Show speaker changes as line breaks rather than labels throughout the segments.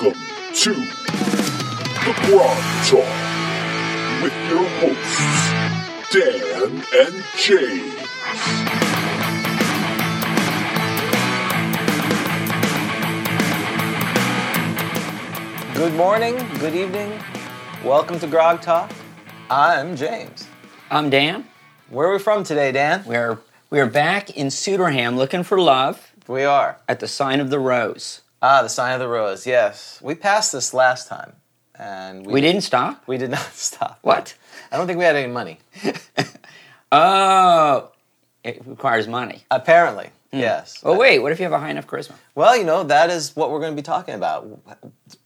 to The Broad Talk with your hosts, Dan and Jay.
Good morning, good evening. Welcome to Grog Talk. I'm James.
I'm Dan.
Where are we from today, Dan?
We're we're back in Suderham looking for love
We are.
at the sign of the rose.
Ah, the sign of the rose. Yes. We passed this last time and
We didn't stop.
we did not stop.
What?
I don't think we had any money.
Oh, it requires money.
Apparently. Yes.
Oh wait, what if you have a high enough charisma?
Well, you know, that is what we're going to be talking about.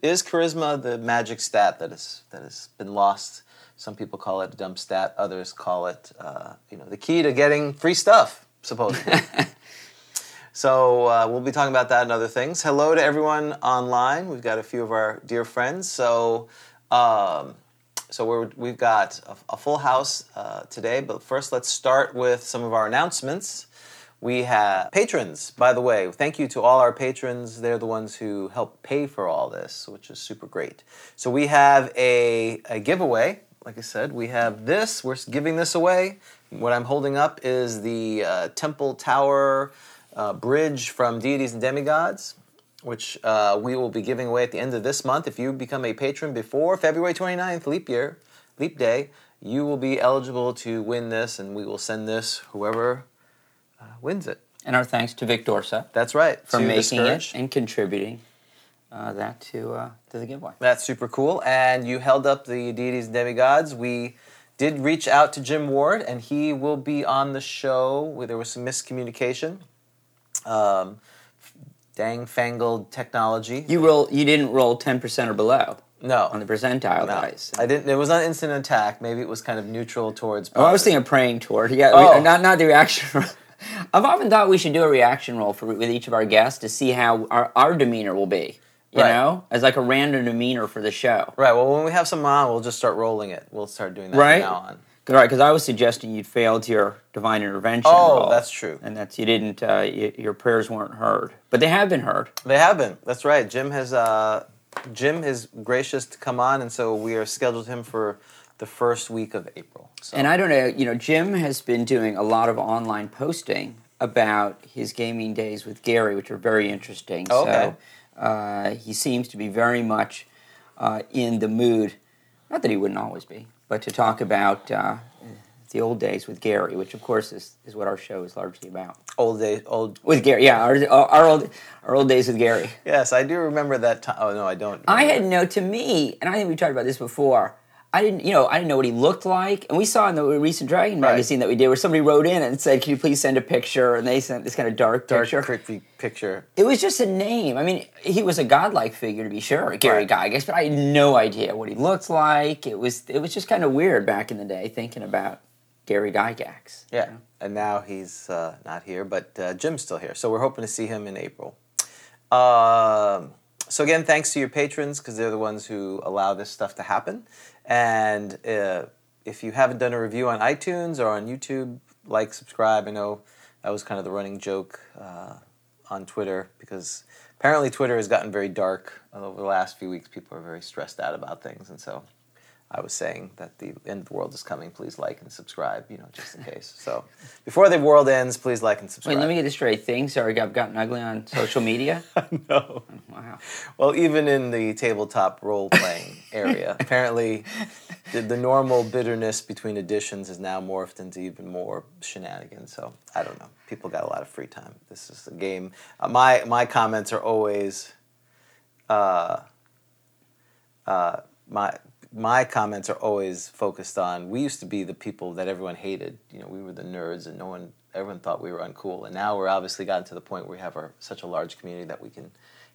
Is charisma the magic stat that is that has been lost? Some people call it a dumb stat. Others call it, uh, you know, the key to getting free stuff, supposedly. so uh, we'll be talking about that and other things. Hello to everyone online. We've got a few of our dear friends. So, um, so we're, we've got a, a full house uh, today. But first, let's start with some of our announcements. We have patrons, by the way. Thank you to all our patrons. They're the ones who help pay for all this, which is super great. So we have a, a giveaway. Like I said, we have this. We're giving this away. What I'm holding up is the uh, Temple Tower uh, Bridge from Deities and Demigods, which uh, we will be giving away at the end of this month. If you become a patron before February 29th, leap year, leap day, you will be eligible to win this, and we will send this whoever uh, wins it.
And our thanks to Vic Dorsa
That's right.
for
to
making
Discourage.
it and contributing uh, that to uh, to the giveaway.
That's super cool. And you held up the deities and demigods. We did reach out to Jim Ward, and he will be on the show. Where there was some miscommunication, um, dang fangled technology.
You roll. You didn't roll ten percent or below
no,
on the percentile
no.
dice.
I didn't. It was not instant attack. Maybe it was kind of neutral towards.
Oh, I was thinking of praying toward. Yeah,
Oh.
we, not not the reaction. roll. I've often thought we should do a reaction roll for with each of our guests to see how our, our demeanor will be. You
Right.
know, as like a random demeanor for the show.
Right. Well, when we have some on, we'll just start rolling it. We'll start doing that from
Right.
now on.
All right, because I was suggesting you'd failed your divine intervention.
Oh,
roll,
that's true.
and that's you didn't. Uh, y- your prayers weren't heard, but they have been heard.
They haven't. That's right. Jim has uh, Jim is gracious to come on, and so we are scheduled him for the first week of April. So
And I don't know, you know, Jim has been doing a lot of online posting about his gaming days with Gary, which are very interesting.
Okay.
So uh, he seems to be very much uh, in the mood, not that he wouldn't always be, but to talk about uh, the old days with Gary, which of course is, is what our show is largely about.
old day, old.
With Gary, yeah, our, our, old, our old days with Gary.
Yes, I do remember that time. Oh no, I don't.
I
remember.
had no to me, and I think we talked about this before. I didn't, you know, I didn't know what he looked like, and we saw in the recent Dragon magazine that we did, where somebody wrote in and said, "Can you please send a picture?" And they sent this kind of dark,
dark,
picture.
creepy picture.
It was just a name. I mean, he was a godlike figure to be sure, Gary Gygax, but I had no idea what he looked like. It was, it was just kind of weird back in the day thinking about Gary Gygax.
Yeah, and now he's uh, not here, but uh, Jim's still here, so we're hoping to see him in April. Um, so again, thanks to your patrons because they're the ones who allow this stuff to happen. And uh, if you haven't done a review on iTunes or on YouTube, like, subscribe. I know that was kind of the running joke uh, on Twitter because apparently Twitter has gotten very dark Uh, over the last few weeks. People are very stressed out about things, and so I was saying that the end of the world is coming. Please like and subscribe, you know, just in case. So before the world ends, please like and
Wait,
subscribe.
let me get this straight. Things are I've gotten ugly on social media. Oh,
no.
wow.
Well, even in the tabletop role playing area, apparently the, the normal bitterness between editions has now morphed into even more shenanigans. So I don't know. People got a lot of free time. This is a game. Uh, my my comments are always, uh, uh, my. My comments are always focused on. We used to be the people that everyone hated. You know, we were the nerds, and no one, everyone thought we were uncool. And now we're obviously gotten to the point where we have our, such a large community that we can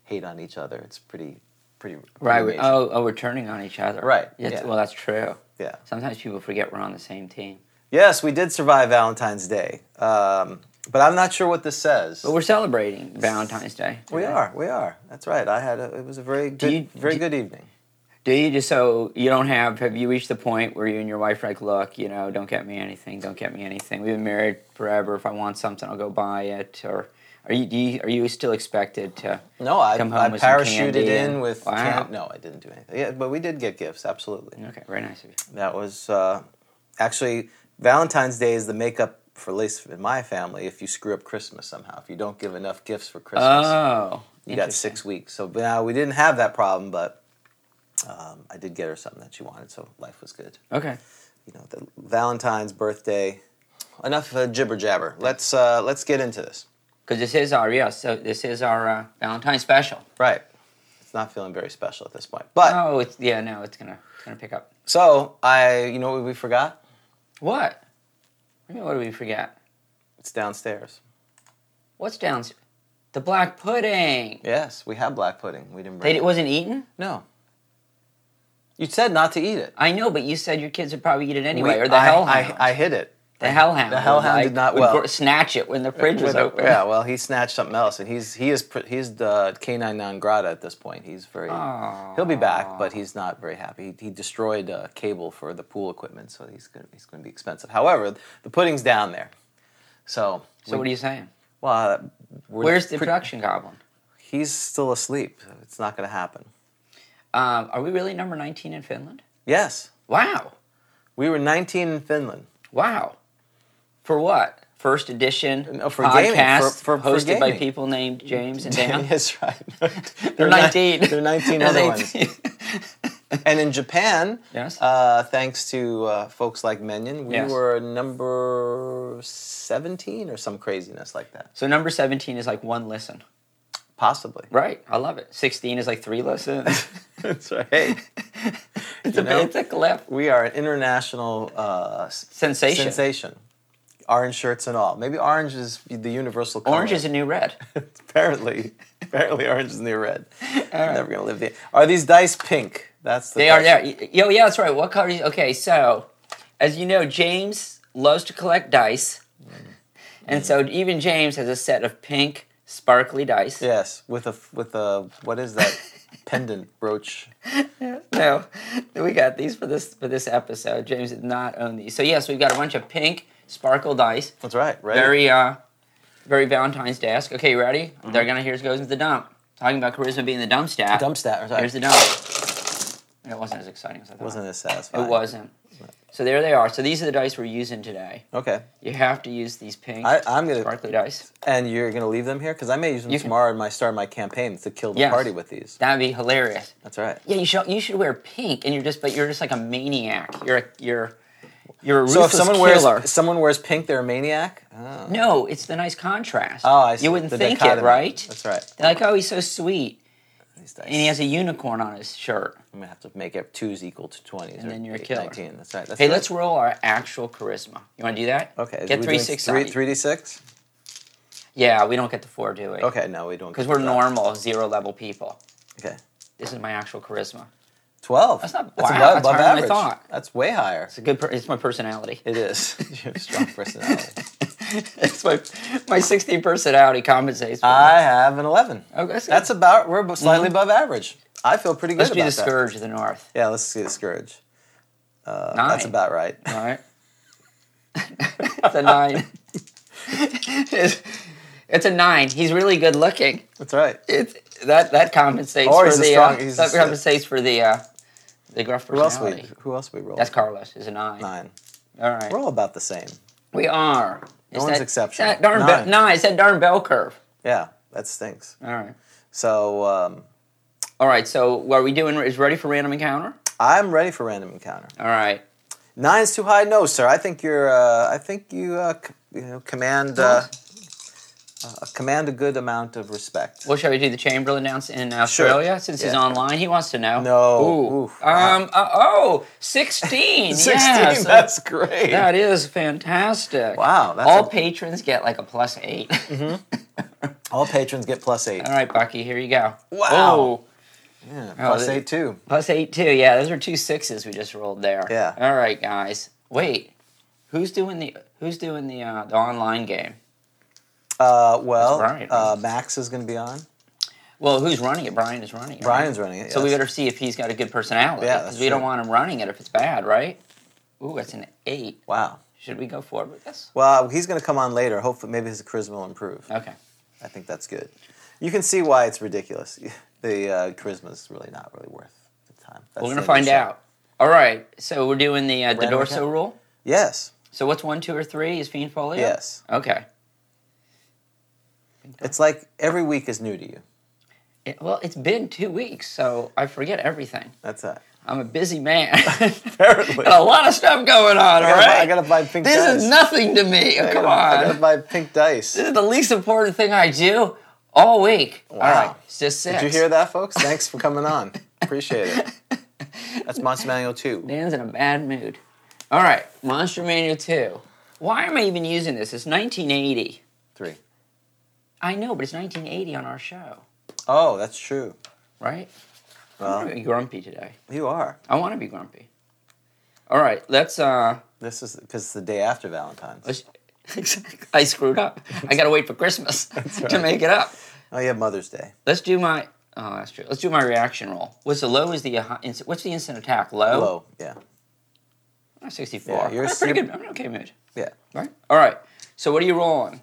hate on each other. It's pretty, pretty, pretty
Right. we-
amazing.
Oh, oh, we're turning on each other.
Right,
It's-
yeah.
Well, that's true.
yeah.
Sometimes people forget we're on the same team.
Yes, we did survive Valentine's Day, um, but I'm not sure what this says.
But we're celebrating Valentine's Day.
we
today.
are, we are. That's right. I had a, it was a very good,
you-
very
do-
good evening.
Do you just so you don't have? Have you reached the point where you and your wife are like, look, you know, don't get me anything, don't get me anything. We've been married forever. If I want something, I'll go buy it. Or Are you, do you are you still expected to?
No, I,
Come home
I
with some
parachuted
candy
in
and-
with.
Wow.
can- no, I didn't do anything. Yeah, but we did get gifts. Absolutely.
Okay, very nice of you.
That was uh, actually Valentine's Day is the makeup for at least in my family. If you screw up Christmas somehow, if you don't give enough gifts for Christmas,
Oh,
you got
interesting.
six weeks. So now we didn't have that problem, but um, I did get her something that she wanted, so life was good.
Okay.
You know, the Valentine's birthday. Enough uh, jibber jabber. Let's uh, let's get into this.
Because this is our yeah, so this is our uh, Valentine special.
Right. It's not feeling very special at this point, but
Oh, it's, yeah, no, it's gonna it's gonna pick up.
so I, you know, what we forgot.
What? I mean, what do we forget?
It's downstairs.
What's down? The black pudding.
Yes, we have black pudding. We didn't bring
They, it
it.
wasn't eaten.
No. You said not to eat it.
I know, but you said your kids would probably eat it anyway,
We-
or the
I,
hellhound.
I, I hid it.
the hellhound.
The hellhound
like,
did not
would
well.
gr- snatch it when the fridge was
With a-
open.
Yeah, well, he snatched something else, and he's he is pr- he's the canine non grata at this point. He's very
Aw.
he'll be back,
Ah.
but he's not very happy. He, he destroyed a cable for the pool equipment, so he's gonna, he's going to be expensive. However, the pudding's down there, so
So what are you saying?
well, uh, we're-
Where's the
pre-
production goblin?
he's still asleep. It's not going to happen.
Um, are we really number 19 in Finland?
Yes,
Wow.
we were 19 in Finland.
Wow. For what? First edition
Uh, No, for gaming,
podcast
for- for- for
hosted by
gaming.
people named James and Dan.
That's right.
They're
ni-
19.
they're 19
They're
other ones.
19.
And in Japan,
Yes.
uh, thanks to uh, folks like Menyon, we
Yes.
were number 17 or some craziness like that.
so number 17 is like one listen.
Possibly.
Right. I love it. 16 is like three listens.
That's right. Hey,
it's,
You
a,
know?
it's a clip.
we are an international uh, s-
Sensation.
sensation. Orange shirts and all. Maybe orange is the universal color.
Orange is a new red.
apparently apparently orange is the new red. I'm never gonna live the. Are these dice pink? That's the
They are
question.
there. Yo, yeah, that's right. What color? Is, okay, so as you know, James loves to collect dice, and so even James has a set of pink sparkly dice.
Yes, with a with a what is that pendant brooch?
No, we got these for this for this episode. James did not own these, so yes, we've got a bunch of pink sparkle dice.
That's right. Right.
Very, uh, very Valentine's desk. Okay, you ready? They're gonna here's goes into the dump. Talking about charisma being Mm-hmm. the dump stat.
dump stat.
Here's the dump. It wasn't as exciting as I thought.
Wasn't as satisfying.
It wasn't. So there they are. So these are the dice we're using today.
Okay.
You have to use these pink
I, I'm gonna
sparkly dice.
and you're gonna leave them here because I may use them
You can-
tomorrow in my start my campaign to kill the
Yes.
party with these.
That'd be hilarious.
That's right.
Yeah, you should. You should wear pink, and you're just, but you're just like a maniac. You're a, you're, you're a
So
ruthless
if someone
killer.
wears someone wears pink, they're a maniac. Oh,
no, it's the nice contrast.
Oh, I see.
You wouldn't
The
think it,
dichotomy.
right?
That's right.
They're like, oh, he's so sweet,
These dice.
and he has a unicorn on his shirt.
I'm gonna have to make it twos equal to twenties.
And
or
then you're a
eight-
killer.
Nineteen. That's right. That's
Hey,
right.
let's roll our actual charisma. You want to do that?
Okay.
Get
we're
three
doing
six
Three
sided.
three d six.
Yeah, we don't get the four, do we?
Okay. No, we don't.
Because
get
we're
that.
normal, zero level people.
Okay.
This is my actual charisma.
Twelve.
That's not-
That's
wow,
above,
that's
above
higher than I
average.
thought.
That's way higher.
It's a good. Per- it's my personality.
It is. you have strong personality.
it's my my 16 personality compensates. For
I have an eleven.
that. okay, that's,
That's
a,
about we're bo- slightly above average. I feel pretty good
Mm-hmm. let's
about
be the
that.
scourge of the north.
Yeah, let's see the scourge. Uh,
Nine.
That's about right.
All right, it's a nine. it's, it's a nine. He's really good looking.
That's right.
It's that that compensates
Or Oh,
for
he's a
the
strong-
uh,
he's
that
a-
compensates for the uh, the gruff
Who else we
personality.
Who else we roll?
That's Carlos. Is a nine.
nine.
All right,
We're all about the same.
we are.
No
It's
one's
that-
exceptional.
That darn
Nine.
Be- nine. It's that darn bell curve.
Yeah, that stinks.
All right.
So um,
All right. So what are we doing? Is ready for random encounter?
I'm ready for random encounter.
All right.
Nine's too high. No, sir. I think you're. Uh, I think you. Uh, c- you know, command. Uh, uh, command a good amount of respect.
Well, shall we do the Chamberlain now in Australia since he's
Yeah.
online? He wants to know.
No.
Ooh.
Oof.
Um. Uh, oh, 16.
16.
Yes.
That's great.
That is fantastic.
Wow, that's
All
a-
patrons get like a plus eight.
All patrons get plus eight.
All right, Bucky, here you go.
Wow.
Uh, Oh,
Yeah, plus
they-
eight too.
plus eight, too. Yeah, those are two sixes we just rolled there.
Yeah.
All right, guys. Wait. Who's doing the Who's doing the uh, the online game?
Uh, well,
That's Brian.
uh, Max is going to be on.
Well, who's running it? Brian is running it. right?
Brian's running it.
So we
yes.
better see if he's got a good personality.
Yeah,
because
that's
we don't
true.
want him running it if it's bad, right? Ooh, that's an eight.
Wow.
Should we go forward with this?
Well, he's going to come on later. Hopefully, maybe his charisma will improve.
Okay.
I think that's good. You can see why it's ridiculous. The uh, charisma is really not really worth the time. That's the
We're gonna
end of the
find
show.
out. All right. So we're doing the uh, the
Random
Dorso
account.
rule.
Yes,
So what's one, two, or three? Is fiend polio?
yes.
Okay.
It's like every week is new to you.
It- well, it's been two weeks, so I forget everything.
That's it.
I'm a busy man.
Apparently.
Got a lot of stuff going on.
I gotta,
all
buy,
right.
I gotta buy pink
this
dice.
is nothing to me. Oh,
I
come
gotta- I gotta
on.
buy pink dice.
This is the least important thing I do all week. All right. It's just six.
Did you hear that, folks? Thanks for coming on. Appreciate it. That's Monster Manual 2.
Dan's in a bad mood. All right, Monster Manual 2. Why am I even using this? It's 1980.
3.
I know, but it's 1980 on our show,
Oh, that's true.
right? I'm
Well,
gonna be grumpy today.
you are.
I want to be grumpy. All right, let's. uh
This is because it's the day after Valentine's.
let's I screwed up. I gotta wait for Christmas to make it up.
Oh, yeah, Mother's Day.
Let's do my. Oh, that's true. Let's do my reaction roll. What's the low? Is the uh, ins- what's the instant attack? Low.
Hello. Yeah.
I'm 64.
Yeah, you're
I'm pretty
sim-
good. I'm in okay mood.
Yeah.
Right. All right. So what are you rolling?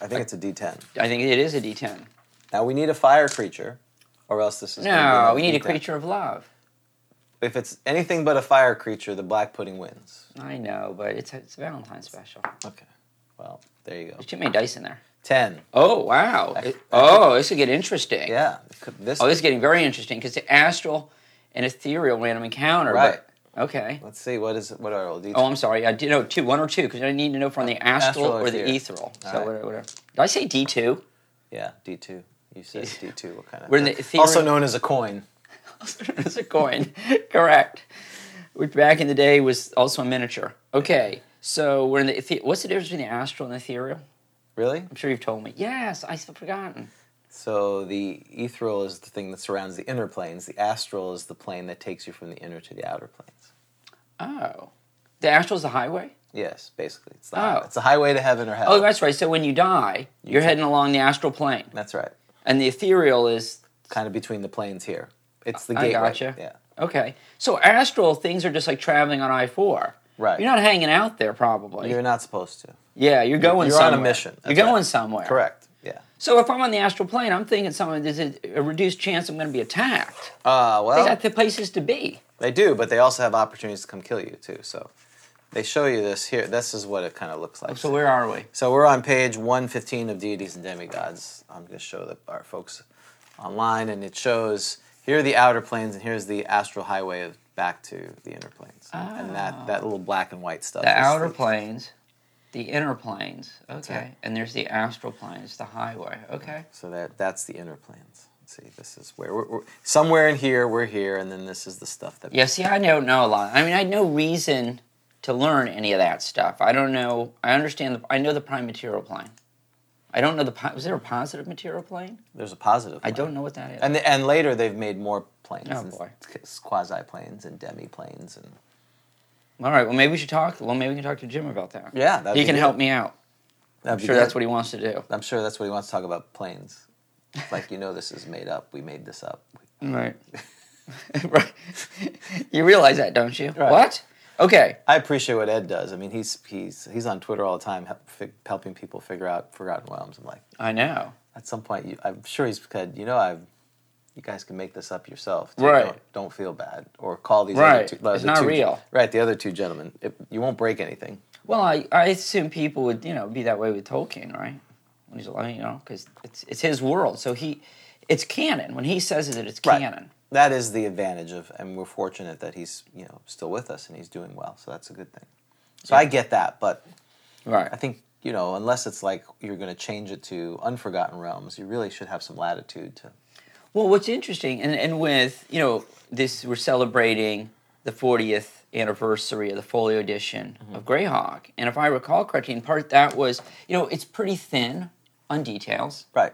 I think it's a D10.
I think it is a D10.
Now, we need a fire creature, or else this is. gonna
No,
be
we need a
D10.
creature of love.
If it's anything but a fire creature, the black pudding wins.
I know, but it's a, it's a Valentine's special.
Okay. Well, there you go.
There's too many dice in there.
10.
Oh wow!
I-
It- oh, this could get interesting.
Yeah. it could- This,
Oh, this is getting very interesting because the astral and ethereal random encounter.
Right.
But, okay.
let's see. What is What are our D10?
Oh, I'm sorry. I did know two, one or two, because I need to know from the astral,
Astral or
or the
ethereal.
ethereal. So
All right.
whatever, whatever. Did I say D two?
Yeah, D2. You said D2. What kind of.
We're in the
also
ethereal-
known as a coin.
it's a coin. Correct. Which back in the day was also a miniature. Okay. So we're in the ethe- what's the difference between the astral and ethereal?
Really?
I'm sure you've told me. Yes, I've forgotten.
So the ethereal is the thing that surrounds the inner planes. The astral is the plane that takes you from the inner to the outer planes.
Oh. The astral is the highway?
Yes, basically, it's the,
Oh.
it's the highway to heaven or hell.
Oh, that's right. So when you die, you're heading along the astral plane.
That's right.
And the ethereal is
Kind of between the planes here. It's the
I
gateway.
gotcha.
Yeah.
okay. So astral things are just like traveling on I four.
Right.
You're not hanging out there probably.
You're not supposed to.
yeah, you're going
You're on a
somewhere.
mission.
You're
That's right.
going somewhere.
Correct. Yeah.
So if I'm on the astral plane, I'm thinking someone there's a, a reduced chance I'm going to be attacked.
Uh, well,
They got the places to be.
they do, but they also have opportunities to come kill you too. So they show you this here. This is what it kind of looks like.
So where are we?
So we're on page 115 of Deities and Demigods. I'm going to show the, our folks online, and it shows here are the outer planes, and here's the astral highway of back to the inner planes. And that, that little black and white stuff.
Ah. The
is
outer planes, the inner planes. Okay. And there's the astral planes, the highway. Okay.
So that, that's the inner planes. Let's see, this is where we're, we're- somewhere in here, we're here, and then this is the stuff that.
Yeah, see, I don't know a lot. I mean, I had no reason to learn any of that stuff. I don't know. I understand. The, I know the prime material plane. I don't know the. po- Was there a positive material plane?
There's a positive.
I
plane.
don't know what that is.
And, the, and later they've made more planes.
Oh,
and
boy.
Quasi planes and demi planes. and
All right. Well, maybe we should talk. Well, maybe we can talk to Jim about that.
Yeah, that'd
he
be
can
good.
help me out.
That'd
I'm
be
sure
good.
that's what he wants to do.
I'm sure that's what he wants to talk about planes. It's like you know this is made up. We made this up.
Right. right. you realize that, don't you?
Right.
What? Okay.
I appreciate what Ed does. I mean, he's he's he's on Twitter all the time help, fi- helping people figure out forgotten realms. I'm like,
I know.
at some point, you, I'm sure he's said, you know, I you guys can make this up yourself. too.
Right.
Don't, don't feel bad or call these
Right.
other two. the
It's
other
not
two-
real.
Right. The other two gentlemen. It, you won't break anything.
Well, I, I assume people would, you know, be that way with Tolkien, right? When he's alive, you know, because it's, it's his world. So he, it's canon. When he says it, it's
Right.
canon.
That is the advantage of, and we're fortunate that he's you know still with us and he's doing well. So that's a good thing. So I get that, but
Right.
I think you know, unless it's like you're going to change it to Unforgotten Realms, you really should have some latitude to.
Well, what's interesting, and, and with, you know, this, we're celebrating the 40th anniversary of the folio edition of Greyhawk. And if I recall correctly, in part that was, you know, it's pretty thin on details.
Right.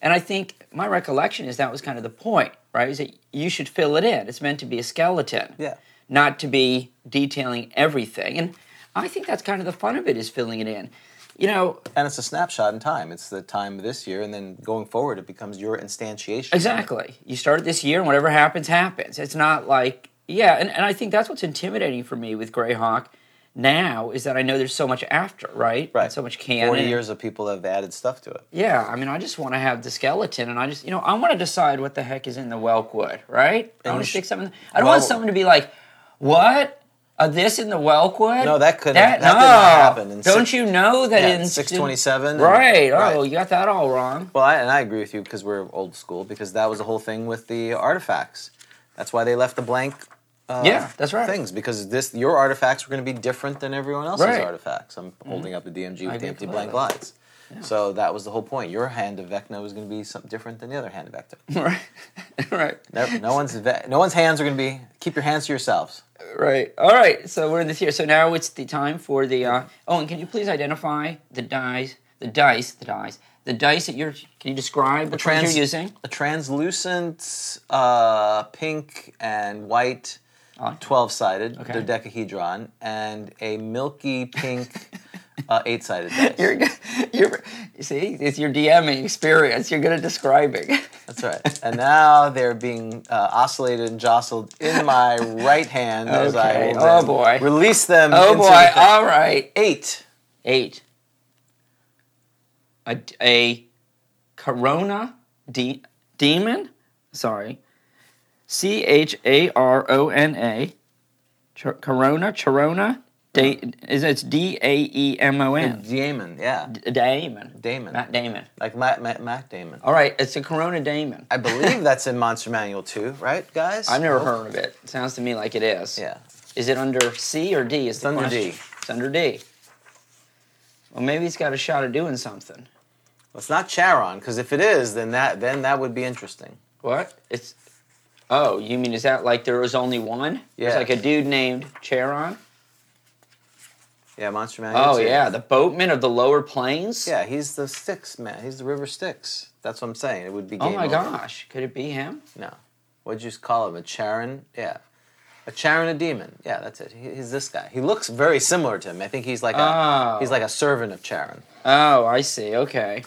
And I think my recollection is that was kind of the point, right? Is that you should fill it in. It's meant to be a skeleton,
Yeah.
not to be detailing everything. And I think that's kind of the fun of it is filling it in. You know,
And it's a snapshot in time. It's the time of this year, and then going forward, it becomes your instantiation.
Exactly. You started this year, and whatever happens, happens. It's not like, yeah, and, and I think that's what's intimidating for me with Greyhawk now is that I know there's so much after, right?
Right.
And so much canon.
Forty years of people have added stuff to it.
Yeah, I mean, I just want to have the skeleton, and I just, you know, I want to decide what the heck is in the Welkwood, right? I
And
want
you
to
sh-
stick something. I don't
Well-
want someone to be like, "What? Are this in the Welkwood?"
No, that couldn't- that didn't happen in
don't
six-
you know that
yeah,
in
627 and-
Right. Oh,
right.
you got that all wrong.
Well, I, and I agree with you because we're old school because that was the whole thing with the artifacts. That's why they left the blank. Uh,
Yeah, that's right.
Things because this your artifacts were going to be different than everyone else's
Right.
artifacts. I'm holding up the DMG with the
agree
empty blank
completely.
lines. So that was the whole point. Your hand of Vecna was going to be something different than the other hand of Vecna.
right. right.
No, no one's ve- no one's hands are going to be keep your hands to yourselves.
Right. All right. So we're in this here. So now it's the time for the. Uh, oh, and can you please identify the dice, the dice, the dice, the dice that you're? Can you describe the ones
trans-
you're using?
A translucent uh, pink and white
Oh.
12 sided
Okay.
dodecahedron and a milky pink uh, 8 sided dice.
You're, go- you're, you see, it's your DMing experience. You're good at describing.
That's right. And now they're being uh, oscillated and jostled in my right hand as I
Okay.
will
Oh,
then
boy.
release them.
Oh
into the
boy!
thing.
All right,
Eight.
eight. A, a Corona de- demon. Sorry, C H A R O N A. Chir- Corona, Chirona. Da- is it's D A E M O N.
Damon, yeah.
D- Damon.
Damon.
Matt Damon.
Like Matt, Matt, Matt Damon.
All right, it's a Corona Damon.
I believe that's in Monster Manual 2, right, guys?
I've never heard of it. Sounds to me like it is.
Yeah.
Is it under C or D? Is the
under
question.
D.
It's under D. Well, maybe it's got a shot at doing something.
It's not Charon, because if it is, then that then that would be interesting.
What? It's. Oh, you mean is that like there was only one? There's
Yeah.
like a dude named Charon.
Yeah, Monster Manual.
Oh
2.
yeah, the boatman of the lower plains.
Yeah, he's the Styx man. He's the River Styx. That's what I'm saying. It would be.
Oh
game
my
over.
gosh, could it be him?
No. What'd you just call him? A Charon? Yeah. A Charon, a demon. Yeah, that's it. He, he's this guy. He looks very similar to him. I think he's like a
Oh.
he's like a servant of Charon.
Oh, I see. Okay.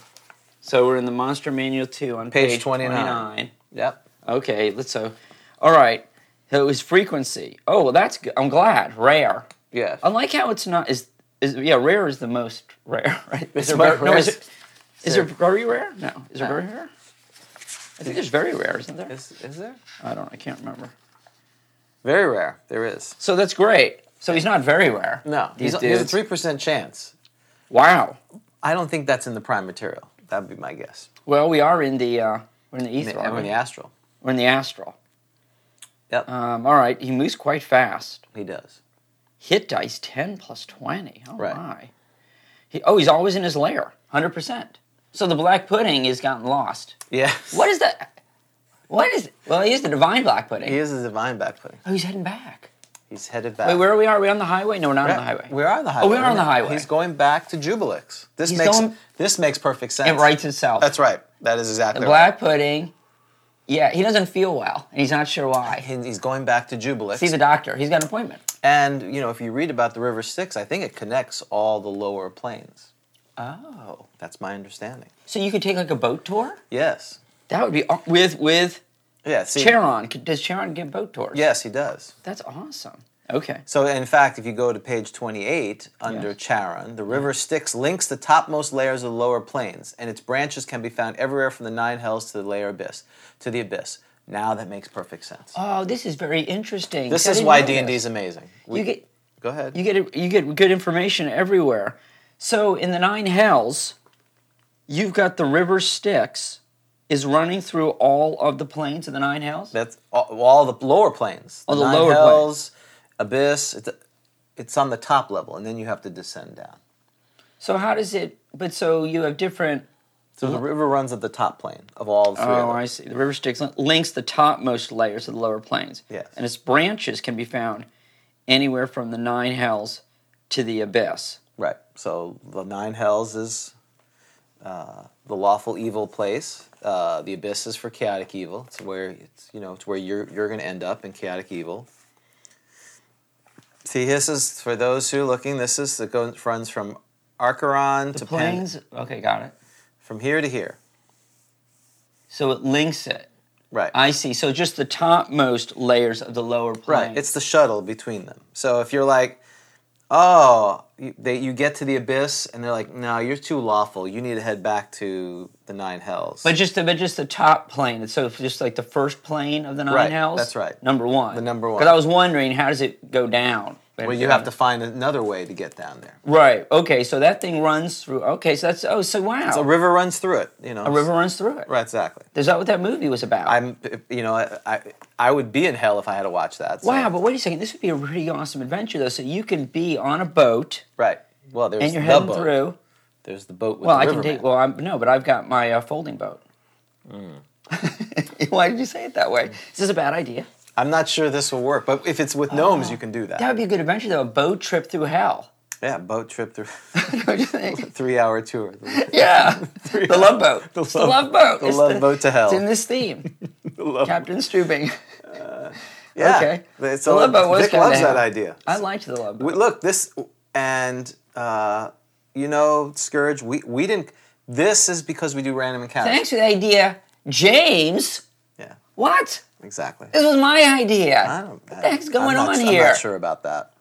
So we're in the Monster Manual two on
Page
page,
29.
29.
Yep.
Okay, let's so. All right. So it was frequency. Oh well, that's good. I'm glad. Rare.
Yeah.
I like how it's not is is yeah rare is the most rare right. Is
It's
there
my
ver- no, is,
rarest.
it, is there very rare? No, is there very rare? I think there's very rare, isn't there?
Is, is there?
I don't. I can't remember.
Very rare. There is.
So that's great. So he's not very rare.
No.
these
he's, he has a
dudes.
three percent chance.
Wow.
I don't think that's in the prime material. That'd be my guess.
Well, we are in the uh, we're in the
And
ether. aren't
we're in
we?
the astral.
We're in the astral.
Yep.
Um, all right. He moves quite fast.
he does.
Hit dice ten plus twenty. Oh
Right.
my. He, oh, he's always in his lair. Hundred percent. So the black pudding has gotten lost.
Yeah.
What is that? What is? Well, he is the divine black pudding.
He is a divine backfooting.
Oh, he's heading back.
He's headed back.
Wait, where are we? Are we on the highway? No, we're not
Yeah,
on the highway.
We are on the highway.
we are on the highway.
He's going back to Jubilix. This
He's
makes
going-
this makes perfect sense.
It writes itself.
That's right. That is exactly
The
right.
black pudding. Yeah, he doesn't feel well, and he's not sure why.
He- He's going back to Jubilix.
See the doctor. He's got an appointment.
and you know, if you read about the River Styx, I think it connects all the lower planes.
Oh.
That's my understanding.
So you could take like a boat tour.
Yes.
That would be aw- with with
Yeah. See,
Charon. C- Does Charon give boat tours?
Yes, he does.
That's awesome. Okay.
So, in fact, if you go to page 28 under
Yes.
Charon, the river Styx links the topmost layers of the lower plains, and its branches can be found everywhere from the nine hells to the layer abyss, to the abyss. Now that makes perfect sense.
Oh, this is very interesting.
This
See, I
is
didn't
why
know
D and D
this.
is amazing. We,
You get
go ahead.
you get you get good information everywhere. So in the nine hells, you've got the river Styx is running through all of the plains of the nine hells.
That's all, all the lower planes.
All the
nine
lower
hells, abyss. It's, it's on the top level, and then you have to descend down.
So how does it? But so you have different.
So the river runs at the top plane of all the three.
Mm-hmm. Oh,
of them.
I see. The river Styx lin- links the topmost layers of the lower plains.
Yes.
And its branches can be found anywhere from the nine hells to the abyss.
Right. So the nine hells is uh, the lawful evil place. Uh, the abyss is for chaotic evil. It's where it's you know it's where you're you're going to end up in chaotic evil. See, this is for those who are looking. This is it goes runs from Archeron to Pen-
Plains. Okay, got it.
from here to here.
So it links it.
Right.
I see. So just the topmost layers of the lower plains.
Right. It's the shuttle between them. So if you're like, oh, you, they, you get to the abyss, and they're like, no, you're too lawful. You need to head back to the nine hells.
But just the but just the top plane. It's So just like the first plane of the nine
Right,
hells.
that's right.
Number one.
The number one.
Because I was wondering how does it go down.
well, you have to find another way to get down there.
Right. Okay. So that thing runs through. Okay. So that's oh. So wow.
A river runs through it. You know,
A river runs through it.
Right, exactly.
Is that what that movie was about?
I'm, you know, I, I, I would be in hell if I had to watch that. so-
wow. But wait a second. This would be a pretty awesome adventure though. So you can be on a boat
Right. Well, there's
and you're
the
heading
boat.
through.
There's the boat with
Well,
the
I can
river
take.
man.
Well, I'm no, but I've got my uh, folding boat.
Hmm.
Why did you say it that way? Is this a bad idea?
I'm not sure this will work, but if it's with gnomes, you can do that.
Oh. That would be a good adventure though. A boat trip through hell.
yeah, boat trip through
Don't you think?
three hour tour.
Yeah. the love boat. The love, the love boat.
the love boat to hell.
It's in this theme. Captain Strubing.
Yeah.
okay.
It's
The
all-
love boat was
Vic
kinda
loves that
hell.
idea.
I liked the love boat.
We- look, this and uh, you know, Scourge, we, we didn't this is because we do random encounters.
Thanks for the idea, James.
Yeah.
What?
Exactly.
This was my idea.
I don't
what the heck's going
I'm not,
on
I'm
here?
not sure about that.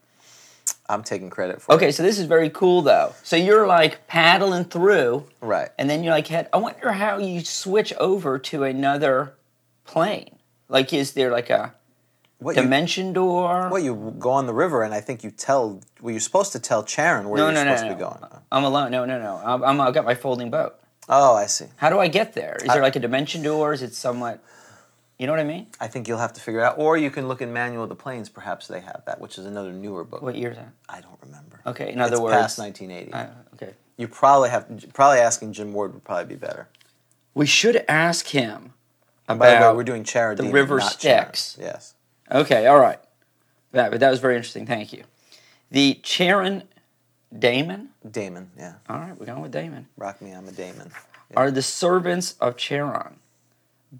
I'm taking credit for
Okay, so this is very cool though. So you're like paddling through,
it. Right.
and then you're like, head, I wonder how you switch over to another plane. Like, is there like a
what you
dimension door?
Well, you go on the river, and I think you tell. Well, you're supposed to tell Charon where
no,
you're
no, no,
supposed
no.
to be going.
I'm alone. No, no, no. I'm, I'm, I've got my folding boat.
Oh, I see.
How do I get there? Is there like a dimension door? Is it somewhat, you know what I mean?
I think you'll have to figure it out, or you can look in Manual of the Planes. Perhaps they have that, which is another newer book.
What year is that?
I don't remember.
Okay, in other
it's
words,
past 1980.
Uh, okay.
you probably have. Probably asking Jim Ward would probably be better.
We should ask him about.
By the way, we're doing Charon.
the
Demon,
River
not Charon.
Styx.
Yes.
Okay, all right. That, but that was very interesting. Thank you. The Charon Damon.
Damon. Yeah.
All right, we're going with Damon.
Rock me. I'm a Damon. Yeah.
Are the servants of Charon,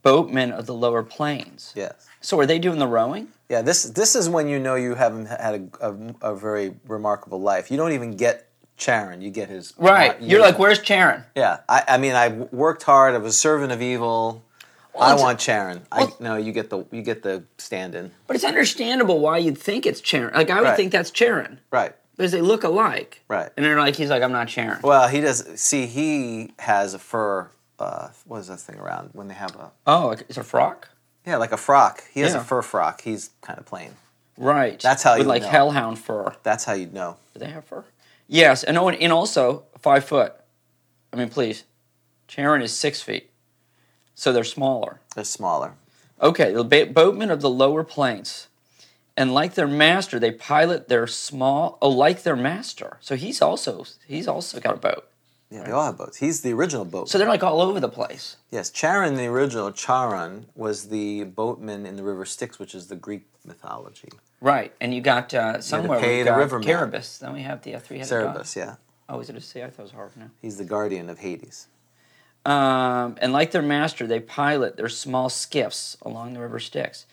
boatmen of the lower plains?
Yes.
So are they doing the rowing?
Yeah. This this is when you know you haven't had a, a, a very remarkable life. You don't even get Charon. You get his.
Right. You're
your-
like, where's Charon?
Yeah, I, I mean, I w- worked hard. I was a servant of evil. I
it's-
want Sharon.
well-
I no, you get the you get the stand-in.
But it's understandable why you'd think it's Charon. Like I would
Right.
think that's Charon
Right,
because they look alike.
right.
And they're like, he's like, I'm not Charon.
Well, he does. See, he has a fur. Uh, what is that thing around when they have a
Oh, like, it's a frock.
yeah, like a frock. He has
Yeah.
a fur frock. He's kind of plain.
Right.
That's how
With
you
like
know.
hellhound fur.
That's how you'd know.
Do they have fur? Yes, and oh, and- and also five foot. I mean, please, Charon is six feet, so they're smaller.
They're smaller.
Okay, the ba- boatmen of the lower plains, and like their master, they pilot their small. Oh, like their master, so he's also he's also got a boat.
Yeah, they all have boats. He's the original boat.
So they're like all over the place.
yes, Charon, the original Charon, was the boatman in the River Styx, which is the Greek mythology.
Right, and you got uh, somewhere
pay
we've
the
got
riverman.
Caribus. Then we have the uh, three-headed dog.
Cerberus, yeah,
Oh, is it a sea? I thought it was hard now.
he's the guardian of Hades.
Um, and like their master, they pilot their small skiffs along the river Styx.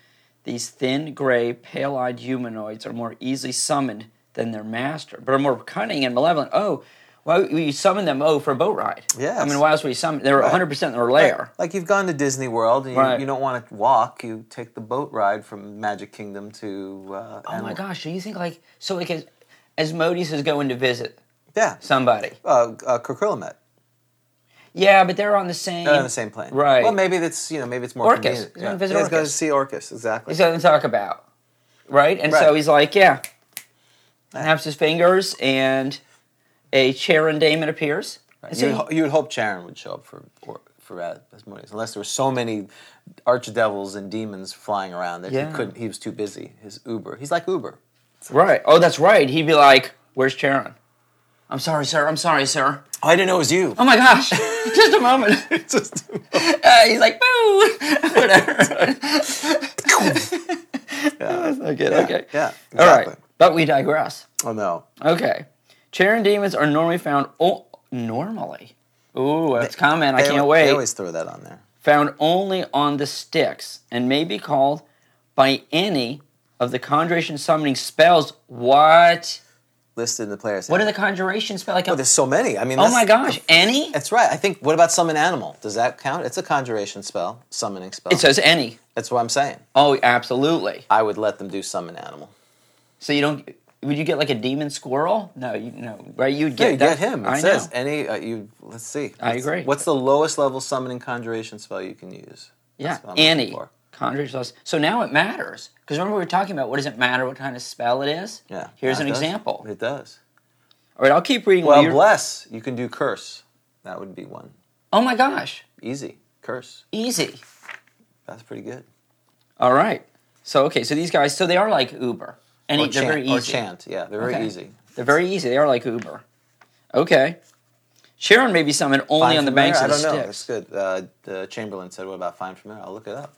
These thin, gray, pale eyed humanoids are more easily summoned than their master, but are more cunning and malevolent. Oh, why would you summon them? Oh, for a boat ride. I
Yes.
mean, why else would you summon They were 100% in their lair.
Like you've gone to Disney World and you,
Right.
you don't want to walk, you take the boat ride from Magic Kingdom to. Uh,
Oh my gosh, so you think like, so like as, Asmodeus is going to visit
Yeah,
somebody.
uh, uh, Kerkrillamet.
Yeah, but they're on the same.
They're on the same plane,
Right.
Well, maybe that's you know maybe it's more
Orcus.
convenient.
He's gonna visit
he's going to
Orcus.
see Orcus exactly.
He's going to talk about. Right? And so
Right.
he's like, yeah. Snaps his fingers, and a Charon Damon appears. And so
You'd,
he-
ho- you'd hope Charon would show up for or, for Asmodeus, unless there were so many archdevils and demons flying around that
Yeah.
he couldn't. He was too busy. His Uber. He's like Uber.
right. Oh, that's right. He'd be like, where's Charon? I'm sorry, sir. I'm sorry, sir.
Oh, I didn't know it was you.
Oh my gosh. Just a moment.
Just-
Uh, he's like, boo. Whatever. That's not good. okay.
yeah, exactly.
All right. But we digress.
oh no.
Okay. Charon demons are normally found o- normally. Ooh, that's common. I
They
can't
al-
wait.
They always throw that on there.
found only on the sticks and may be called by any of the conjuration summoning spells. What?
Listed in the player's.
What are the conjuration spells? Like,
Oh, there's so many. I mean,
oh
that's-
my gosh, any?
That's right. I think. What about summon animal? Does that count? It's a conjuration spell, summoning spell.
It says any.
That's what I'm saying.
Oh, absolutely.
I would let them do summon animal.
So you don't. Would you get like a demon squirrel? No, you no, right? You'd
Yeah,
get
you get
that-
him. It
I
says
know.
any. Uh, you let's see.
I
What's-
agree.
What's the lowest level summoning conjuration spell you can use?
Yeah,
what I'm looking
any
for.
conjuring spells. So now it matters because remember we were talking about what does it matter what kind of spell it is.
Yeah.
Here's
that
an
does.
example.
It does.
All right, I'll keep reading. while
Well,
you're-
bless. You can do curse. That would be one
oh my gosh,
easy curse.
easy.
That's pretty good.
All right. So okay, so these guys, so they are like Uber, and
Or
they're
chant,
very easy.
or chant. Yeah, they're very
Okay.
easy.
They're very easy. They are like Uber. Okay. Sharon may be summoned only
Find
on the
familiar?
banks
I
of the
don't know. That's
Styx.
good. Uh, the Chamberlain said, "What about find familiar?" I'll look it up.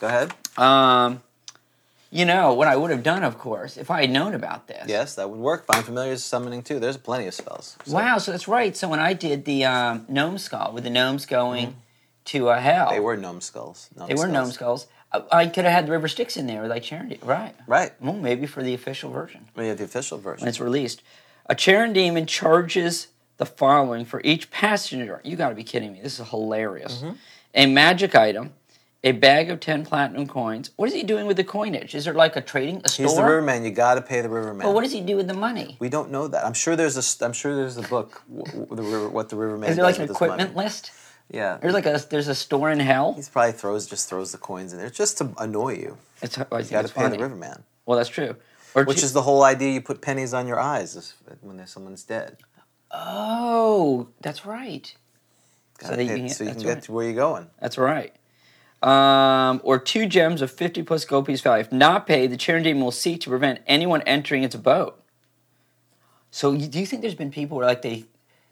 Go ahead.
Um, you know what I would have done, of course, if I had known about this.
Yes, that would work. Find familiar is summoning too. There's plenty of spells. So
Wow. So that's right. So when I did the um, gnome skull with the gnomes going to a hell,
Mm-hmm. They were gnome skulls. Gnome
they were gnome skulls. I, I could have had the river sticks in there, like Sharon did. Right.
Right.
Well, maybe for the official version.
We have the official
when
version.
it's released. A Charon demon charges the following for each passenger. You got to be kidding me. This is hilarious.
Mm-hmm.
A magic item, a bag of 10 platinum coins. What is he doing with the coinage? Is there like a trading, a store?
He's the riverman. You got to pay the riverman.
But what does he do with the money?
we don't know that. I'm sure there's a. st- I'm sure there's a book. w- w- the river, what the riverman
Is there like
does
an
with his money.
equipment list?
Yeah.
There's like a there's a store in hell.
He's probably throws just throws the coins in there just to annoy you.
It's, I think
You got
it's
to pay
funny.
the riverman,
Well, that's true. Or
which
ju-
is the whole idea. You put pennies on your eyes is when there's someone's dead.
oh, that's right.
Gotta
that you
pay-
can get-
so you
that's
can get
right.
to where you're going.
That's right. Um, or two gems of 50 plus gold piece value. If not paid, the Charon demon will seek to prevent anyone entering its boat. So you, do you think there's been people where like they,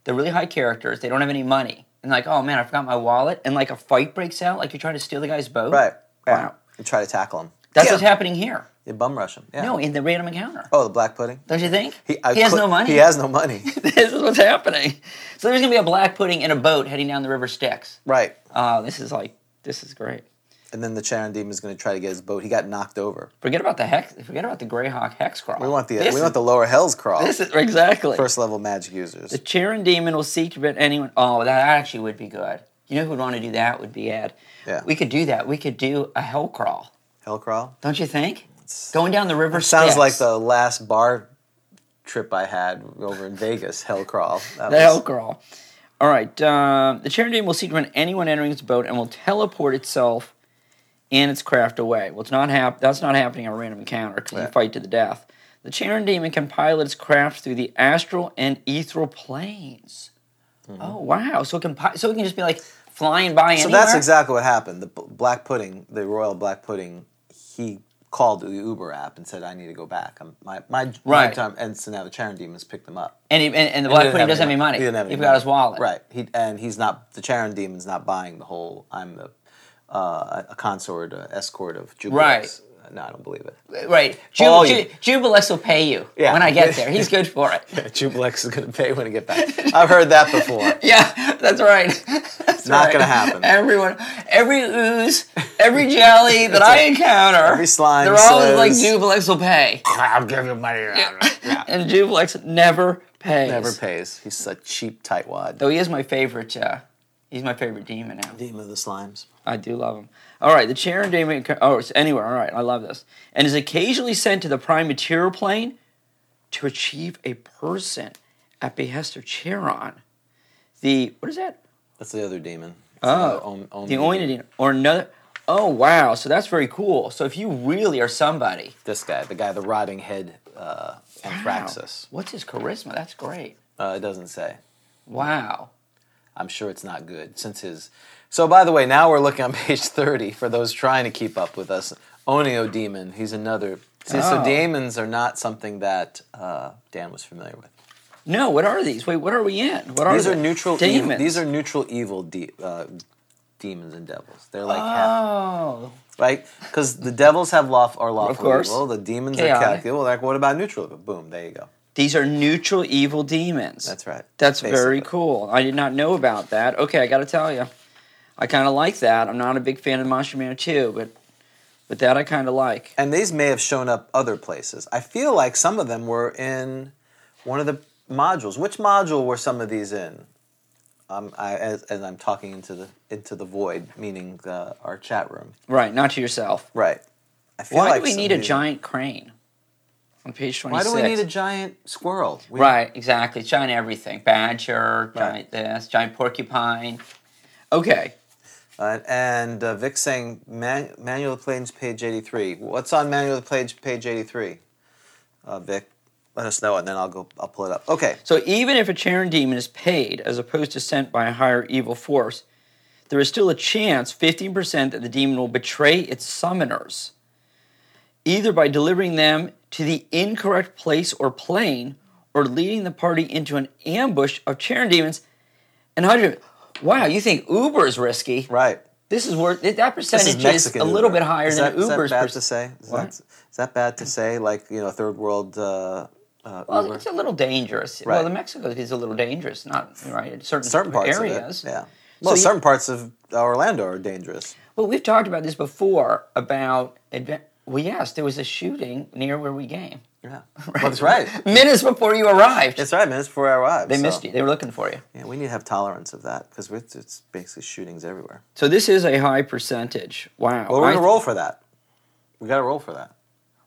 they're really high characters, they don't have any money, and like, oh man, I forgot my wallet, and like a fight breaks out, like you're trying to steal the guy's boat?
Right. Yeah.
Wow.
You try to tackle him.
That's
Yeah.
what's happening here.
You bum rush him. Yeah.
No, in the random encounter.
Oh, the black pudding.
Don't you think?
I
has
cou-
no money.
He has no money.
this is what's happening. So there's gonna be a black pudding in a boat heading down the river Styx.
right.
Oh, this is like, this is great.
And then the Charon demon is going to try to get his boat. He got knocked over.
Forget about the hex. Forget about the Greyhawk hex crawl.
We want the
This
we
is-
want the lower hell's crawl.
This is exactly.
first level magic users.
The Charon demon will seek to prevent anyone. Oh, that actually would be good. You know who would want to do that? Would be Ed.
Yeah.
We could do that. We could do a hell crawl.
Hell crawl.
Don't you think? Going down the river.
Sounds
Styx.
like the last bar trip I had over in Vegas. Hell crawl. That
the
was-
hell crawl. All right. Um, the Charon demon will seek to prevent anyone entering its boat and will teleport itself and its craft away. Well, it's not hap- That's not happening on a random encounter because you
Right.
fight to the death. The Charon demon can pilot its craft through the astral and ethereal planes. Oh wow! So it can pi- so it can just be like flying by
Mm-hmm. So
anywhere.
that's exactly what happened. The b- black pudding, the royal black pudding, he called the Uber app and said, "I need to go back. I'm, my my
Right.
my time." And so now the Charon demons picked him up.
And, he, and, and the
He
black
didn't
pudding doesn't have any money.
He didn't have any
He
money.
forgot his wallet.
Right. He and he's not the Charon demon's not buying the whole. I'm the uh, a consort, uh, escort of Jubilees.
Right.
Uh, No, I don't believe it.
Right. Ju-
All
Ju-
you-
Jubilex will pay you
Yeah.
when I get there. He's good for it.
Jubilex is going to pay when I get back. I've heard that before.
yeah, that's right. That's
Not
right.
gonna happen.
Everyone, every ooze, every jelly that I encounter,
Every slime
they're always like
says-
Jubilex will pay,
I'll give you money. Yeah.
and Jubilex never pays.
Never pays. He's a cheap tightwad.
Though he is my favorite. Uh, he's my favorite demon now.
Demon of the slimes.
I do love him. All right, the Charon Demon. Oh, it's anywhere. All right, I love this. And is occasionally sent to the Prime Material Plane to achieve a person at behest of Charon. The what is that?
That's the other demon. It's another
Oh,
Om- Om
the
demon.
Oinidine or another. Oh wow! So that's very cool. So if you really are somebody,
This guy, the guy, the rotting head uh, Anthraxis.
wow, what's his charisma? That's great.
Uh, it doesn't say.
Wow.
I'm sure it's not good since his. So, by the way, now we're looking on page 30 for those trying to keep up with us. Onio Demon, he's another. See,
Oh.
So, demons are not something that uh, Dan was familiar with.
No, what are these? Wait, what are we in? What are
These are
they?
neutral
demons?
evil. These are neutral evil de- uh, demons and devils. They're like half,
oh
right? Because the devils have lawful or lawful
course.
evil. The demons are
Chaotic.
calculable. Like, what about neutral? evil? Boom, there you go.
These are neutral evil demons.
That's right.
That's very
Basically.
cool. I did not know about that. Okay, I got to tell you, I kind of like that. I'm not a big fan of Monster Manor 2, but but that I kind of like.
and these may have shown up other places. I feel like some of them were in one of the modules. Which module were some of these in? Um, I, as, as I'm talking into the into the void, meaning the, our chat room.
Right, not to yourself.
Right. I feel
Why
like
do we
some
need
of
a
these-
giant crane? on page 26.
Why do we need a giant squirrel? We-
Right, exactly. Giant everything. Badger, giant this, giant porcupine. Okay.
Uh, and uh, Vic saying man- Manual of Planes, page 83. What's on Manual of Planes, page 83? Uh, Vic, let us know, and then I'll go. I'll pull it up. Okay.
So even if a Charon demon is paid as opposed to sent by a higher evil force, there is still a chance, 15%, that the demon will betray its summoners, either by delivering them to the incorrect place or plane, or leading the party into an ambush of Charon demons and Hydra. Wow, you think Uber is risky?
Right.
This is worth that
This
percentage is, a little
Uber.
bit higher
Is
than
that-
Uber's
Is that bad
perc-
to say? Is
What?
that, is that bad to say? Like you know, third world uh, uh,
Well,
Uber.
it's a little dangerous.
Right.
Well, the Mexico is a little dangerous, not right in certain,
certain parts
areas.
of it. Yeah. Well,
you-
certain parts of Orlando are dangerous.
Well, we've talked about this before about adve- well, yes, there was a shooting near where we game
Yeah. Well, that's right.
minutes before you arrived.
That's right, man. It's before I arrived.
they
so-
missed you. They were looking for you.
Yeah, we need to have tolerance of that because it's basically shootings everywhere.
So this is a high percentage. Wow.
Well,
I
we're gonna
th-
roll for that. We gotta roll for that.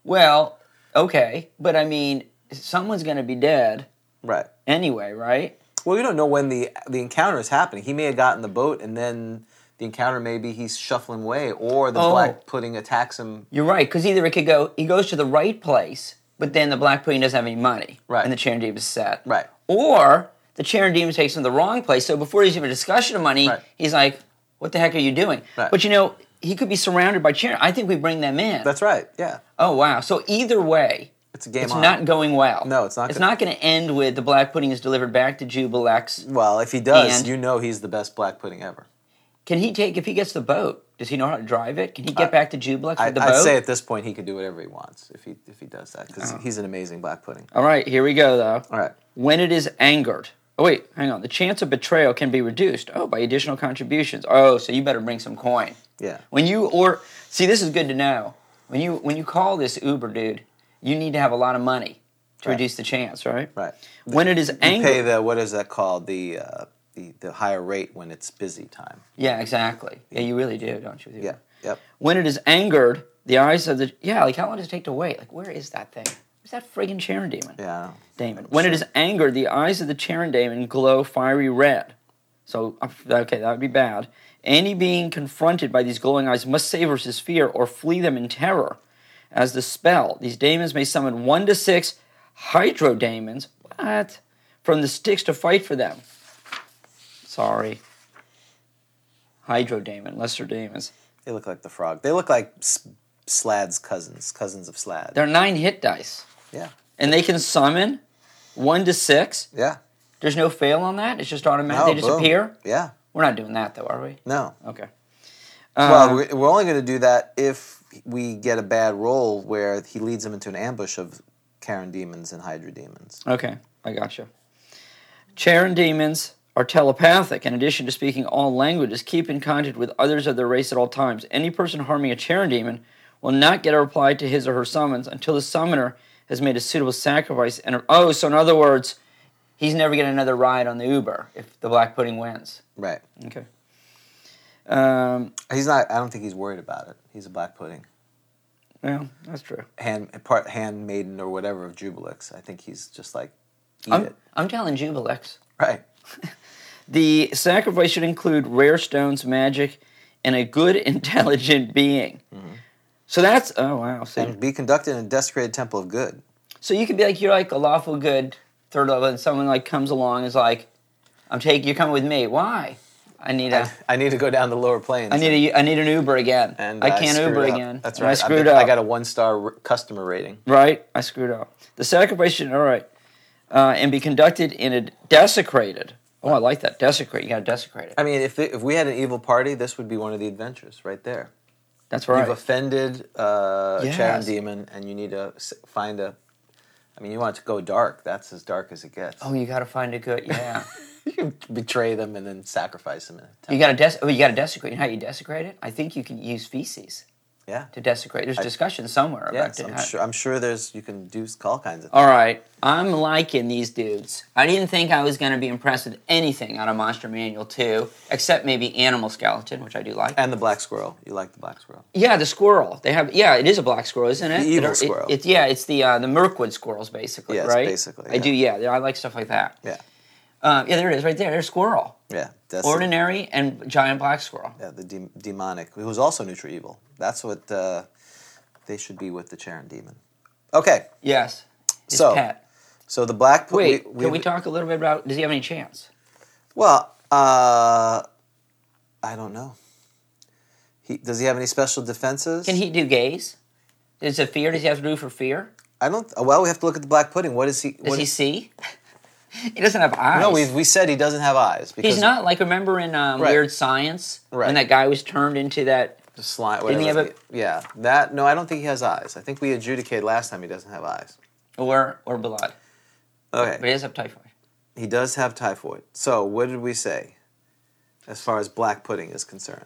Well, okay, but I mean, someone's going to be dead
Right.
anyway, right?
Well, you don't know when the the encounter is happening. He may have gotten the boat, and then the encounter maybe he's shuffling away, or the
Oh.
black pudding attacks him.
You're right, because either it could go, he goes to the right place, but then the black pudding doesn't have any money,
Right.
And the Charon Demon is set,
Right.
Or the Charon Demon takes him to the wrong place. So before he's even a discussion of money,
Right.
he's like, "What the heck are you doing?"
Right.
But you know, he could be surrounded by Charon. I think we bring them in.
That's right. Yeah,
oh wow! So either way,
it's a game.
it's
on.
not going well.
No, it's not
It's
gonna-
not going to end with the black pudding is delivered back to Jubilex.
well, if he does,
And-
you know he's the best black pudding ever.
Can he take if he gets the boat? Does he know how to drive it? Can he get
I-
back to Jubilex
I,
with the
I'd
boat? Oh.
say at this point he could do whatever he wants if he if he does that because he's an amazing black pudding.
All right, here we go though.
All right.
when it is angered. Oh wait, hang on. The chance of betrayal can be reduced. Oh, by additional contributions. Oh, so you better bring some coin.
Yeah.
When you or see, this is good to know. When you when you call this Uber dude, you need to have a lot of money to
Right.
reduce the chance, right?
Right.
When it is
You pay
angered.
the what is that called the uh, the the higher rate when it's busy time.
yeah, exactly. Yeah, you really do, don't you? with Uber?
Yeah. Yep.
When it is angered, the eyes of the yeah, like how long does it take to wait? Like where is that thing? Is that friggin' Sharon demon?
Yeah.
Damon. When it is angered, the eyes of the Charon Damon glow fiery red. So, okay, that would be bad. Any being confronted by these glowing eyes must save versus fear or flee them in terror. As the spell, these daemons may summon one to six hydro daemons. What? From the sticks to fight for them. Sorry. Hydro daemon, lesser daemons.
They look like the frog. They look like S- Slad's cousins, cousins of Slad.
They're nine hit dice,
yeah,
and they can summon one to six.
yeah.
There's no fail on that. It's just automatic.
Oh,
they
boom.
disappear.
Yeah,
We're not doing that though, are we?
no.
Okay. Uh,
well, we're, we're only going to do that if we get a bad roll where he leads them into an ambush of Karen demons and Hydra demons.
Okay, I gotcha. Charon demons are telepathic. In addition to speaking all languages, keep in contact with others of their race at all times. Any person harming a Charon demon will not get a reply to his or her summons until the summoner has made a suitable sacrifice. And oh, so in other words, he's never getting another ride on the Uber if the Black Pudding wins.
Right.
Okay. Um,
He's not. I don't think he's worried about it. He's a black pudding,
well, that's true.
hand part handmaiden or whatever of Jubilix. I think he's just like eat
I'm,
it.
I'm telling Jubilex.
Right.
The sacrifice should include rare stones, magic, and a good, intelligent being. So that's oh wow. So,
And be conducted in a desecrated temple of good.
so you could be like you're like a lawful good third level, and someone like comes along and is like, "I'm taking you're coming with me. Why? I need a
I need to go down the lower planes.
I need a I need an Uber again.
and
I can't
screwed
Uber
up.
again.
That's
And
right.
I
I
screwed
got-
up.
I got a one star r- customer rating.
Right? I screwed up. The sacrifice should, all right, uh, and be conducted in a desecrated. Oh, I like that. Desecrate. You got to desecrate it.
I mean, if it, if we had an evil party, this would be one of the adventures right there.
That's right.
You've offended uh, a Charon
Yes.
demon, and you need to s- find a. I mean, you want it to go dark. That's as dark as it gets.
oh, you got to find a good. Yeah.
you betray them and then sacrifice them. In a temple.
You gotta des- oh, you gotta desecrate. You know how you desecrate it? I think you can use feces.
Yeah.
to desecrate. There's discussion somewhere about
Yes,
it.
I'm
How-
sure, I'm sure there's you can do all kinds of
All right, I'm liking these dudes. I didn't think I was going to be impressed with anything out of Monster Manual 2, except maybe Animal Skeleton, which I do like.
And the black squirrel. You like the black squirrel.
Yeah, the squirrel. They have yeah, it is a black squirrel, isn't it?
The evil
It- it-
squirrel.
It's yeah, it's the uh, the Mirkwood squirrels, basically.
Yes,
right?
basically,
I
yeah.
do. Yeah, I like stuff like that.
Yeah.
Uh, yeah, there it is, right there. There's squirrel,
Yeah. That's the-
ordinary and giant black squirrel.
Yeah, the de- demonic, who's also neutral evil. That's what uh, they should be with the Charon demon. Okay,
Yes. His
So,
pet.
so the black. po-
Wait, can we talk a little bit about? Does he have any chance?
Well, uh, I don't know. He, does he have any special defenses?
Can he do gaze? Is it fear? Does he have to do for fear?
I don't. uh, Well, we have to look at the black pudding. What is he?
Does
what
he see? he doesn't have eyes.
no, we we said he doesn't have eyes because
He's not like remember in um,
Right.
Weird Science
Right.
when that guy was turned into that.
the slime.
Didn't he
whatever.
have
Yeah, that. No, I don't think he has eyes. I think we adjudicated last time he doesn't have eyes.
Or or blood, but he
Okay,
does have typhoid.
he does have typhoid. So what did we say, as far as black pudding is concerned?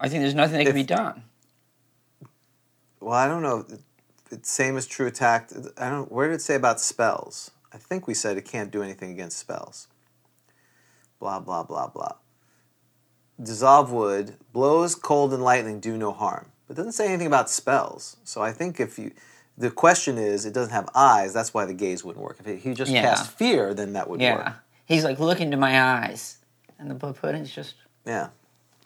I think there's nothing that
If-
can be done.
Well, I don't know. It, same is true attack. I don't. Where did it say about spells? I think we said it can't do anything against spells. Blah blah blah blah. Dissolve wood. Blows cold and lightning do no harm. But it doesn't say anything about spells. So I think if you, the question is, it doesn't have eyes. That's why the gaze wouldn't work. If it, he just
Yeah.
cast fear, then that would
Yeah,
work.
he's like look into my eyes, and the blood pudding's just
Yeah.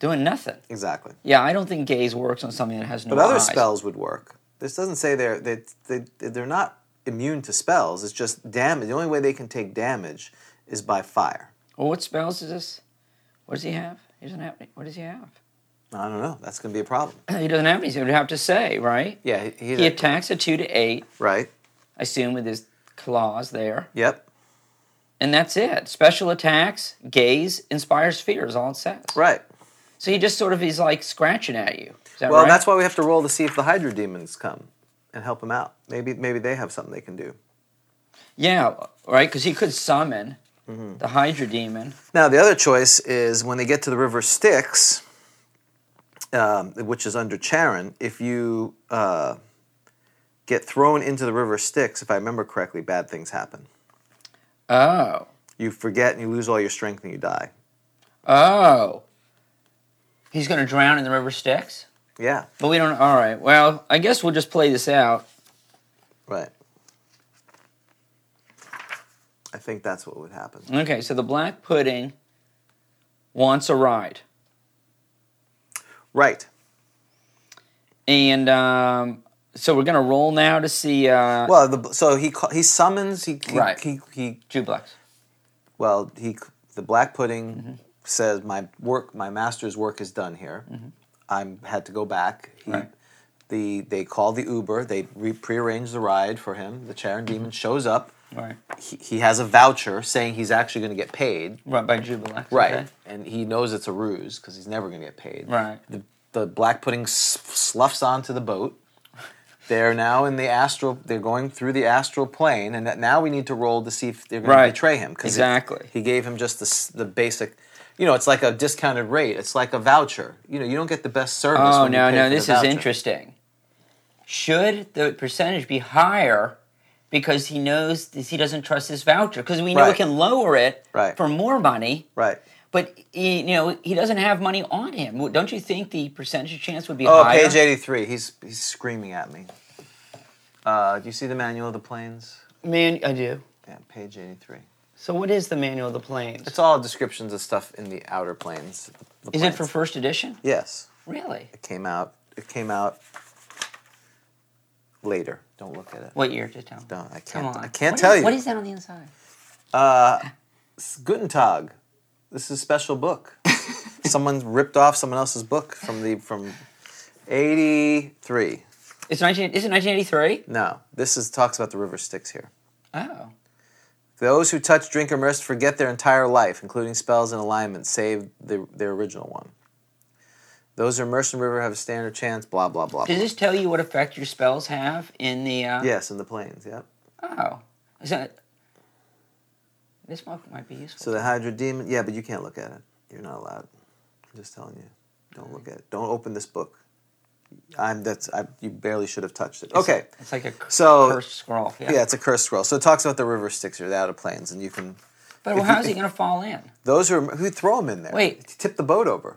doing nothing.
Exactly.
Yeah, I don't think gaze works on something that has no
But other
eyes.
spells would work. This doesn't say they're they, they they're not immune to spells. It's just damage. The only way they can take damage is by fire.
Well, what spells is this? What does he have? He doesn't have. any- What does he have?
I don't know. That's going to be a problem.
he doesn't have anything. He would have to say right.
Yeah, he, he-
He attacks a two to eight.
right.
I assume with his claws there.
Yep.
And that's it. Special attacks, gaze, inspires fear is all it says.
Right.
So he just sort of he's like scratching at you. Is that
Well,
right?
that's why we have to roll to see if the Hydra demons come and help him out. Maybe maybe they have something they can do.
yeah, right. Because he could summon
Mm-hmm.
the Hydra demon.
Now the other choice is when they get to the river Styx, um, which is under Charon. If you uh, get thrown into the river Styx, if I remember correctly, bad things happen.
Oh,
you forget and you lose all your strength and you die.
oh. He's going to drown in the river Styx.
Yeah,
But we don't. All right. Well, I guess we'll just play this out.
right. I think that's what would happen.
Okay. So the black pudding wants a ride,
Right.
and um, so we're going to roll now to see uh,
Well, the, so he ca- he summons he he,
Right.
he he
Jublex.
well he the black pudding
Mm-hmm.
says my work my master's work is done here. I'm had to go back. He,
Mm-hmm. Right.
The they call the Uber. They re- prearrange the ride for him. The Charon
Mm-hmm.
demon shows up.
Right.
He, he has a voucher saying he's actually going to get paid.
Right by Jublex.
Right.
okay.
And he knows it's a ruse because he's never going to get paid.
Right.
The, the black pudding s- sloughs onto the boat. They're now in the astral. They're going through the astral plane, and that now we need to roll to see if they're going to
Right.
betray him. 'cause if-
Exactly.
He gave him just the, s- the basic. You know, it's like a discounted rate. It's like a voucher. You know, you don't get the best service.
Oh
when you
no,
pay
no,
for the
this is
voucher.
interesting. Should the percentage be higher because he knows this, he doesn't trust this voucher? Because we know
Right.
he can lower it
Right.
for more money,
Right.
but he, you know he doesn't have money on him. Don't you think the percentage chance would be
Oh,
higher?
page eighty-three. He's he's screaming at me. Uh, do you see the manual of the planes?
Man, I do.
Yeah, page eighty-three.
So what is the manual of the planes?
It's all descriptions of stuff in the outer planes. the- the
Is it for
planes.
first edition?
Yes,
Really?
it came out. It came out later. Don't look at it.
What year? Just tell me.
Don't. I
Come
can't.
on.
I can't
What
tell
is-
you.
What is that on the inside?
It's Guten Tag. This is a special book. Someone ripped off someone else's book from the from '83.
It's nineteen. Is it nineteen eighty three?
No, this is talks about the river Styx here.
Oh,
Those who touch, drink, or must forget their entire life, including spells and alignments, save the, their original one. Those who are immersed in the river have a standard chance. Blah blah blah. blah.
does this tell you what effect your spells have in the? Uh,
Yes, in the planes. Yep.
Oh, is that? This might, might be useful.
So the Hydra demon. Yeah, but you can't look at it. You're not allowed. I'm just telling you. Don't look at it. Don't open this book. I'm that's I, you barely should have touched it. Okay,
It's like a cur-
So-
cursed scroll. Yeah.
yeah, it's a cursed scroll. So it talks about the river Styx or the outer planes, and you can
But how is he going to fall in?
those are who throw them in there.
Wait.
tip the boat over.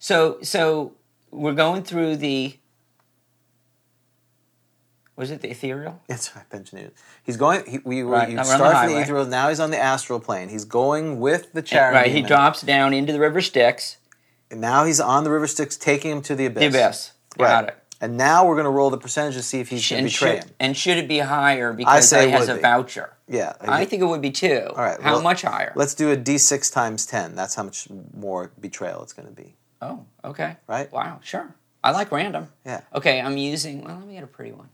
So so we're going through the. Was it the ethereal?
That's right, mentioned it. He's going. He, we were
Right,
you
now we're on the
start from the
highway.
ethereal. Now he's on the astral plane. He's going with the chariot.
right. He drops down into the river Styx.
And now he's on the river Styx, taking him to the abyss.
The abyss.
Right.
Got it.
And now we're going to roll the percentage to see if he's going to
And
betray
should,
him.
and should it be higher because
say
it
it
has
would
a
be.
voucher?
Yeah.
I think it would be two.
All right.
How
well,
much higher?
Let's do a d6 times 10. That's how much more betrayal it's going to be.
Oh, okay.
Right?
Wow, sure. I like random.
Yeah.
Okay, I'm using. Well, let me get a pretty one.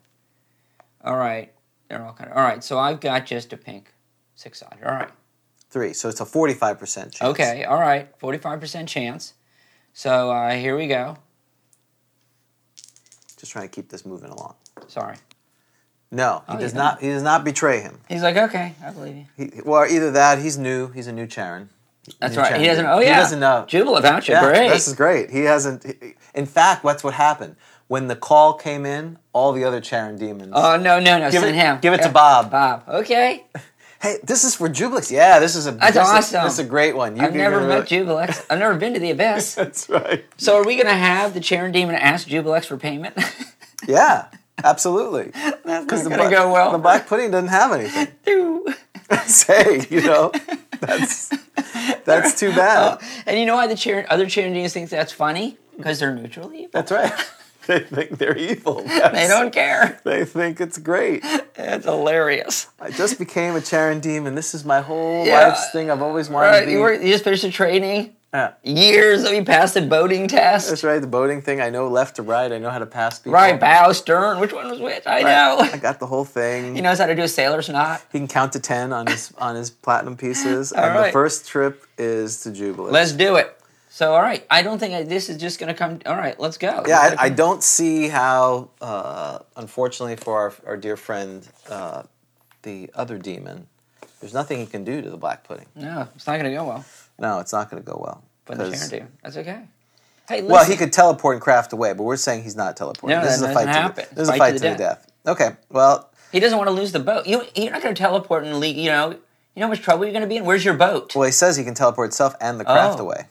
All right, they're all kind of. All right, so I've got just a pink, six sided. All right.
Three. So it's a 45% chance.
Okay. All right. Forty-five percent chance. So uh, here we go.
Just trying to keep this moving along.
Sorry.
No, he
Oh,
does
yeah.
not. He does not betray him.
He's like, okay, I believe you.
He, well, either that, he's new. He's a new Charon.
That's
New
right. He
Charon.
doesn't. Oh
He
yeah.
doesn't know.
Jubal voucher.
Yeah,
Great.
This is great. He hasn't. he- in fact, that's what happened. When the call came in, all the other Charon demons.
oh no no no.
Give
send
it-
him.
give it to
Yeah.
Bob.
Bob. Okay.
hey, this is for Jublix. Yeah, this is a.
That's
this is-
awesum.
this is a great one. You,
I've
you're
never
gonna
met
really-
Jubilex. I've never been to the abyss.
That's right.
So are we going to have the Charon Demon ask Jubilex for payment?
Yeah, absolutely. Because
not gonna go well.
The black pudding doesn't have anything.
Ew.
Say, you know, that's that's
Oh.
too bad.
and you know why the Charon, other Charon Demons think that's funny? Because they're neutral evil.
That's right. They think they're evil.
They
yes.
don't care.
They think it's great.
That's hilarious.
I just became a Charon demon. This is my whole
Yeah.
life's thing. I've always wanted
Right,
to be.
you, were, you just finished your training.
Yeah.
Years that you passed the boating test.
That's right. The boating thing. I know left to right. I know how to pass people.
right, bow, stern. Which one was which? I
I
know.
got the whole thing.
He knows how to do a sailor's knot.
He can count to ten on his on his platinum pieces. and the
right.
first trip is to Jubilee.
Let's do it. So, all right. I don't think I, this is just going to come. All right, let's go.
yeah, I, I don't see how. Uh, unfortunately for our, our dear friend, uh, the other demon, there's nothing he can do to the black pudding.
no, it's not going to go well.
No, it's not going to go well.
But the
'Cause-
Charon Demon. That's okay. Hey, listen.
Well, he could teleport and craft away, but we're saying he's not teleporting.
No,
this
that
is a
doesn't
fight.
happen.
To the, this is a fight to the death. Okay. Well,
He doesn't want to lose the boat. You, you're not going to teleport and leave. You know, you know how much trouble you're going to be in. Where's your boat?
well, he says he can teleport itself and the craft
Oh.
away,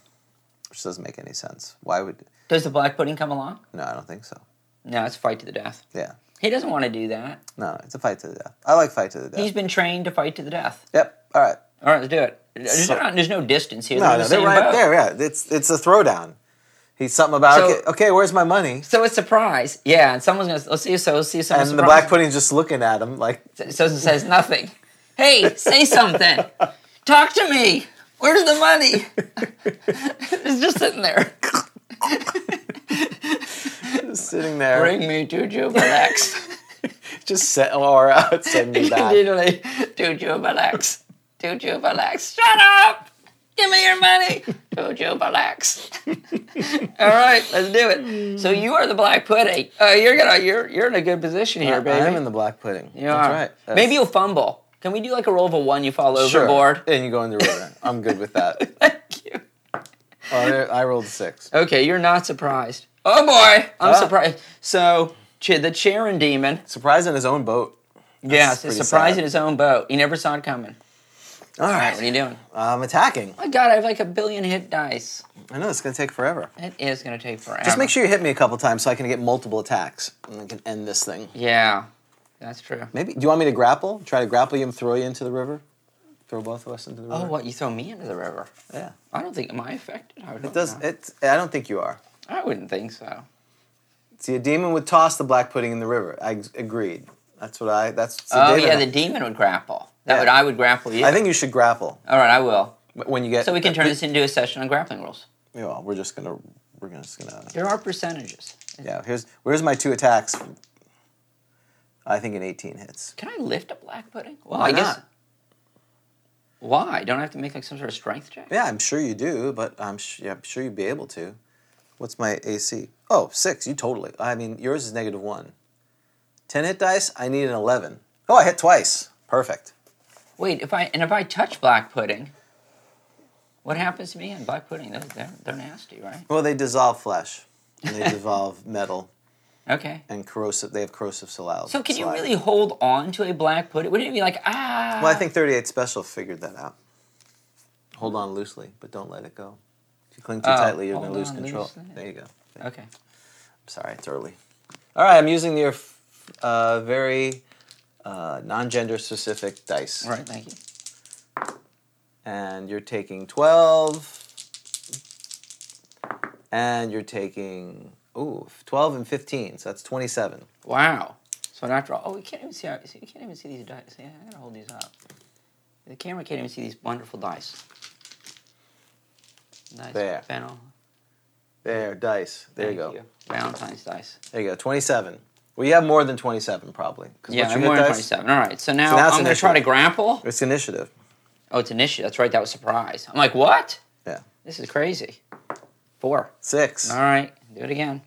which doesn't make any sense. Why would?
Does the black pudding come along?
No, I don't think so.
No, it's fight to the death.
Yeah.
He doesn't want to do that.
No, it's a fight to the death. I like fight to the death.
He's been trained to fight to the death.
yep. All right.
All right, let's do it. There's,
So-
not- there's no distance here.
No,
They're
no,
the
they're
same
right
boat.
there. Yeah, it's it's a throwdown. He's something about
So-
okay, okay. Where's my money?
So it's surprise. Yeah, and someone's going to, let's see, so let's see if someone's
And the black pudding's just looking at him like
So it says nothing. Hey, say something. Talk to me. Where's the money? it's just sitting there.
sitting there,
Bring me to Jubilex.
just set Laura out, send me back.
Literally, do Jubilex. Do Jubilex. Shut up! Give me your money! Do Jubilex. All right, let's do it. So you are the black pudding. Uh, you're gonna you're you're in a good position here, baby.
I'm in the black pudding.
You
That's
are.
right. That's-
Maybe you'll fumble. Can we do like a roll of a one? You fall
sure.
overboard.
And you go in the river. I'm good with that.
Thank you.
Oh, there- I rolled a six.
Okay, you're not surprised. Oh boy,
Ah.
I'm surprised. So Ch- the Charon demon.
Surprised in his own boat.
Yes, is
pretty
surprised
sad.
in his own boat. He never saw it coming.
All
All right, what are you doing? Oh
I'm um, attacking.
My God, I have like a billion hit dice.
I know it's going to take forever.
It is going to take forever.
Just make sure you hit me a couple times so I can get multiple attacks and I can end this thing.
Yeah, that's true.
Maybe. Do you want me to grapple? Try to grapple you and throw you into the river? Throw both of us into the river?
Oh, what? You throw me into the river?
Yeah.
I don't think. Am I affected? I
It does. It, I don't think you are.
I wouldn't think so.
See, a demon would toss the black pudding in the river. I ag- agreed. That's what I. That's. see,
oh
David-
yeah, the demon would grapple. That
Yeah.
would I would grapple you.
I think you should grapple
All right, I will.
when you get. uh,
So we can turn this into a session on grappling rules.
You know, we're just gonna. We're just gonna.
There are percentages.
Yeah. Here's. Where's my two attacks? I think an 18 hits.
Can I lift a black pudding? Well,
Why
I guess.
not?
Why? Don't I have to make like some sort of strength check?
Yeah, I'm sure you do, but I'm, sh- yeah, I'm sure you'd be able to. What's my AC? Oh, six. You totally. I mean, yours is negative one. Ten hit dice. I need an eleven. Oh, I hit twice. Perfect.
Wait, if I and if I touch black pudding, what happens to me in black pudding? They're, they're, they're nasty, right?
Well, they dissolve flesh. and they dissolve metal
Okay.
and corrosive. They have corrosive saliva.
So can you
saliva.
really hold on to a black pudding? Wouldn't it be like ah?
Well, I think 38 Special figured that out. Hold on loosely, but don't let it go. If you cling too
Oh,
tightly, you're going
hold
to lose
on
control.
loosely.
There you go. I'm
Okay.
sorry, it's early. All right, I'm using your f- uh, very uh, non-gender specific dice,
All right. Thank you.
and you're taking 12, and you're taking ooh 12 and 15, so that's 27.
Wow. So after all, oh, we can't even see. Our, see we can't even see these dice. See, I gotta hold these up. The camera can't even see these wonderful dice. Nice
There.
panel.
There, dice. There you
Thank
go.
Valentine's dice.
There you go. 27. Well, you have more than 27 probably. 'cause
Yeah,
once
I'm
you hit
more than
dice-
27. All right, so now
So now it's
I'm going to try to
initiative.
grapple.
It's initiative.
Oh, it's an issue. That's right. That was surprise. I'm like, what?
Yeah.
This is crazy. Four.
Six.
All right, do it again.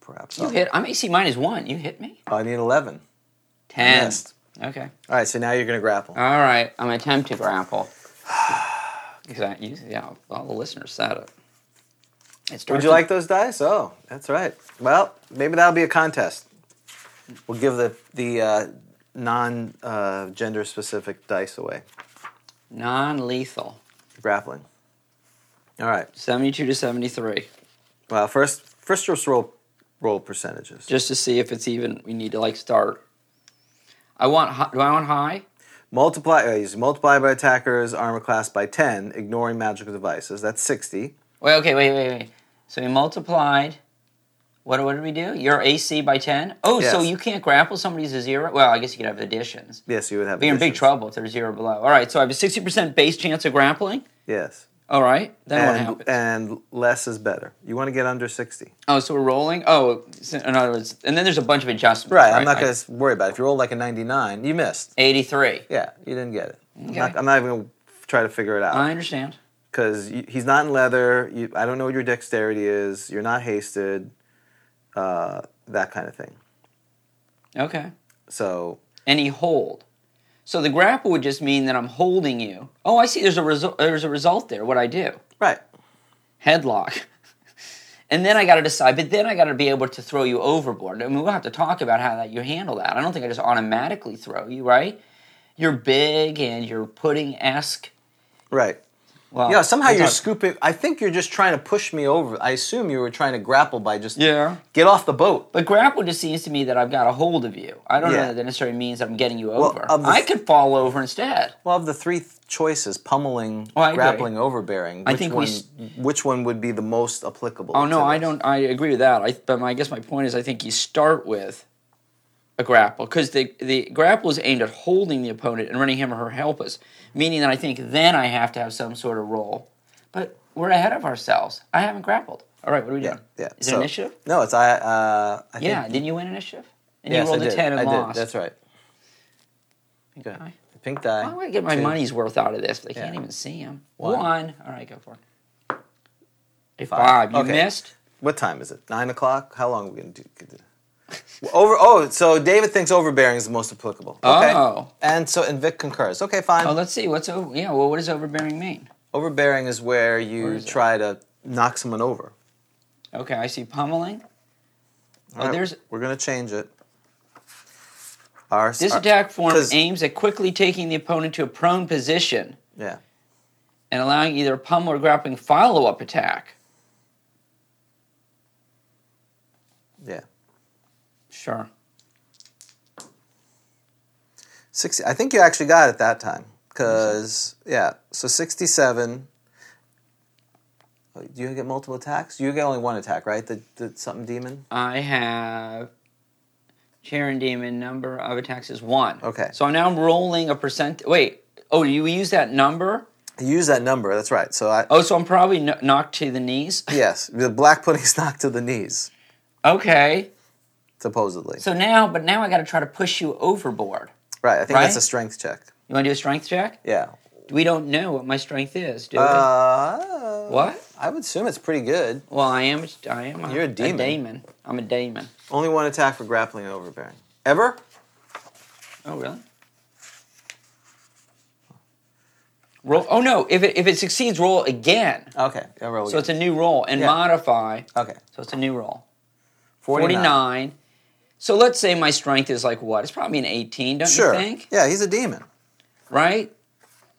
Perhaps.
You
I'll-
hit. I'm AC minus one. You hit me.
I need 11.
Ten.
Missed.
Okay.
All right, so now you're going to grapple.
All right, I'm gonna attempt to grapple. Because I, you, yeah, all the listeners said it. It's
Would you like those dice? Oh, that's right. Well, maybe that'll be a contest. We'll give the, the uh, non uh, gender specific dice away.
non-lethal?
Grappling. All right.
Seventy-two to seventy-three,
Well, first, first just roll, roll percentages.
just to see if it's even. We need to like start. I want. hi- Do I want high?
Multiply, uh, use multiply by attacker's armor class by 10, ignoring magical devices. That's 60.
Wait. Okay. Wait. Wait. Wait. So we multiplied. What, what did we do? Your AC by ten. Oh, so
Yes.
you can't grapple somebody's a zero. Well, I guess you could have additions.
Yes, you would have.
But you're in big
additions.
trouble if they're zero below. All right. So I have a sixty percent base chance of grappling.
Yes.
All right. Then what
And,
happens?
and less is better. You want to get under 60.
Oh, so we're rolling. Oh, so in other words, and then there's a bunch of adjustments.
Right, I'm not
Like
going to worry about it. If you rolled like a 99, you missed.
Eighty-three.
Yeah, you didn't get it. I'm, not,
Okay.
I'm not even going to try to figure it
I
out
understand.
because he's not in leather. You, I don't know what your dexterity is. You're not hasted, uh, that kind of thing.
Okay.
So
Any hold. So the grapple would just mean that I'm holding you. Oh, I see. There's a result. There's a result there. What I do?
right,
Headlock. and then I got to decide. But then I got to be able to throw you overboard. I mean, we'll have to talk about how that you handle that. I don't think I just automatically throw you. Right? You're big and you're pudding esque.
right.
Well,
yeah, somehow
we'll
you're
talk-
scooping. I think you're just trying to push me over. I assume you were trying to grapple by just
Yeah.
get off the boat.
But grapple just seems to me that I've got a hold of you. I don't
Yeah.
know that that necessarily means I'm getting you
Well,
over.
of the-
I could fall over instead.
Well, of the three th- choices, pummeling,
Oh, I agree.
grappling, overbearing, which,
I think we
one,
s-
which one would be the most applicable?
Oh no,
to
I
this?
don't. I agree with that. I, but my, I guess my point is, I think you start with a grapple because the the grapple is aimed at holding the opponent and running him or her helpless, meaning that I think then I have to have some sort of role. But we're ahead of ourselves. I haven't grappled. All right, what are we doing?
Yeah.
Is it
so-
initiative?
No, it's I. Uh, I
Yeah.
Think,
Didn't you win initiative? And
yes,
you rolled
I
a
did.
ten and
I
lost.
Did. That's right. Okay.
Okay.
Pink die.
I want to get my
Two.
money's worth out of this, but they can't
Yeah.
even see him.
One.
One. All right, go for it. A
Five.
five. You
Okay.
missed.
What time is it? Nine o'clock. How long are we gonna do? could do- Well, Over. Oh, so David thinks overbearing is the most applicable. Okay.
Oh.
And so and Vic concurs. Okay, fine.
Oh, let's see. What's over? Yeah. Well, what does overbearing mean?
overbearing is where
Where
you
is it?
try to knock someone over.
Okay, I see pummeling. Oh,
All right,
there's
We're gonna change it. Our
this
our-
attack form
'cause-
aims at quickly taking the opponent to a prone position
Yeah.
and allowing either a pummel or grappling follow-up attack.
Yeah.
Sure.
Sixty. I think you actually got it that time. Cause yeah. So sixty-seven. Oh, Do you get multiple attacks? You get only one attack, right? The, the something demon.
I have chair and demon number of attacks is one.
Okay.
So now I'm rolling a percent. Wait. Oh, you use that number?
You use that number. That's right. So I.
Oh, so I'm probably kn- knocked to the knees.
Yes, the black pudding's knocked to the knees,
Okay.
supposedly.
So now, but now I got to try to push you overboard.
right. I think that's
right?
a strength check.
You want to do a strength check?
Yeah.
We don't know what my strength is, do we?
Uh,
what?
I would assume it's pretty good.
Well, I am. I am. A,
You're a demon.
demon. I'm a demon.
Only one attack for grappling and overbearing. Ever?
Oh, really? Roll. Oh no! If it if it succeeds, roll again.
Okay. I'll roll
So it's a
again.
new roll and
Yeah.
modify.
okay.
So it's a new roll.
49.
49. So let's say my strength is like what? It's probably an 18, don't
Sure.
you think?
Yeah, he's a demon.
Right?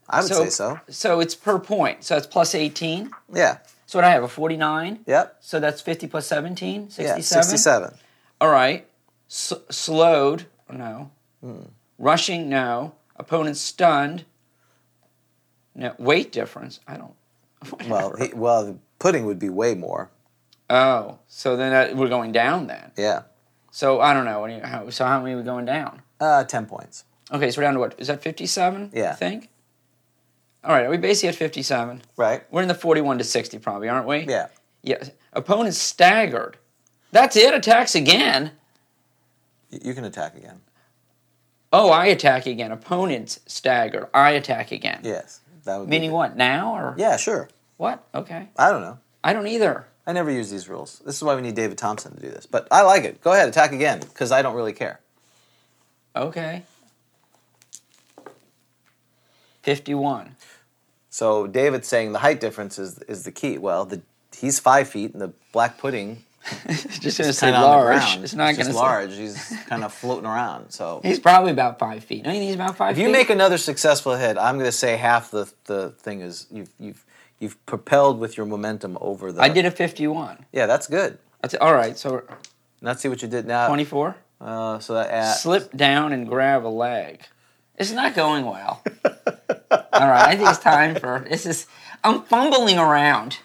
I would say so.
So it's per point. So it's plus 18.
Yeah.
So what I have, a 49?
Yep.
So that's 50 plus 17? 67?
Yeah. 67.
All right. S- slowed? oh, No.
Hmm.
Rushing? No. Opponent stunned? No. Weight difference? I don't.
Well, he, well, the pudding would be way more.
Oh, so then that, we're going down then.
Yeah.
So I don't know. What do you, how, so how many are we going down?
Uh, 10 points.
Okay, so we're down to what? Is that 57?
Yeah.
I think. All right, are we basically at 57?
Right?
We're in the 41 to 60 probably, aren't we?
Yeah.
Yeah. Opponent staggered. That's it. Attacks again.
Y- You can attack again.
Oh, I attack again. Opponents staggered. I attack again.
Yes. That would be
Meaning
good.
what? Now or
Yeah, sure.
what? Okay.
I don't know.
I don't either.
I never use these rules. This is why we need David Thompson to do this. But I like it. Go ahead, attack again, because I don't really care.
Okay. 51.
So David's saying the height difference is is the key. Well, the he's five feet, and the black pudding
Just going to
is
say
kind of on the
large.
ground.
It's not
just
going to
large. He's kind of floating around. So
He's probably about five feet. Don't you think he's about five
if
feet?
you make another successful hit, I'm going to say half the the thing is you've you've you've propelled with your momentum over the.
I did a 51.
Yeah, that's good.
That's, all right, so
Let's see what you did now.
24.
Uh, so that at,
Slip down and grab a leg. It's not going well. all right, I think it's time for this is I'm fumbling around.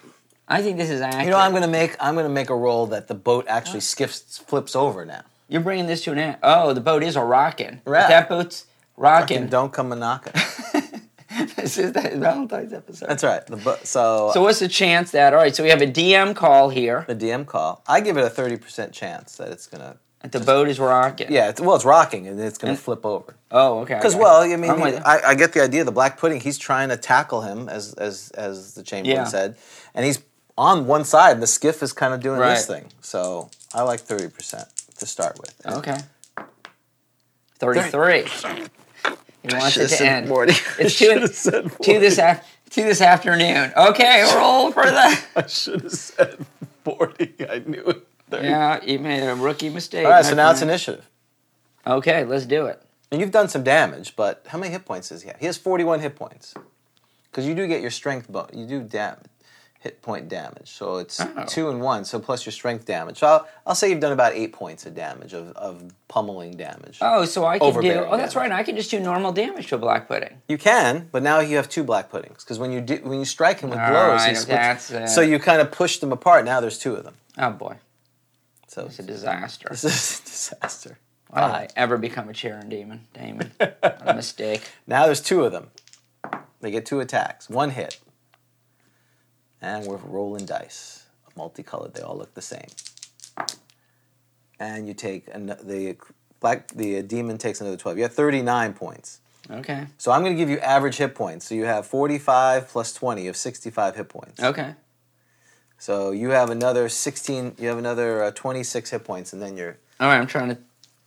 I think this is accurate.
You know, I'm gonna make I'm gonna make a roll that the boat actually skiffs flips over now.
You're bringing this to an end. Oh, the boat is a rockin'.
Right.
That boat's
And
rockin'.
don't come a knocking.
this is the Valentine's episode.
That's right. The bo- so,
so what's the chance that? All right, so we have a DM call here.
the DM call. I give it a thirty percent chance that it's gonna.
The boat is rockin'.
Yeah, it's, well, it's rocking and it's gonna
And-
flip over.
Oh, okay. I
Because
got
well,
it.
I mean,
I'm with you.
I, I get the idea. The black pudding. He's trying to tackle him, as as as the chamberlain
Yeah.
said, and he's on one side, and the skiff is kind of doing this
Right.
thing. So I like thirty percent to start with.
Okay. 33. He wants it to end. It's two, two, this af- two this afternoon. Okay, roll for the.
I should have said forty. I knew it.
yeah, you made a rookie mistake.
All right,
my
so now it's
friend.
initiative.
Okay, let's do it.
And you've done some damage, but how many hit points does he have? He has 41 hit points. Because you do get your strength bonus. You do damage, hit point damage. So it's
Oh.
two and one, so plus your strength damage. So I'll, I'll say you've done about eight points of damage, of, of pummeling damage.
Oh, so I can do.
Overbearing
Oh, that's
damage.
right. I can just do normal damage to a black pudding.
You can, but now you have two black puddings. Because when, you do- when you strike him with
All
blows,
right,
he splits-
that's it.
so you kind of push them apart. Now there's two of them.
Oh, boy.
So
It's a disaster.
this is a disaster.
Why did I ever become a Charon demon? Damon. what a mistake.
Now there's two of them. They get two attacks, one hit. And we're rolling dice, multicolored. They all look the same. And you take an, the black the demon takes another 12. You have 39 points.
Okay.
So I'm going to give you average hit points. So you have 45 plus 20 of 65 hit points.
Okay.
So you have another 16 you have another uh, 26 hit points and then you're
All right, I'm trying to.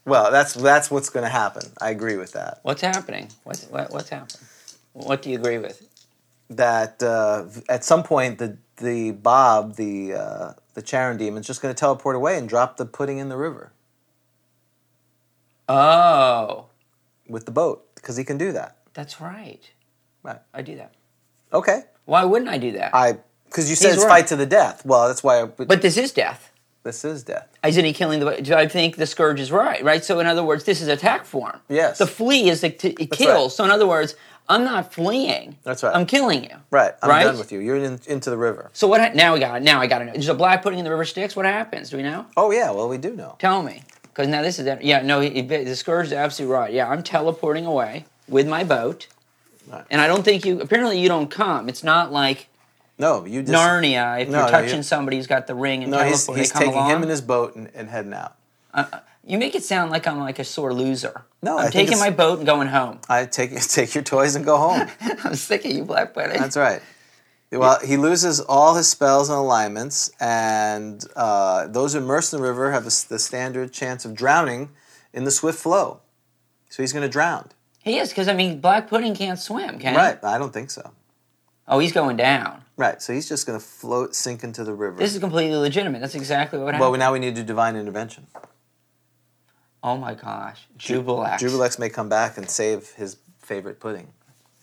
well, that's that's what's going to happen. I agree with that.
What's happening? What's, what, what's happening? What do you agree with?
that uh, at some point the the Bob the uh, the Charon demon's just going to teleport away and drop the pudding in the river
Oh.
with the boat because he can do that.
That's right.
Right.
I do that.
Okay,
Why wouldn't I do that?
I because you said
He's
it's
right.
fight to the death. Well, that's why. I, but,
but this is death.
this is death.
Isn't he killing the? Do I think the scourge is right? Right. So in other words, this is attack form.
Yes.
The flea is the t- it kills.
right.
So in other words, I'm not fleeing.
That's right.
I'm killing you.
Right. I'm
Right?
done with you. You're in, into the river.
So what? Ha- now we got. Now I got to know. There's a black pudding in the river Styx. What happens? Do we know?
Oh yeah. Well, we do know.
Tell me. Because now this is. Yeah. No. He, he- the scourge is absolutely right. Yeah. I'm teleporting away with my boat.
Right.
And I don't think you. Apparently, you don't come. It's not like
No, you just
Narnia. If
No,
you're
no,
touching
you-
somebody who's got the ring and
No, he's,
teleport,
he's
they come
taking
along.
him in his boat and, and heading out.
You make it sound like I'm like a sore loser.
No, I
I'm
think
taking
it's-
my boat and going home.
I take take your toys and go home.
I'm sick of you, Black Pudding.
That's right. Well, he loses all his spells and alignments, and uh, those immersed in the river have the s- the standard chance of drowning in the swift flow. So he's going to drown.
He is because I mean, Black Pudding can't swim, can he?
Right? I don't think so.
Oh, he's going down.
Right. So he's just going to float, sink into the river.
This is completely legitimate. That's exactly what happened.
well, now we need to do divine intervention.
oh my gosh, Jubilex.
Jubilex may come back and save his favorite pudding.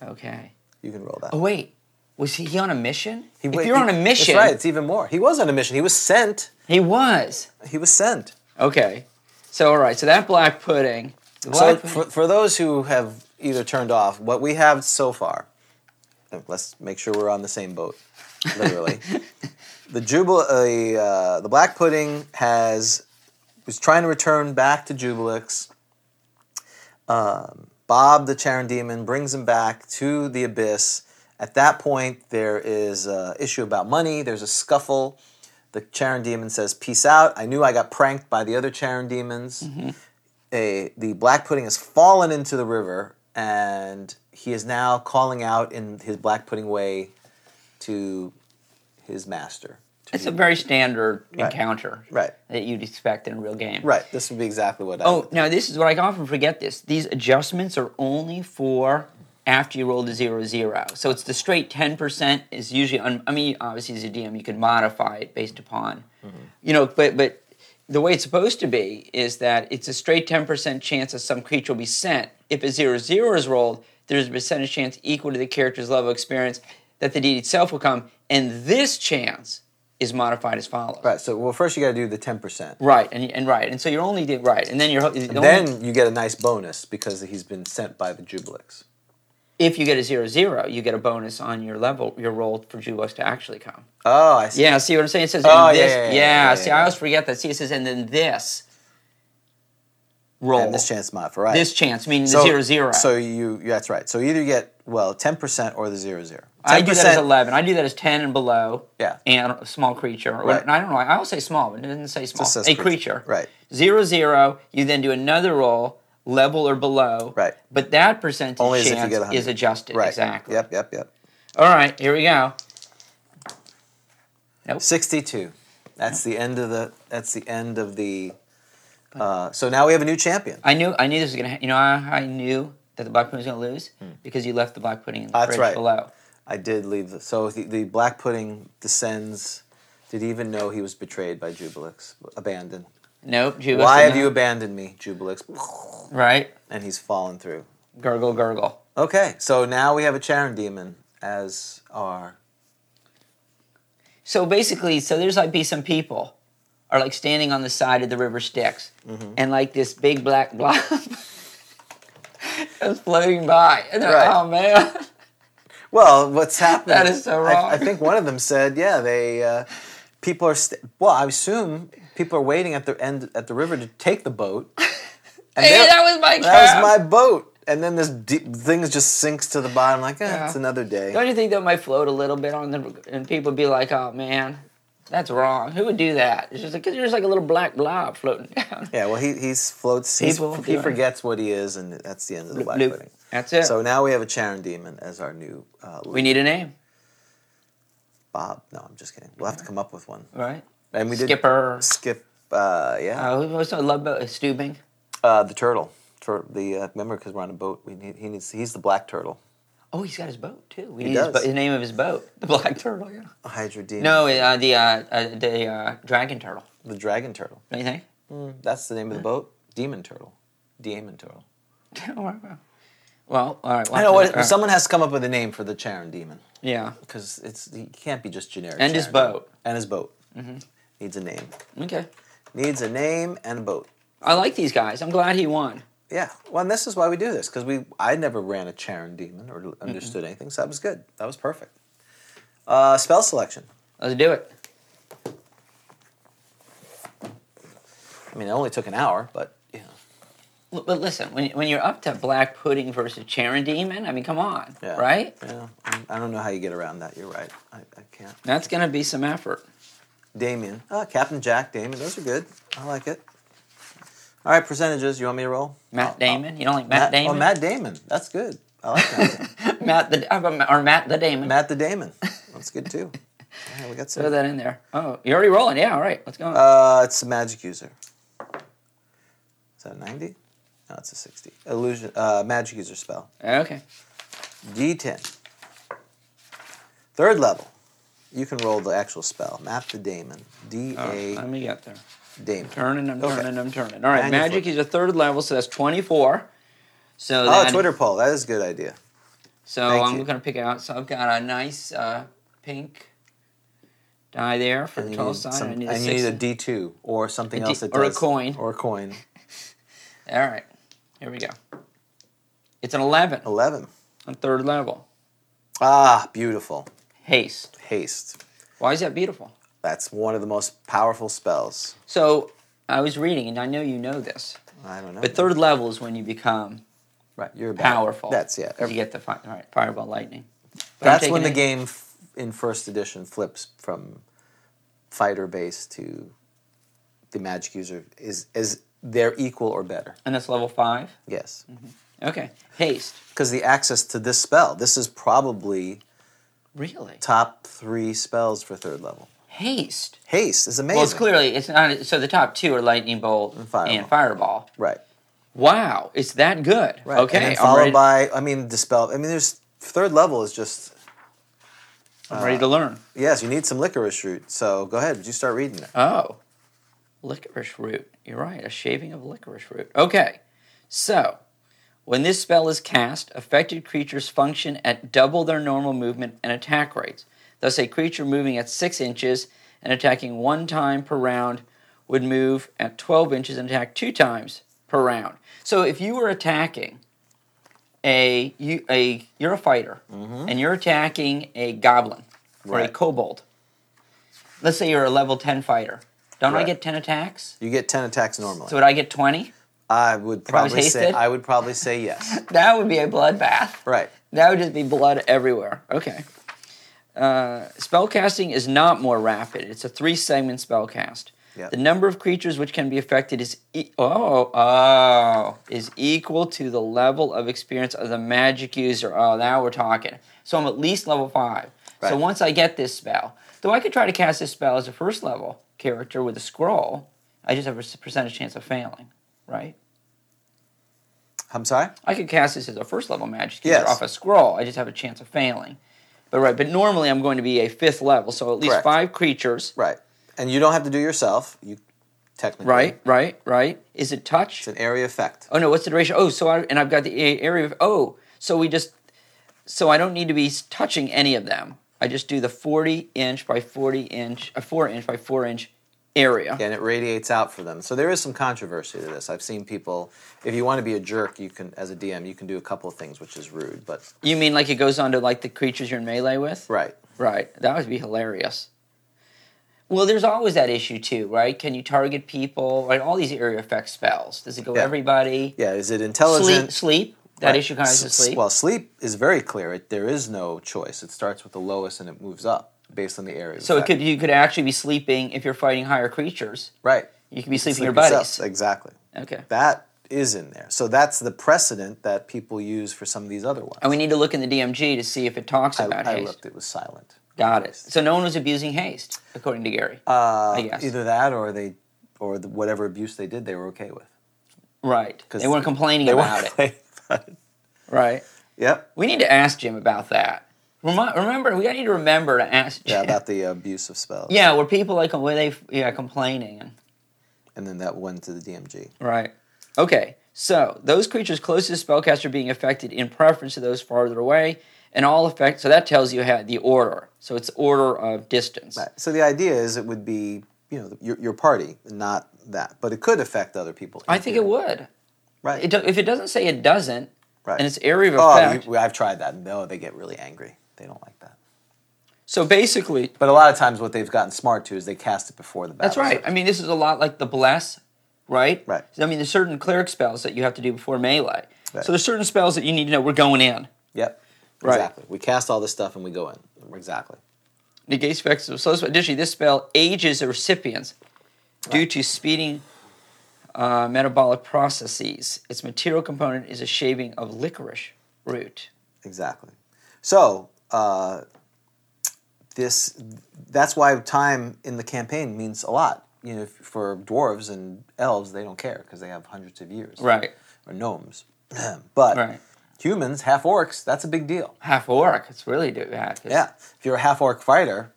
Okay.
You can roll that.
Oh wait, was he, he on a mission?
He
if
wa-
you're
he-
on a mission,
That's right. It's even more. He was on a mission. He was sent.
he was.
He was sent.
Okay. So all right. So that black pudding. the
So
black
for, for those who have either turned off, what we have so far, let's make sure we're on the same boat, literally. the Jubal, uh, uh, the Black Pudding has was trying to return back to Jubilix. Um, Bob, the Charon Demon, brings him back to the Abyss. At that point, there is an issue about money. There's a scuffle. The Charon Demon says, "Peace out." I knew I got pranked by the other Charon Demons a the black pudding has fallen into the river and he is now calling out in his black pudding way to his master
it's a very standard encounter.
right
That you'd expect in a real game.
right this would be exactly what
Oh, now this is what I often forget. This these adjustments are only for after you roll the zero zero. So it's the straight ten percent is usually. Un- I mean, obviously as a DM, you can modify it based upon, you know. But but the way it's supposed to be is that it's a straight ten percent chance that some creature will be sent. If a zero zero is rolled, there's a percentage chance equal to the character's level of experience that the deed itself will come, and this chance is modified as follows.
I, right so well first you got to do the 10%
Right, and, and right, and so you're only doing right, and then you're the only-
then you get a nice bonus because he's been sent by the jubilix
if you get a zero zero, you get a bonus on your level, your roll for Jubos to actually come.
oh i see
Yeah, see what I'm saying? It says,
Oh,
and
yeah,
this,
yeah, yeah, yeah,
see,
yeah,
I
yeah.
always forget that. See, it says, and then this roll.
and this chance mod right
This chance, meaning the zero zero.
so you that's right so either you get well 10% or the zero zero.
I do that as
10%
11. I do that as 10 and below.
Yeah.
And a small creature. Or,
Right.
and I don't know. I always say small, but it doesn't say small.
says
a
creature.
creature.
Right.
Zero, zero. You then do another roll, level or below.
Right.
But that percentage
Only as if you
chance
get 100.
is adjusted.
right
Exactly.
yep yep yep
All right, here we go.
62 that's the end of the that's the end of the uh, so now we have a new champion
I knew I knew this was gonna. Ha- you know, I, I knew that the black pudding was gonna lose because you left the black pudding in the
Hmm. That's
fridge
right.
below.
i did leave the, so the, the black pudding descends did he even know he was betrayed by jubilix abandoned
Nope. Jubas
why
did
have you
not.
abandoned me jubilix
Right.
and he's fallen through
Gurgle, gurgle.
okay so now we have a charon demon as our
So basically, so there's like be some people are like standing on the side of the river Styx,
Mm-hmm.
and like this big black blob is floating by, and they're
Right.
oh man.
Well, what's happening?
That is so
I-
wrong.
I, think one of them said, "Yeah, they uh, people are st- well. I assume people are waiting at the end at the river to take the boat." And
Hey,
they're-
that was my
that
calf.
was my boat. And then this deep thing just sinks to the bottom. Like, eh, it's another day.
Don't you think that might float a little bit on the, and people be like, oh man, that's wrong. Who would do that? It's just like, cause you're just like a little black blob floating down.
Yeah. Well, he he's floats. He's,
People
he
doing-
forgets what he is, and that's the end of the black
Loop.
pudding.
That's it.
So now we have a Charon demon as our new uh,
we need a name,
Bob. No, I'm just kidding. We'll have to come up with one.
right?
And we did
Skipper.
Skip. Uh, yeah.
Uh, who was I love boat? Stubing.
Uh, the turtle. Tur- the uh, remember because we're on a boat. We need, he needs. He's the black turtle.
Oh, he's got his boat too. We
He
need his,
does.
boat- the name of his boat, the black turtle. Yeah.
Hydra demon.
No, uh, the uh, uh, the uh, dragon turtle.
the dragon turtle.
Don't you think?
That's the name of the boat. Demon turtle. Demon turtle.
well, all right.
I know
all right.
what. Someone has to come up with a name for the Charon demon
Yeah.
because it's he can't be just generic.
And his
Charon.
boat. Mm-hmm.
And his boat needs a name.
Okay.
Needs a name and a boat.
I like these guys. I'm glad he won.
Yeah. Well, and this is why we do this because we. I never ran a Charon demon or understood anything, so that was good. That was perfect. Uh, spell selection.
Let's do it.
I mean, it only took an hour, but you know.
L- But listen, when, when you're up to Black Pudding versus Charon Demon, I mean, come on,
Yeah.
right?
Yeah. I- I don't know how you get around that. You're right. I, I can't.
That's going to be some effort.
Damien. Oh, Captain Jack, Damien. Those are good. I like it. All right, percentages. You want me to roll?
Matt Damon, you don't like Oh, Matt, Damon?
Oh, Matt Damon. That's good. I like that.
Matt the how about- or Matt the Damon.
Matt the Damon. That's good too. Yeah, we got
Throw
some.
that in there. Oh, you're already rolling. Yeah, all right. Let's go.
Uh, it's a magic user. Is that a 90? No, it's a 60. Illusion. Uh, magic user spell.
okay.
D10. Third level, you can roll the actual spell. Map the daemon. D
All right, let
A
me get there.
daemon.
Oh, Turning, I'm
Okay.
turning, I'm turning. All right,
And you
magic
flip.
is a third level, so that's 24. So
Oh,
then-
Twitter poll. That is a good idea.
So
Thank
I'm
you.
going to pick out. So I've got a nice uh, pink die there for
And
the
you
12
need
side.
some-
I need a
and you
six.
need a D two or something
A
else
D-
that
or a
does-
coin.
or a coin.
All right, here we go. It's an 11
Eleven.
on third level.
Ah, beautiful
Haste.
haste.
Why is that beautiful?
That's one of the most powerful spells.
So I was reading, and I know you know this,
I don't know.
but third level is when you become
right, you're about-
powerful.
That's yeah.
'Cause You get the fi- all right, fireball lightning. But I'm
That's when the
taking it-
game f- in first edition flips from fighter base to the magic user is is they're equal or better.
And that's level five.
Yes,
Mm-hmm. Okay. Haste.
because the access to this spell, this is probably
Really?
top three spells for third level.
Haste.
Haste is amazing.
Well, it's clearly it's not. So the top two are lightning bolt and
fireball.
fireball.
right?
Wow, it's that good.
Right.
Okay,
and then
I'm
followed
ready-
by I mean dispel. I mean, there's third level is just
I'm
uh,
ready to learn.
yes. You need some licorice root. So go ahead. You start reading it.
Oh, licorice root. You're right. A shaving of licorice root. Okay, so when this spell is cast, affected creatures function at double their normal movement and attack rates. Thus, a creature moving at six inches and attacking one time per round would move at 12 inches and attack two times per round. So if you were attacking a you a you're a fighter and you're attacking a goblin or a
Right.
kobold. Let's say you're a level 10 fighter. Don't I
Right.
get 10 attacks?
You get ten attacks normally.
So would I get 20?
I would probably say
hasted?
I would probably say yes.
That would be a bloodbath.
right.
That would just be blood everywhere. Okay. Uh, spellcasting is not more rapid. It's a three segment spellcast.
Yep.
The number of creatures which can be affected is e- oh oh is equal to the level of experience of the magic user. Oh, now we're talking. So I'm at least level five.
Right.
So once I get this spell, though I could try to cast this spell as a first level character with a scroll, I just have a s- percentage chance of failing, right?
I'm sorry.
I could cast this as a first level magic user
Yes.
off a scroll. I just have a chance of failing. But right, but normally I'm going to be a fifth level, so at least
Correct.
five creatures.
Right. And you don't have to do yourself. You technically
Right, right, right. Is it touch?
It's an area effect.
oh no, what's the duration? Oh, so I and I've got the a- area of oh, so we just so I don't need to be s- touching any of them. I just do the forty inch by forty inch, a four inch by four inch area.
And it radiates out for them. So there is some controversy to this. I've seen people. If you want to be a jerk, you can, as a DM, you can do a couple of things, which is rude. But
You mean like it goes on to like the creatures you're in melee with?
right,
Right. That would be hilarious. Well, there's always that issue too, right? Can you target people? Right, all these area effect spells. Does it go
Yeah.
everybody?
yeah. Is it
Sleep,
intelligent?
sleep. That
Right.
issue comes to
S-
sleep.
Well, sleep is very clear. It, there is no choice. It starts with the lowest and it moves up based on the area.
so it
effect.
could you could actually be sleeping if you're fighting higher creatures.
right.
You could be sleeping
Sleep
your
yourself.
buddies.
Exactly.
okay.
That is in there. So that's the precedent that people use for some of these other ones.
And we need to look in the DMG to see if it talks
I,
about
I
haste.
looked. It was silent.
Got it. So no one was abusing haste, according to Gary.
Uh,
I guess.
Either that, or they, or the, whatever abuse they did, they were okay with.
right.
'Cause
They weren't complaining
They
about
weren't
it.
okay about it.
Right.
Yep.
We need to ask Jim about that. Remi- remember, we need to remember to ask Jim.
Yeah, about the abuse of spells.
Yeah, where people like where they yeah complaining and
And then that went to the DMG.
right. Okay, so those creatures closest to spellcaster being affected in preference to those farther away, and all effect. So that tells you how the order. So it's order of distance.
Right. So the idea is it would be you know the, your, your party, not that, but it could affect other people.
I think it would.
Right.
It do, if it doesn't say it doesn't,
right.
and it's area of
Oh,
effect.
you- I've tried that. No, they get really angry. They don't like that.
so basically,
But a lot of times, what they've gotten smart to is they cast it before the battle.
that's right. I mean, this is a lot like the bless, right?
Right.
I mean, there's certain cleric spells that you have to do before melee.
Right.
So there's certain spells that you need to know we're going in.
Yep.
Right.
Exactly. We cast all this stuff and we go in. Exactly.
negates effects of slow spell. Additionally, this spell ages the recipients due to speeding uh, metabolic processes. Its material component is a shaving of licorice root.
Exactly. So uh, this that's why time in the campaign means a lot. You know, for dwarves and elves, they don't care because they have hundreds of years,
Right.
Or gnomes, but
Right.
humans, half orcs, that's a big deal.
Half orc. It's really do- yeah. 'cause-
Yeah. If you're a half orc fighter,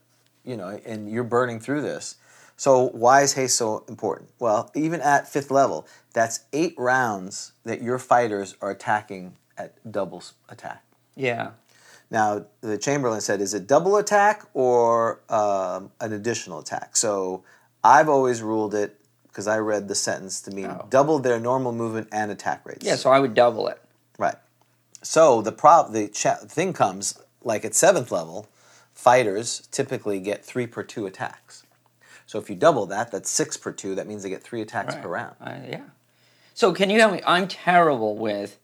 you know, and you're burning through this. So why is haste so important? Well, even at fifth level, that's eight rounds that your fighters are attacking at double s- attack.
Yeah.
Now, the Chamberlain said, is it double attack or um, an additional attack? So I've always ruled it, because I read the sentence to mean double their normal movement and attack rates.
Yeah. So I would double it.
Right. So the prob the cha- thing comes like at seventh level, fighters typically get three per two attacks. So if you double that, that's six per two. That means they get three attacks per round.
Uh, yeah. So can you help me? I'm terrible with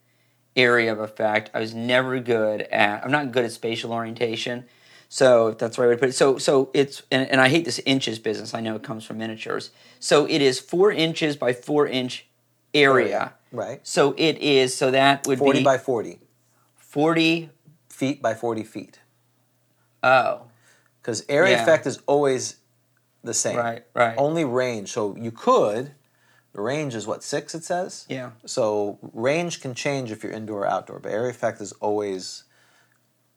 area of effect. I was never good at. I'm not good at spatial orientation. So if that's the right way to put it. So so it's and, and I hate this inches business. I know it comes from miniatures. So it is four inches by four inch area.
Right.
So it is. So that would
Forty
be
by forty
forty.
feet by forty feet.
Oh,
Because area
Yeah.
effect is always the same.
Right, right.
Only range. So you could. The range is what six it says.
Yeah.
So range can change if you're indoor or outdoor, but area effect is always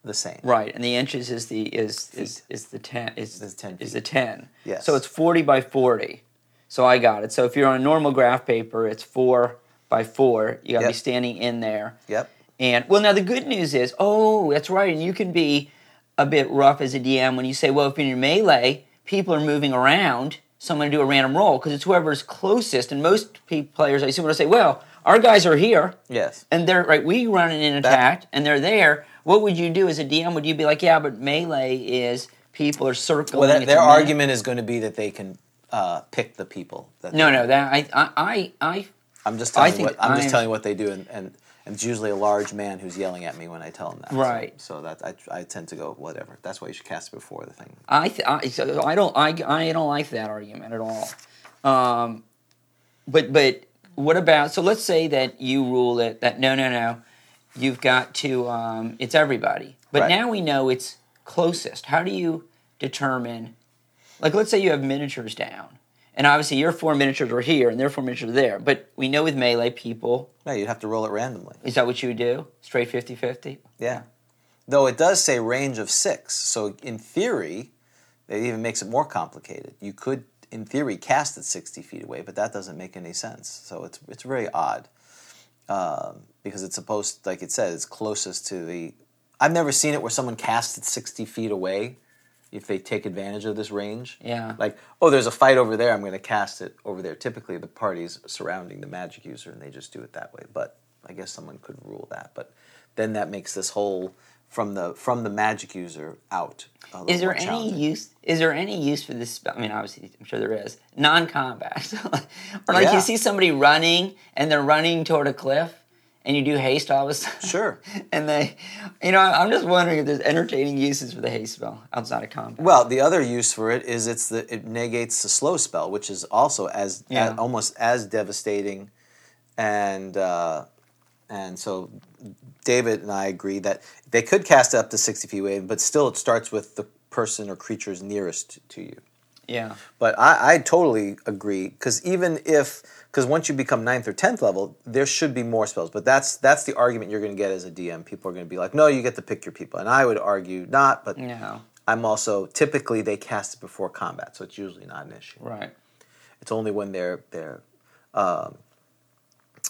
the same.
right. And the inches is the is is, is the ten is
Is 10
is
feet.
the ten.
Yes.
So it's forty by forty. So I got it. So if you're on normal graph paper, it's four by four. You got to
Yep.
be standing in there.
Yep.
And well, now the good news is, oh, that's right. And you can be a bit rough as a DM when you say, well, if you're in melee, people are moving around, so I'm going to do a random roll because it's whoever's closest. And most pe- players, I assume, will say, well, our guys are here.
Yes.
and they're right. We run an in attack, and they're there. What would you do as a DM? Would you be like, yeah, but melee is people are circling?
Well,
it's
that, their
a melee."
argument is going to be that they can uh, pick the people. That
No, no, that I, I, I, I
I'm just
I
telling you
think
what I'm,
I'm-
just telling you what they do, and, and, and it's usually a large man who's yelling at me when I tell him that. So-
Right.
So, that I, I tend to go whatever. That's why you should cast it before the thing.
I, th- I, so I don't, I, I don't like that argument at all. Um, but, but what about? So let's say that you rule it that no, no, no, you've got to. Um, it's everybody. But
Right.
now we know it's closest. How do you determine? Like, let's say you have miniatures down, and obviously your four miniatures are here and their four miniatures are there. But we know with melee people,
No, you'd have to roll it randomly.
is that what you would do? Straight 50-50?
Yeah. Though it does say range of six, so in theory, it even makes it more complicated. You could, in theory, cast it 60 feet away, but that doesn't make any sense. So it's it's very odd um, because it's supposed, like it said, it's closest to the. I've never seen it where someone casts it 60 feet away if they take advantage of this range.
Yeah.
Like, oh, there's a fight over there. I'm going to cast it over there. Typically, the party's surrounding the magic user, and they just do it that way. But I guess someone could rule that. But then that makes this whole from the from the magic user out. a little
Is there
more
any
challenging.
use? Is there any use for this? Spell? I mean, obviously, I'm sure there is. Non-combat, or like
Yeah.
you see somebody running and they're running toward a cliff, and you do haste all of a sudden.
Sure.
And they, you know, I'm just wondering if there's entertaining uses for the haste spell outside of combat.
Well, the other use for it is it's the it negates the slow spell, which is also as,
Yeah.
as- almost as devastating, and uh, and so David and I agree that they could cast it up to sixty feet away, but still it starts with the person or creatures nearest to you.
Yeah.
But I, I totally agree because even if because once you become ninth or tenth level, there should be more spells. But that's that's the argument you're going to get as a DM. People are going to be like, no, you get to pick your people, and I would argue not. But
No.
I'm also typically they cast it before combat, so it's usually not an issue.
Right.
It's only when they're they're, um,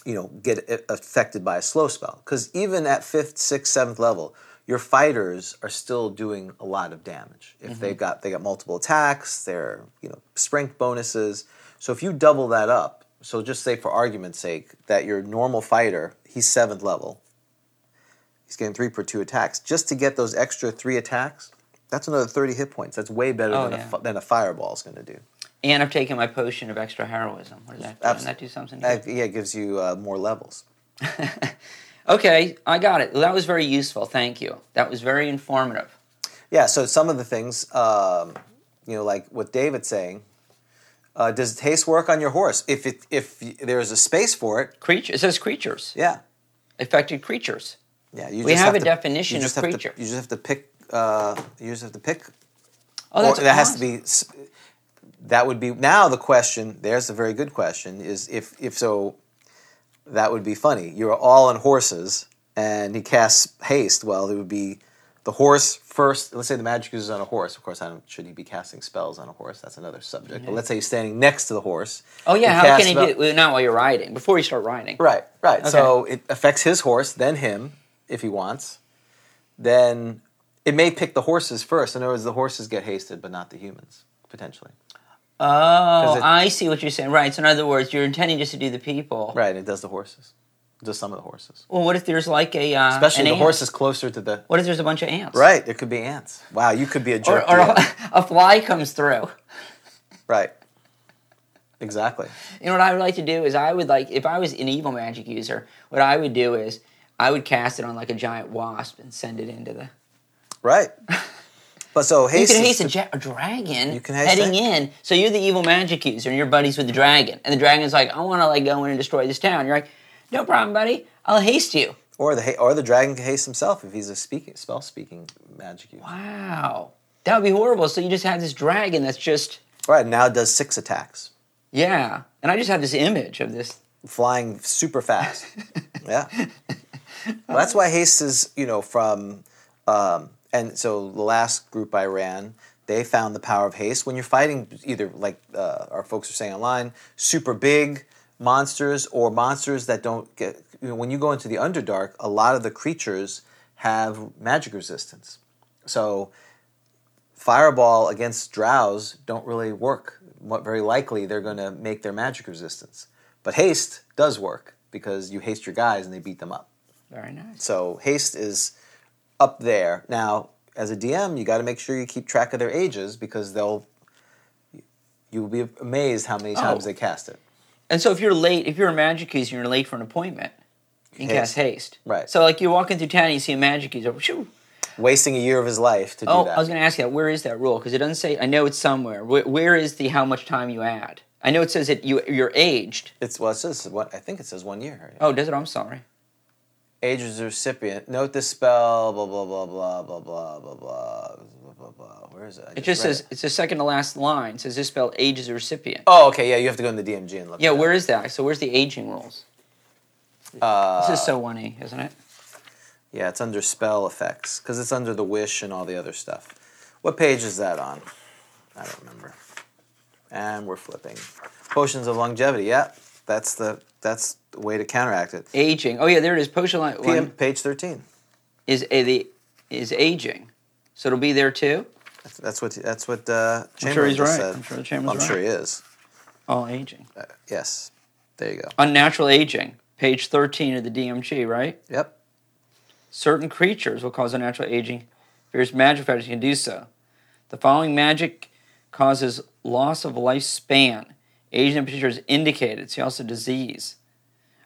you know, get a- affected by a slow spell. Because even at fifth, sixth, seventh level, your fighters are still doing a lot of damage.
Mm-hmm.
If they've got they got multiple attacks, they're you know strength bonuses. So if you double that up, so just say for argument's sake that your normal fighter he's seventh level, he's getting three per two attacks. Just to get those extra three attacks, that's another thirty hit points. That's way better
Oh,
than,
yeah.
a, fi- than a fireball is going to do.
And I've taken my potion of extra heroism. What does that do?
Abs-
Doesn't that do something? to you?
That, yeah, it gives you uh, more levels.
Okay, I got it. Well, that was very useful. Thank you. That was very informative.
Yeah, so some of the things, um, you know, like what David's saying, uh, does haste work on your horse? If it, if y- there's a space for it,
Creature. It says creatures.
yeah,
Affected creatures.
yeah. You
We
just
have a
to-
definition
you
of
just have to-
creature.
you just have to pick. Uh, you just have to pick.
Oh, that's
or that has to
awesome.
be. s- That would be now the question. There's a very good question. Is if if so, that would be funny. You're all on horses, and he casts haste. Well, it would be the horse first. Let's say the magic user's on a horse. Of course, I don't, should he be casting spells on a horse? That's another subject. But let's say he's standing next to the horse.
Oh yeah,
He
how
casts
can he
spell-
do? Well, not while you're riding. Before you start riding.
Right, right. So it affects his horse, then him, if he wants. Then it may pick the horses first. In other words, the horses get hasted, but not the humans, potentially.
Oh,
it-
I see what you're saying. Right. So in other words, you're intending just to do the people.
Right, and it does the horses. It does some of the horses.
Well, what if there's like a uh,
Especially
an
the
ant?
horses closer to the.
What if there's a bunch of ants?
Right, there could be ants. Wow, you could be a
Or,
jerk.
or a,
dealer.
a fly comes through.
right. Exactly.
You know what I would like to do is I would like if I was an evil magic user, what I would do is I would cast it on like a giant wasp and send it into the.
Right. But so haste.
You can
is
haste a,
the-
ja- a dragon
You can haste
heading
it.
in. So you're the evil magic user and you're buddies with the dragon, and the dragon's like, I want to like go in and destroy this town. You're like, No problem, buddy. I'll haste you.
or the ha- or the dragon can haste himself if he's a speaking spell speaking magic user.
Wow, that would be horrible. So you just have this dragon that's just
Right now it does six attacks,
yeah, and I just have this image of this.
flying super fast. yeah. Well, that's why haste is you know from, um, and so the last group I ran. They found the power of haste when you're fighting either like uh, our folks are saying online, super big monsters or monsters that don't get. You know, when you go into the Underdark, a lot of the creatures have magic resistance. So fireball against drows don't really work. Mo- Very likely they're going to make their magic resistance. But haste does work because you haste your guys and they beat them up.
Very nice.
So haste is up there. Now, as a DM, you got to make sure you keep track of their ages because they'll. You'll be amazed how many times
Oh.
they cast it.
And so if you're late, if you're a magic user, and you're late for an appointment. You can
Haste.
cast haste.
Right.
So like you're walking through town, and you see a magic user. Shoo,
Wasting a year of his life to do
Oh,
that.
I was going to ask you that. Where is that rule? Because it doesn't say. I know it's somewhere. Where, where is the how much time you add? I know it says that you you're aged.
it's well, it says what I think it says one year.
Oh, does it? I'm sorry.
Age is the recipient. Note this spell. Blah blah blah blah blah blah blah blah blah blah. blah. Where is it? I
It just
read
says it's the second to last line. It says this spell ages a recipient.
Oh, okay. Yeah, you have to go in the DMG and look.
Yeah,
it up.
where is that? So where's the aging rules?
Uh,
This is so one E, isn't it?
yeah, it's under spell effects because it's under the wish and all the other stuff. What page is that on? I don't remember. And we're flipping. Potions of longevity. Yeah, that's the that's the way to counteract it.
Aging. Oh yeah, there it is. Potion line
PM,
one
page thirteen.
is a, the is aging, so it'll be there too.
That's, that's what that's what uh, Chamberlain
sure he's
just
right.
said.
I'm sure the Chamberlain's
I'm sure
right.
he is.
Oh, aging.
Uh, yes. There you go.
Uh, Unnatural aging. Page thirteen of the DMG, right?
Yep.
Certain creatures will cause unnatural aging. Various magic factors can do so. The following magic causes loss of lifespan. Aging in particular is indicated. See also disease.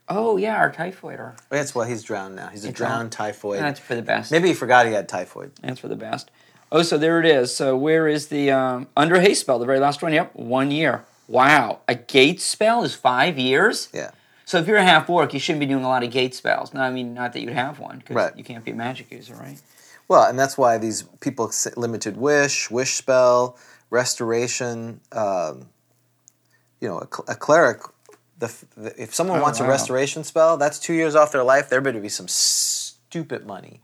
Oh yeah, our typhoid. Or
That's why he's drowned now. He's a
It's all-
drowned typhoid.
that's for the best.
Maybe he forgot he had typhoid.
That's for the best. Oh, so there it is. So where is the um, under haste spell? The very last one. Yep, one year. Wow, a gate spell is five years.
Yeah.
So if you're a half orc, you shouldn't be doing a lot of gate spells. No, I mean not that you'd have one because
Right.
you can't be a magic user, right?
Well, and that's why these people say limited wish, wish spell, restoration. Um, you know, a, cl- a cleric. The, f- the, if someone
Oh,
wants a
wow.
restoration spell, that's two years off their life. There better be some stupid money.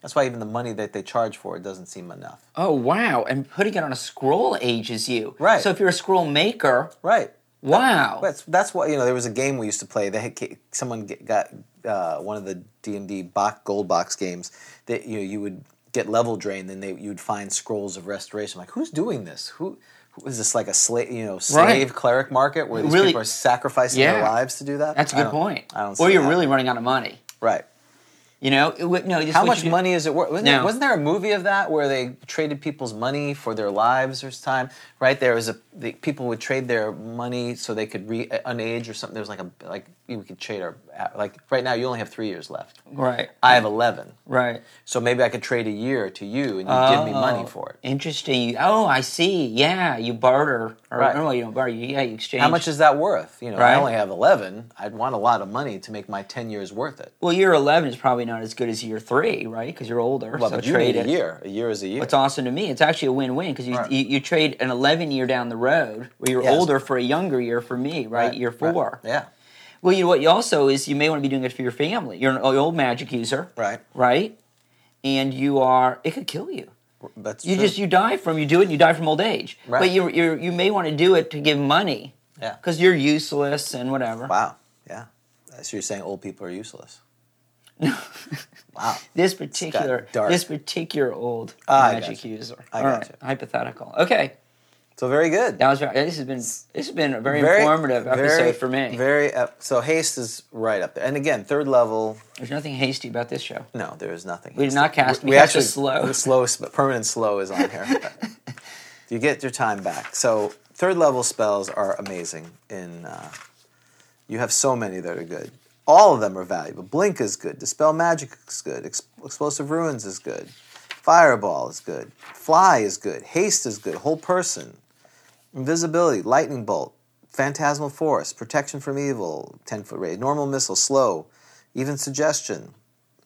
That's why even the money that they charge for it doesn't seem enough.
Oh wow! And putting it on a scroll ages you.
Right.
So if you're a scroll maker,
Right.
wow.
That's that's why you know there was a game we used to play. They had, ca- someone get, got uh, one of the D and D box, gold box games that you know you would get level drained, then they you'd find scrolls of restoration. like who's doing this? Who who is this? Like a slave you know slave cleric market where these
Really-
people are sacrificing their
Yeah.
lives to do that?
That's a
I
good
don't-
point.
I don't.
or
see
you're
that.
really running out of money.
right.
You know? It would- no. this is
How
what
much
you do-
money is it worth? Wasn't, there,
No.
wasn't there a movie of that where they traded people's money for their lives or time? Right there was a the, people would trade their money so they could re uh, unage or something. There was like a like we could trade our like right now you only have three years left.
Right.
I have eleven,
Right.
so maybe I could trade a year to you and you give me money
Oh,
for it.
Interesting. Oh, I see. Yeah, you barter. Or,
Right.
No, you don't barter. You, yeah, you exchange.
How much is that worth? You know, I
Right.
only have eleven. I'd want a lot of money to make my ten years worth it.
Well, year 11 is probably not as good as year three, right? Because you're older.
Well,
so
but you
trade
need a
it.
year. A year is a year.
What's awesome to me, it's actually a win win because you,
Right.
you, you trade an 11 year down the road where you're
Yes.
older for a younger year for me, right? Year four.
Yeah.
Well, you know what? You also is you may want to be doing it for your family. You're an old magic user,
Right.
Right, and you are. It could kill you.
That's
You
true.
just you die from you do it. and You die from old age.
Right.
But you you you may want to do it to give money
yeah.
because you're useless and whatever.
Wow. Yeah. So you're saying old people are useless. wow.
This particular
dark.
this particular old
Ah, I
magic
gotcha.
user.
I
All
gotcha.
right, hypothetical. Okay,
So very good.
that was very, this has been this has been a very, informative episode
very-
for me.
Very. Uh, so haste is right up there. And again, third level.
There's nothing hasty about this show.
No, there is nothing.
We did not cast. We,
we
cast
actually
actually slow.
the slow sp- permanent slow is on here. you get your time back. So third level spells are amazing. In uh, you have so many that are good. All of them are valuable. Blink is good. Dispel magic is good. Ex- explosive ruins is good. Fireball is good. Fly is good. Haste is good. Whole person. Invisibility. Lightning bolt. Phantasmal force. Protection from evil. Ten foot raid. Normal missile. Slow. Even suggestion.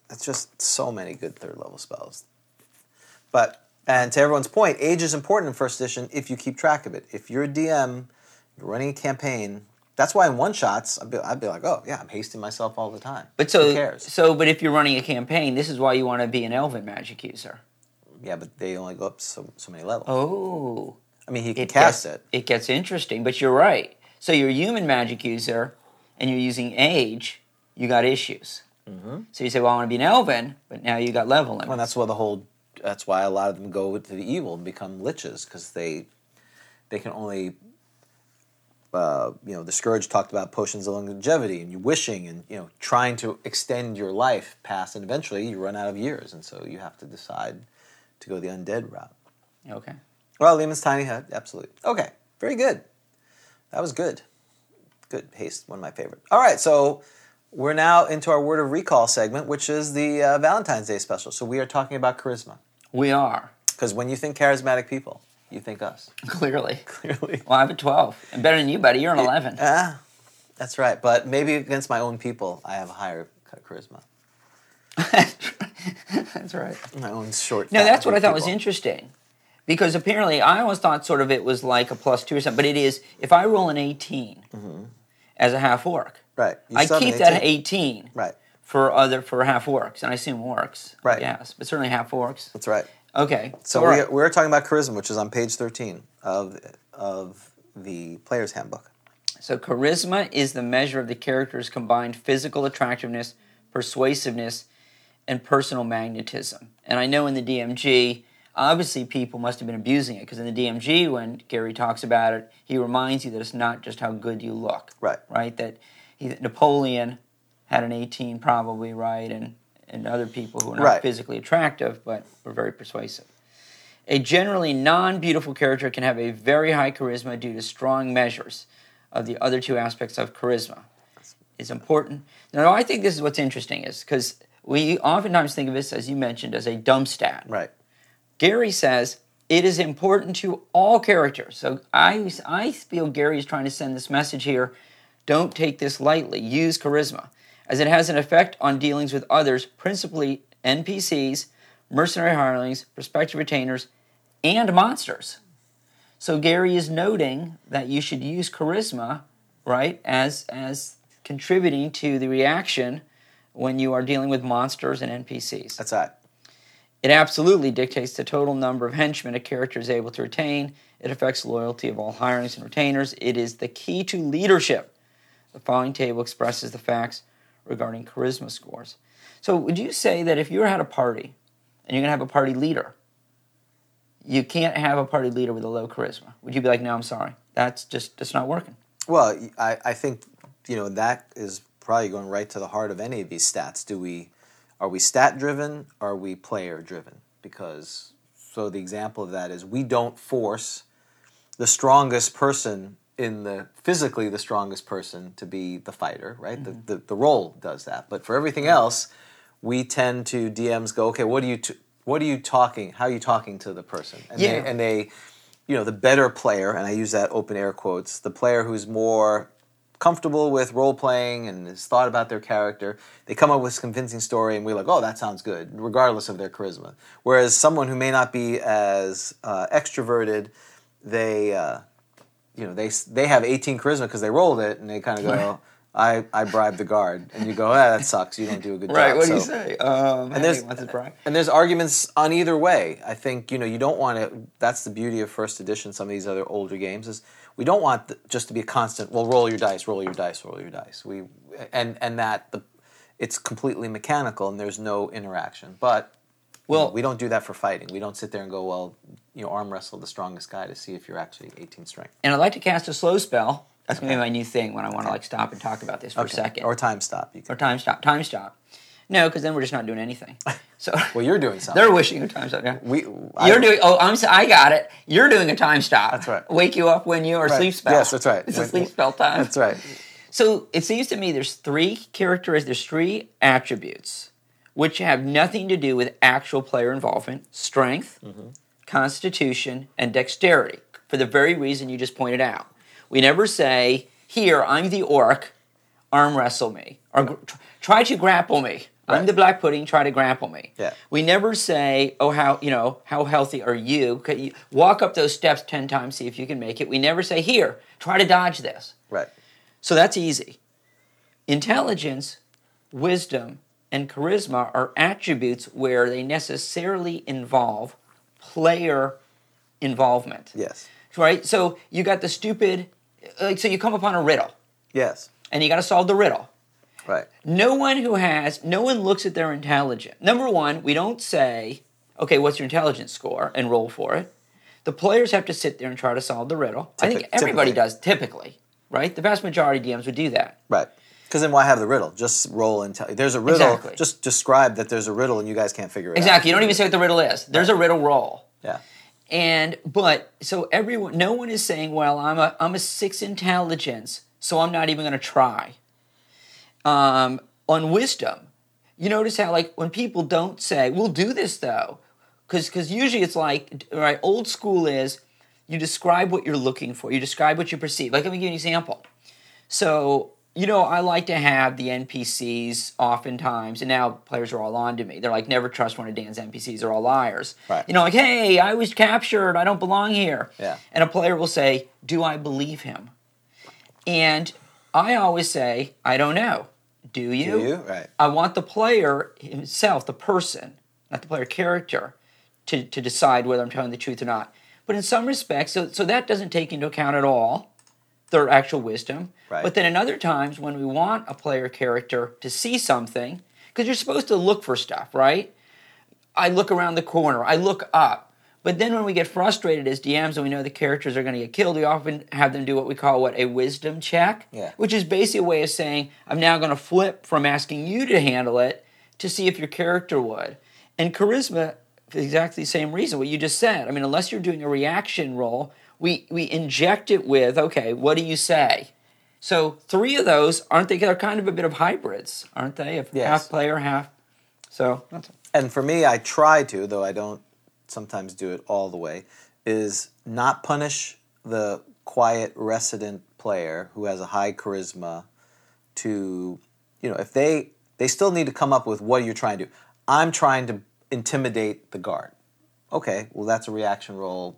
It's just so many good third level spells. But and to everyone's point, age is important in first edition if you keep track of it. If you're a DM, you're running a campaign. That's why in one shots, I'd be, I'd be like, oh yeah, I'm hasting myself all the time.
But so,
who cares?
so, but if you're running a campaign, this is why you want to be an elven magic user.
yeah, but they only go up so, so many levels.
Oh,
I mean, he can cast
gets,
it.
It gets interesting, but you're right. So you're a human magic user, and you're using age. You got issues. So you say, "Well, I want to be an elven," but now you got level limits.
And Mm-hmm. that's why the whole. That's why a lot of them go to the evil and become liches because they, they can only. Uh, you know, the scourge talked about potions of longevity and you wishing and you know trying to extend your life past, and eventually you run out of years, and so you have to decide to go the undead route.
okay.
Well, Lehman's tiny hut, absolutely. Okay, very good. That was good. Good haste, one of my favorite. All right, so we're now into our word of recall segment, which is the uh, Valentine's Day special. So we are talking about charisma.
We are
Because when you think charismatic people, you think us.
clearly.
Clearly.
Well, I have a twelve, and better than you, buddy. You're an eleven.
Ah, that's right. But maybe against my own people, I have a higher ch- charisma.
That's right.
My own short.
No,
fat
that's what I
group
thought was
people.
interesting. Because apparently, I always thought sort of it was like a plus two or something, but it is if I roll an 18 as a half orc,
Right. Mm-hmm. you
I
still have an
keep
18.
that 18
Right.
for other for half orcs, and I assume orcs,
Right.
Yes, but certainly half orcs.
That's right.
Okay,
So
all
we're,
right.
we're talking about charisma, which is on page 13 of, of the player's handbook.
so charisma is the measure of the character's combined physical attractiveness, persuasiveness, and personal magnetism. And I know in the DMG, obviously people must have been abusing it because in the DMG, when Gary talks about it, he reminds you that it's not just how good you look,
Right.
Right? That he, Napoleon had an 18, probably right, and and other people who are not
Right.
physically attractive but were very persuasive. A generally non beautiful character can have a very high charisma due to strong measures of the other two aspects of charisma is important. Now, I think this is what's interesting is because we oftentimes think of this, as you mentioned, as a dump stat.
Right.
Gary says it is important to all characters. So I, I feel Gary is trying to send this message here. Don't take this lightly. Use charisma, as it has an effect on dealings with others, principally NPCs, mercenary hirelings, prospective retainers, and monsters. So Gary is noting that you should use charisma, right, as as contributing to the reaction when you are dealing with monsters and NPCs.
That's right.
It absolutely dictates the total number of henchmen a character is able to retain. It affects loyalty of all hirelings and retainers. It is the key to leadership. The following table expresses the facts regarding charisma scores. So, would you say that if you had a party and you're going to have a party leader, you can't have a party leader with a low charisma? Would you be like, no, I'm sorry, that's just that's not working?
Well, I, I think you know that is probably going right to the heart of any of these stats. Do we are we stat driven? Are we player driven? Because so the example of that is we don't force the strongest person in the physically the strongest person to be the fighter, right? The, the the role does that, but for everything else, we tend to DMs go, okay, what are you t- what are you talking? How are you talking to the person? And they-
Yeah.
and they you know the better player and i use that open air quotes the player who's more comfortable with role playing and has thought about their character they come up with this convincing story and we're like oh that sounds good regardless of their charisma whereas someone who may not be as uh, extroverted they uh, you know they s- they have 18 charisma because they rolled it and they kind of go I, I bribe the guard, and you go, ah, that sucks. You don't do a good
Right.
job.
What do you
So-
say? Um, and
there's-
wants to bribe.
and there's arguments on either way. I think you know you don't want to. That's the beauty of first edition. Some of these other older games is we don't want th- just to be a constant. Well, roll your dice, roll your dice, roll your dice. We and and that the it's completely mechanical and there's no interaction. But well, we don't do that for fighting. We don't sit there and go, well, you know, arm wrestle the strongest guy to see if you're actually 18 strength
And I'd like to cast a slow spell. That's gonna be my new thing when I want to like stop and talk about this for a second.
or time stop. You can,
or time stop. Time stop. No, because then we're just not doing anything. So
well, you're doing something.
they're wishing a time stop. Yeah.
we
You're doing. Oh, I'm. s- I got it. You're doing a time stop.
That's right.
Wake you up when you are
Right.
sleep spell.
Yes, that's right.
It's a
When-
sleep spell time.
That's right.
So it seems to me there's three characteristics. There's three attributes which have nothing to do with actual player involvement: strength,
Mm-hmm.
constitution, and dexterity. For the very reason you just pointed out, we never say, "Here, I'm the orc, arm wrestle me," or gr- tr- "Try to grapple me." I'm
Right.
the black pudding. Try to grapple me.
Yeah.
We never say, "Oh, how you know how healthy are you? Could you walk up those steps ten times, see if you can make it." We never say, "Here, try to dodge this."
Right.
So that's easy. Intelligence, wisdom, and charisma are attributes where they necessarily involve player involvement.
Yes.
Right? So you got the stupid, like, so you come upon a riddle
Yes.
and you got to solve the riddle.
Right.
No one who has, no one looks at their intelligence. Number one, we don't say, okay, what's your intelligence score and roll for it. The players have to sit there and try to solve the riddle. I think
Typi-
everybody
typically.
does typically, right? The vast majority of DMs would do that.
Right. Because then why have the riddle? Just roll and tell. There's a riddle.
Exactly.
Just describe that there's a riddle and you guys can't figure it
Exactly. You
out.
don't even say what the riddle is. There's a riddle roll.
Yeah.
And but so everyone no one is saying, well, I'm a I'm a six intelligence, so I'm not even gonna try. Um, on wisdom, you notice how like when people don't say, We'll do this though, because because usually it's like right, old school is you describe what you're looking for, you describe what you perceive. Like let me give you an example. So, you know, I like to have the NPCs oftentimes, and now players are all on to me. They're like, never trust one of Dan's NPCs, they're all liars.
Right.
You know, like, hey, I was captured, I don't belong here.
Yeah.
And a player will say, do I believe him? And I always say, I don't know. Do you?
Do you? Right.
I want the player himself, the person, not the player character, to, to decide whether I'm telling the truth or not. But in some respects, so, so that doesn't take into account at all their actual wisdom.
Right.
But then in other times, when we want a player character to see something, because you're supposed to look for stuff, right? I look around the corner, I look up. But then when we get frustrated as DMs and we know the characters are going to get killed, we often have them do what we call what a wisdom check,
Yeah.
which is basically a way of saying, I'm now going to flip from asking you to handle it to see if your character would. And charisma, for exactly the same reason, what you just said. I mean, unless you're doing a reaction roll, we, we inject it with, okay, what do you say? So three of those, aren't they? They're kind of a bit of hybrids, aren't they? Of
Yes.
Half player, half. So that's
And for me, I try to, though I don't sometimes do it all the way, is not punish the quiet resident player who has a high charisma to, you know, if they they still need to come up with what you're trying to do. I'm trying to intimidate the guard. Okay, well that's a reaction roll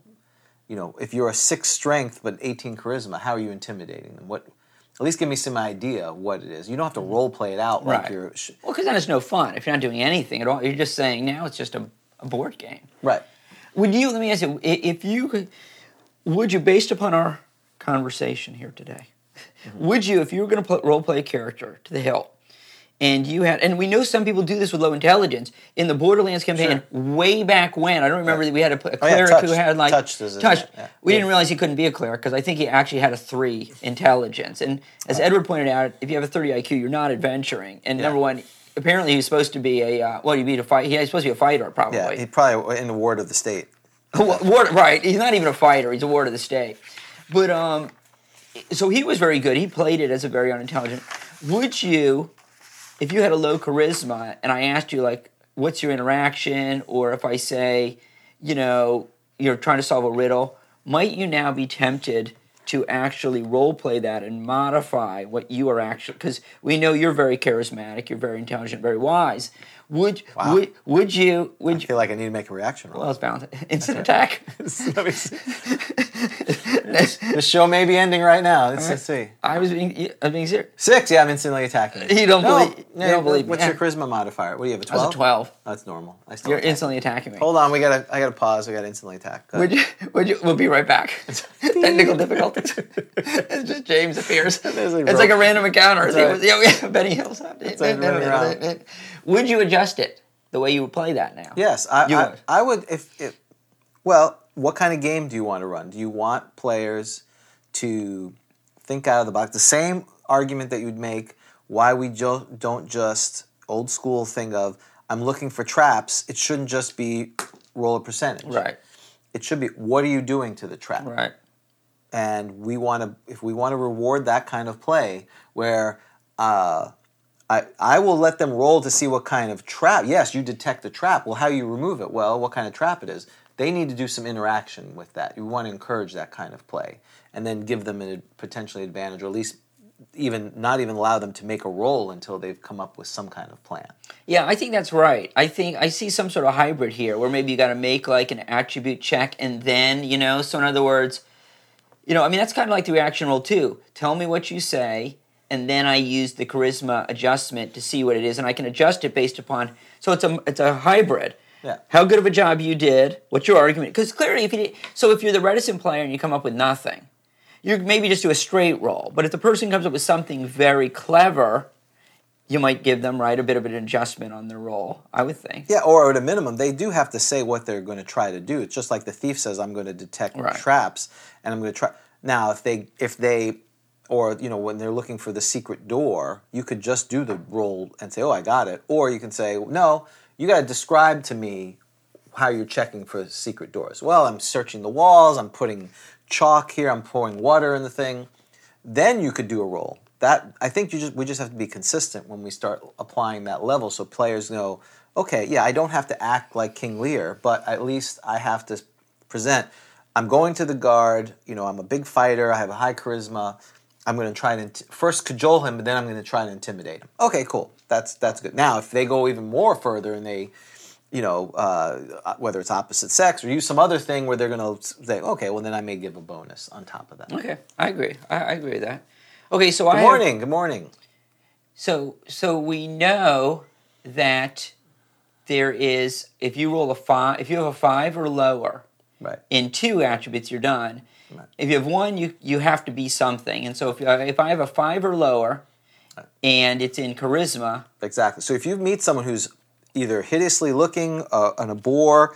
you know, if you're a six strength but 18 charisma, how are you intimidating them? What, at least give me some idea of what it is. You don't have to role play it out like
Right.
you're sh-
Well, because then it's no fun if you're not doing anything at all. You're just saying now it's just a, a board game.
right.
Would you? Let me ask you: i- If you could, would you, based upon our conversation here today,
Mm-hmm.
would you, if you were going to pl- role play a character to the hilt, and you had, and we know some people do this with low intelligence in the Borderlands campaign way back when. I don't remember
Right.
that we had a, p- a
Oh, yeah,
cleric who
touched.
had like
Touched is in
touched.
that, yeah.
We didn't realize he couldn't be a cleric because I think he actually had a three intelligence. And as Edward pointed out, if you have a thirty IQ, you're not adventuring. And number one. Apparently, he's supposed to be a uh, well. He'd be a fight. He's supposed to be a fighter, probably.
Yeah, he probably in the ward of the state.
Wa- ward, right. He's not even a fighter. He's a ward of the state. But um, so he was very good. He played it as a very unintelligent. Would you, if you had a low charisma, and I asked you like, what's your interaction, or if I say, you know, you're trying to solve a riddle, might you now be tempted? To actually role play that and modify what you are actually, because we know you're very charismatic, you're very intelligent, very wise. Would
Wow.
would would you would
I
you?
feel like I need to make a reaction roll.
Well, it's bound. Instant attack.
Let me see. the show may be ending right now. Let's, let's see.
I was being I was being serious.
Six. Yeah, I'm instantly attacking.
You don't
no,
believe-
no,
you don't believe me.
What's your charisma modifier? What do you have? A
I
twelve.
was a twelve.
That's normal. I still
You're
attack.
instantly attacking me.
Hold on. We gotta. I gotta pause. We gotta instantly attack. Go
Would
ahead.
you, would you, we'll be right back. Technical difficulties. it's just James appears.
a
it's like a
rope.
random encounter.
That's right.
Yeah, yeah, Benny Hill's up.
like running around.
Would you adjust it the way you would play that now?
Yes. I.
You
I,
would.
I would if, if. Well, what kind of game do you want to run? Do you want players to think out of the box? The same argument that you'd make why we jo- don't just old school thing of I'm looking for traps. It shouldn't just be roll a percentage.
Right.
It should be what are you doing to the trap?
Right.
and we want to if we want to reward that kind of play where uh, I, I will let them roll to see what kind of trap yes you detect the trap well how you remove it well what kind of trap it is they need to do some interaction with that you want to encourage that kind of play and then give them a potentially advantage or at least even not even allow them to make a roll until they've come up with some kind of plan
Yeah, I think that's right. I think I see some sort of hybrid here where maybe you got to make like an attribute check and then, you know, so in other words, you know, I mean, that's kind of like the reaction roll too. Tell me what you say, and then I use the charisma adjustment to see what it is, and I can adjust it based upon. So it's a it's a hybrid.
Yeah.
How good of a job you did? What's your argument? Because clearly, if you did, so, if you're the reticent player and you come up with nothing, you maybe just do a straight roll. But if the person comes up with something very clever, you might give them right a bit of an adjustment on their roll. I would think.
Yeah, or at a minimum, they do have to say what they're going to try to do. It's just like the thief says, "I'm going to detect
Right.
traps, and I'm going to try." Now, if they, if they, or you know, when they're looking for the secret door, you could just do the roll and say, "Oh, I got it," or you can say, "No, you got to describe to me how you're checking for secret doors." Well, I'm searching the walls. I'm putting chalk here. I'm pouring water in the thing then you could do a roll. That I think you just we just have to be consistent when we start applying that level, so players know. Okay, yeah, I don't have to act like King Lear, but at least I have to present. I'm going to the guard. You know, I'm a big fighter. I have a high charisma. I'm going to try and int- first cajole him, but then I'm going to try and intimidate him. Okay, cool. That's that's good. Now, if they go even more further and they you know, uh, whether it's opposite sex or use some other thing where they're going to say, okay, well, then I may give a bonus on top of that.
Okay, I agree. I, I agree with that. Okay, so I
Good
have-
morning. Good morning.
So so we know that there is if you roll a five if you have a five or lower
Right.
in two attributes you're done.
Right.
If you have one, you you have to be something. And so if you, if I have a five or lower, and it's in charisma,
Exactly. So if you meet someone who's either hideously looking, uh, an a bore,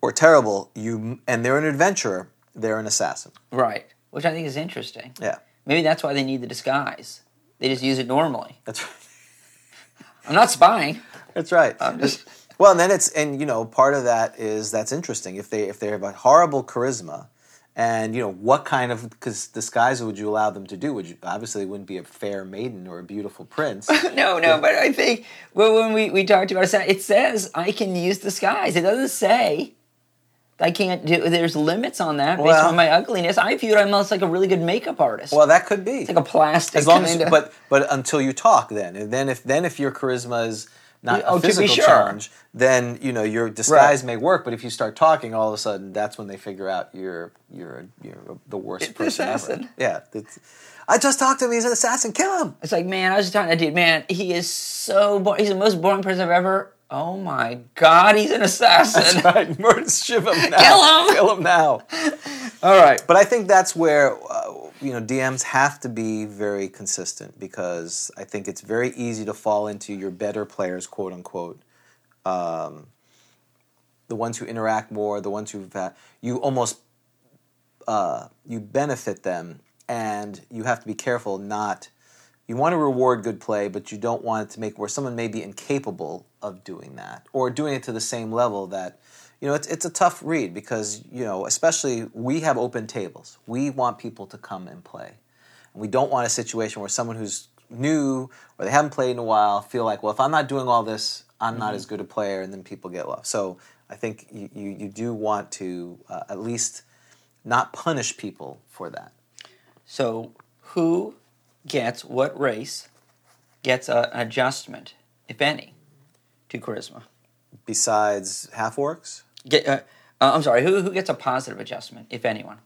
or terrible, you and they're an adventurer, they're an assassin.
right, which I think is interesting.
Yeah,
Maybe that's why they need the disguise. They just use it normally.
that's right.
I'm not spying.
That's right.
I'm just
well, and then it's and you know part of that is that's interesting if they if they have a horrible charisma. And you know what kind of because disguise would you allow them to do? Would you obviously they wouldn't be a fair maiden or a beautiful prince?
no, no. But I think well, when we we talked about it, it says I can use disguise. It doesn't say. I can't do. There's limits on that based
Well-
on my ugliness. I viewed I'm almost like a really good makeup artist,
well, that could be
like a plastic.
as long
kinda-
as but but until you talk then and then if then if your charisma is not
Oh,
a
to be
physical
sure.
challenge then you know your disguise may work but if you start talking all of a sudden that's when they figure out you're you're you're the worst
an
person
assassin.
ever yeah that's- i just talked to him he's an assassin kill him
It's like, man, I was just talking to that dude. Man, he is so boring. He's the most boring person I've ever. Oh my god, he's an assassin.
right murder shiv him now
Kill him.
kill him now
All right.
But I think that's where uh, you know DMs have to be very consistent because I think it's very easy to fall into your better players, quote unquote, um, the ones who interact more, the ones who you almost uh, you benefit them, and you have to be careful not. You want to reward good play, but you don't want it to make where someone may be incapable of doing that or doing it to the same level that, you know, it's, it's a tough read because, you know, especially we have open tables. We want people to come and play. And we don't want a situation where someone who's new or they haven't played in a while feel like, well, if I'm not doing all this, I'm not as good a player, and then people get lost. So I think you, you, you do want to uh, at least not punish people for that.
So, who gets what race gets a, an adjustment, if any? to charisma?
Besides half orcs,
Get, uh, uh, I'm sorry, who, who gets a positive adjustment, if anyone?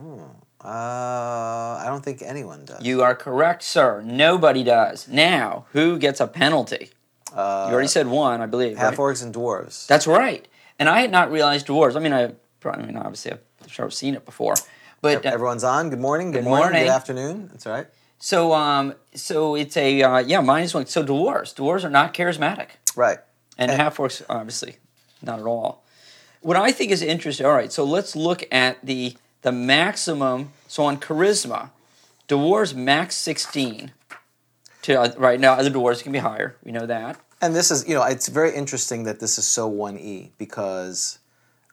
uh, I don't think anyone does.
You are correct, sir. Nobody does. Now, who gets a penalty?
uh,
You already said one, I believe.
half
right?
orcs and dwarves.
That's right. And I had not realized dwarves. I mean, I probably, I mean, obviously, I've sure I've seen it before. But uh,
Everyone's on. Good morning. Good,
Good
morning.
morning.
Good afternoon. That's all right.
so, um, so it's a uh, yeah minus one. So dwarves, dwarves are not charismatic,
Right.
and half orcs obviously not at all. What I think is interesting. All right, so let's look at the the maximum. So on charisma, dwarves max sixteen. To uh, right now, other dwarves can be higher. We know that.
And this is, you know, it's very interesting that this is so 1E because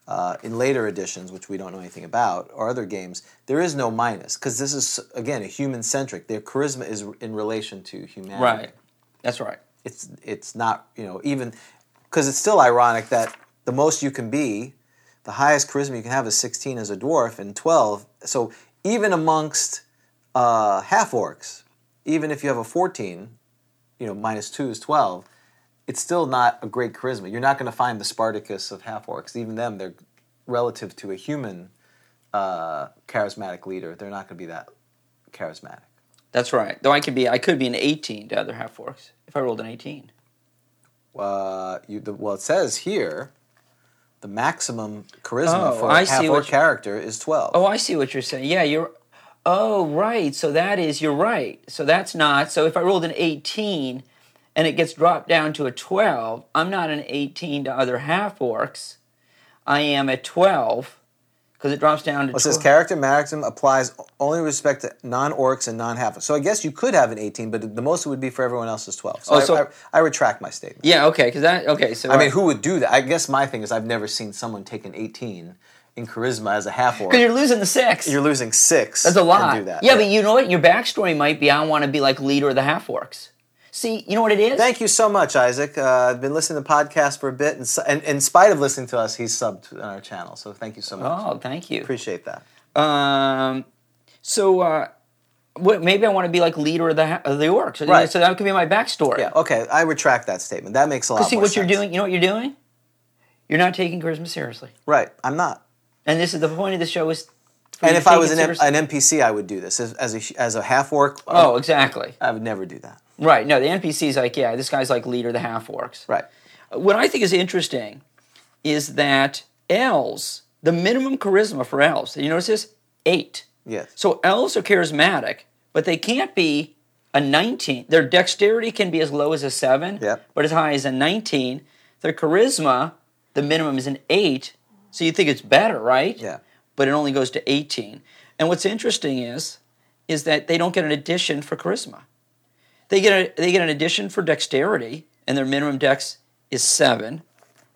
uh, in later editions, which we don't know anything about, or other games, there is no minus because this is, again, a human centric. Their charisma is in relation to humanity.
Right. That's right.
It's, it's not, you know, even because it's still ironic that the most you can be, the highest charisma you can have is 16 as a dwarf and 12. So even amongst uh, half orcs, even if you have a 14, you know, minus two is 12, it's still not a great charisma. You're not going to find the Spartacus of half orcs. Even them, they're relative to a human uh, charismatic leader, they're not going to be that charismatic.
That's right. Though I could be, I could be an 18 to other half orcs if I rolled an 18.
Uh, you, the, well, it says here the maximum charisma
Oh,
for
I
a
see
half orc
what you-
character is 12.
Oh, I see what you're saying. Yeah, you're. Oh, right. So that is you're right. So that's not. So if I rolled an 18, and it gets dropped down to a 12, I'm not an 18 to other half orcs. I am a 12 because it drops down to.
It says
12.
character maximum applies only with respect to non-orcs and non-half. So I guess you could have an 18, but the most it would be for everyone else is 12. So,
Oh,
I-
so-
I, I retract my statement.
yeah. Okay. Because that. Okay. So
I mean, who would do that? I guess my thing is I've never seen someone take an 18 in charisma as a half orc.
Because you're losing the six.
You're losing six.
That's a lot.
And do that.
Yeah, but you know what? Your backstory might be I want to be like leader of the half orcs. See, you know what it is?
Thank you so much, Isaac. Uh, I've been listening to the podcast for a bit, and, su- and in spite of listening to us, he's subbed on our channel. So thank you so much.
Oh, thank you.
Appreciate that.
Um, so uh, what, maybe I want to be like leader of the ha- of the orcs.
Right.
So that could be my backstory.
Yeah. Okay, I retract that statement. That makes a lot.
See
more
what
sense.
you're doing. You know what you're doing. You're not taking charisma seriously,
Right. I'm not.
and this is the point of the show is. for you
And
to
if I
take
was
it
an, M- an
seriously.
NPC, I would do this as, as a sh- as a half orc. um,
oh, exactly.
I would never do that.
Right. No, the NPC's like, yeah, this guy's like leader of the half orcs.
Right.
What I think is interesting is that elves, the minimum charisma for elves, you notice this? Eight.
Yes.
So elves are charismatic, but they can't be a 19. Their dexterity can be as low as a seven,
Yep.
but as high as a 19. Their charisma, the minimum is an eight. So you think it's better, right?
Yeah.
But it only goes to 18. And what's interesting is, is that they don't get an addition for charisma. They get a, they get an addition for dexterity, and their minimum dex is seven.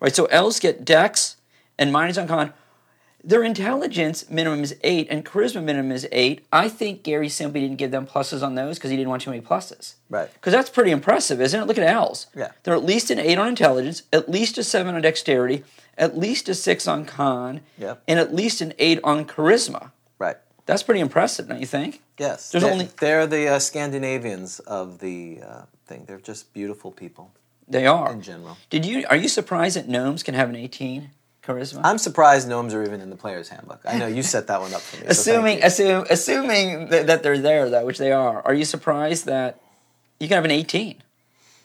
Right. So elves get dex and minus on con. Their intelligence minimum is eight, and charisma minimum is eight. I think Gary simply didn't give them pluses on those because he didn't want too many pluses.
Right.
Because that's pretty impressive, isn't it? Look at elves.
Yeah.
They're at least an eight on intelligence, at least a seven on dexterity, at least a six on con,
Yep.
and at least an eight on charisma.
Right.
That's pretty impressive, don't you think?
Yes.
There's
they're,
only-
they're the uh, Scandinavians of the uh, thing. They're just beautiful people
They are.
in general.
Did you are you surprised that gnomes can have an 18 charisma?
I'm surprised gnomes are even in the player's handbook. I know you set that one up for me. so thank
assuming
you.
assume, assuming that, that they're there though, which they are. Are you surprised that you can have an 18?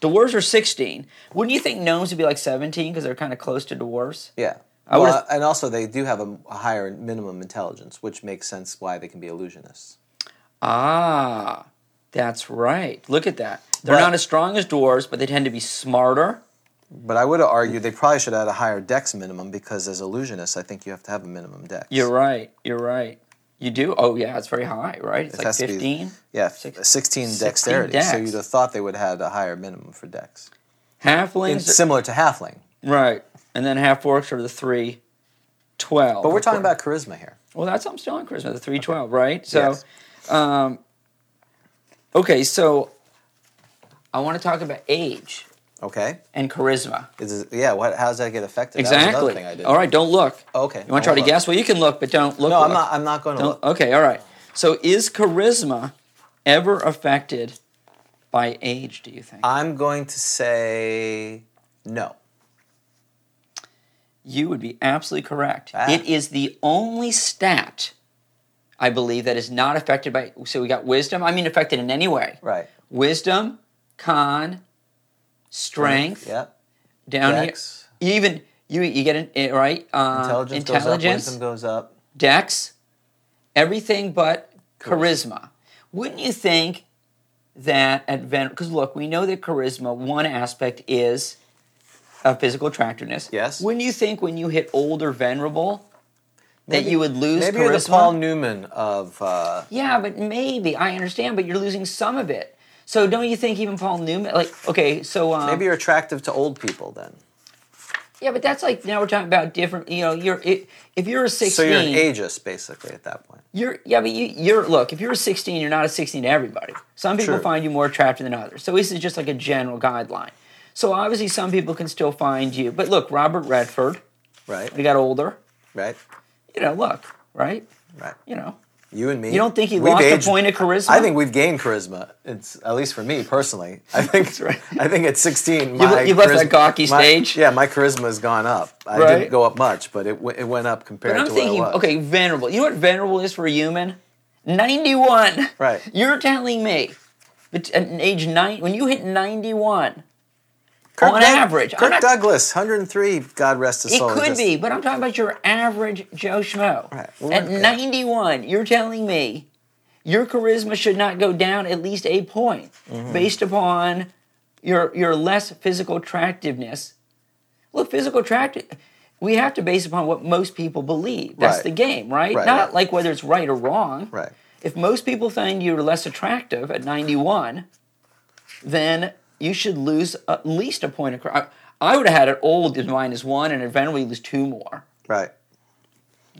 Dwarves are 16. Wouldn't you think gnomes would be like 17 because they're kind of close to dwarves?
yeah.
I would've-
Well, and also they do have a, a higher minimum intelligence, which makes sense why they can be illusionists.
Ah, that's right. Look at that. They're
But-
not as strong as dwarves, but they tend to be smarter.
But I would have argued they probably should have had a higher dex minimum because as illusionists, I think you have to have a minimum dex.
You're right. You're right. You do. Oh yeah, it's very high, right? It's
It
like
has to be-
15.
yeah, f-
Six-
16
16
dexterity. So
dex.
you'd have thought they would have had a higher minimum for dex.
Halflings.
It's similar to halfling.
Right. And then half orcs are the three twelve.
But we're talking about charisma here.
Well that's I'm still on Christmas, the three twelve, right? So
Yes.
um Okay, so I want to talk about age
Okay?
and charisma.
Is it- yeah, what, how does that get affected? That was another
Exactly.
thing I did.
All right, don't look.
Okay,
You want to try
I'll
to
look.
guess? Well, you can look, but don't look.
No, I'm
look.
not, I'm not going to
Don't-
look.
Okay, all right. So is charisma
Uh,
ever affected by age, do you think?
I'm going to say No.
You would be absolutely correct.
Ah.
It is the only stat, I believe, that is not affected by. So we got wisdom. I mean, affected in any way.
Right.
Wisdom, con, strength,
Yep.
down here-
Dex.
Even you, you get an, it right. Uh,
Intelligence,
intelligence,
goes up. Wisdom goes up.
dex, everything but charisma. Wouldn't you think that at Ven? Because look, we know that charisma. One aspect is a physical attractiveness.
Yes.
Wouldn't you think when you hit older venerable that
Maybe-
you would lose
Maybe
charisma?
you're the Paul Newman of uh,
Yeah, but maybe I understand, but you're losing some of it. So don't you think even Paul Newman? Like, okay, so um,
maybe you're attractive to old people then.
yeah, but that's like now we're talking about different. You know, you're it, if you're a sixteen,
So you're an ageist basically at that point.
You're yeah, but you, you're look. If you're a 16, you're not a 16 to everybody. Some people
True.
find you more attractive than others. So this is just like a general guideline. So obviously, some people can still find you. But look, Robert Redford,
Right.
he got older.
Right.
You know, look, right?
Right.
You know,
You and me.
you don't think he
we've
lost
aged-
a point of charisma?
I think we've gained charisma. It's at least for me personally. I think
right.
I think at 16, my
you've left
charisma-
that gawky
my-
stage.
Yeah, my charisma has gone up. I
Right.
didn't go up much, but it w- it went up compared
But I'm
to
thinking,
what I was.
okay, venerable. You know what venerable is for a human? 91.
Right.
You're telling me, but at age nine, when you hit 91,
Kirk
on
Doug-
average, I'm
Kirk
not-
Douglas, 103. God rest his
It
soul.
could
just-
be, but I'm talking about your average Joe Schmo.
Right. Well,
At
we're- yeah.
91, you're telling me your charisma should not go down at least a point
Mm-hmm.
based upon your your less physical attractiveness. Look, physical attractive. We have to base upon what most people believe. That's
Right.
the game, right?
Right,
Not
right.
like whether it's right or wrong.
Right.
If most people find you're less attractive at 91, then you should lose at least a point of. char- I, I would have had it old as minus one, and eventually lose two more.
Right.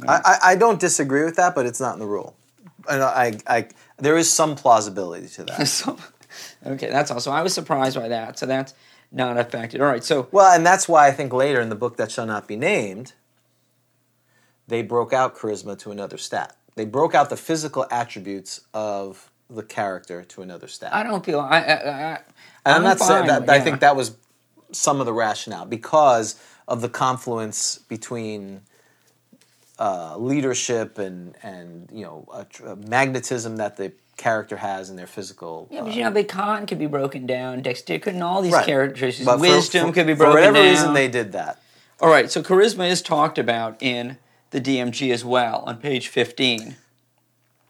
I, I, I don't disagree with that, but it's not in the rule. And I, I, there is some plausibility to that.
So, okay, that's all. So I was surprised by that. So that's not affected. All right. So
well, and that's why I think later in the book that shall not be named, they broke out charisma to another stat. They broke out the physical attributes of the character to another stat.
I don't feel. I. I, I
And I'm not saying
fine
that.
with-
I
yeah.
think that was some of the rationale because of the confluence between uh, leadership and and you know a, tr- a magnetism that the character has in their physical.
Yeah,
uh,
but you know, big con could be broken down. Dexterity couldn't all these
right.
characteristics.
But for-
Wisdom
for-
could be broken
For whatever
down.
reason, they did that.
All right. So charisma is talked about in the DMG as well on page fifteen.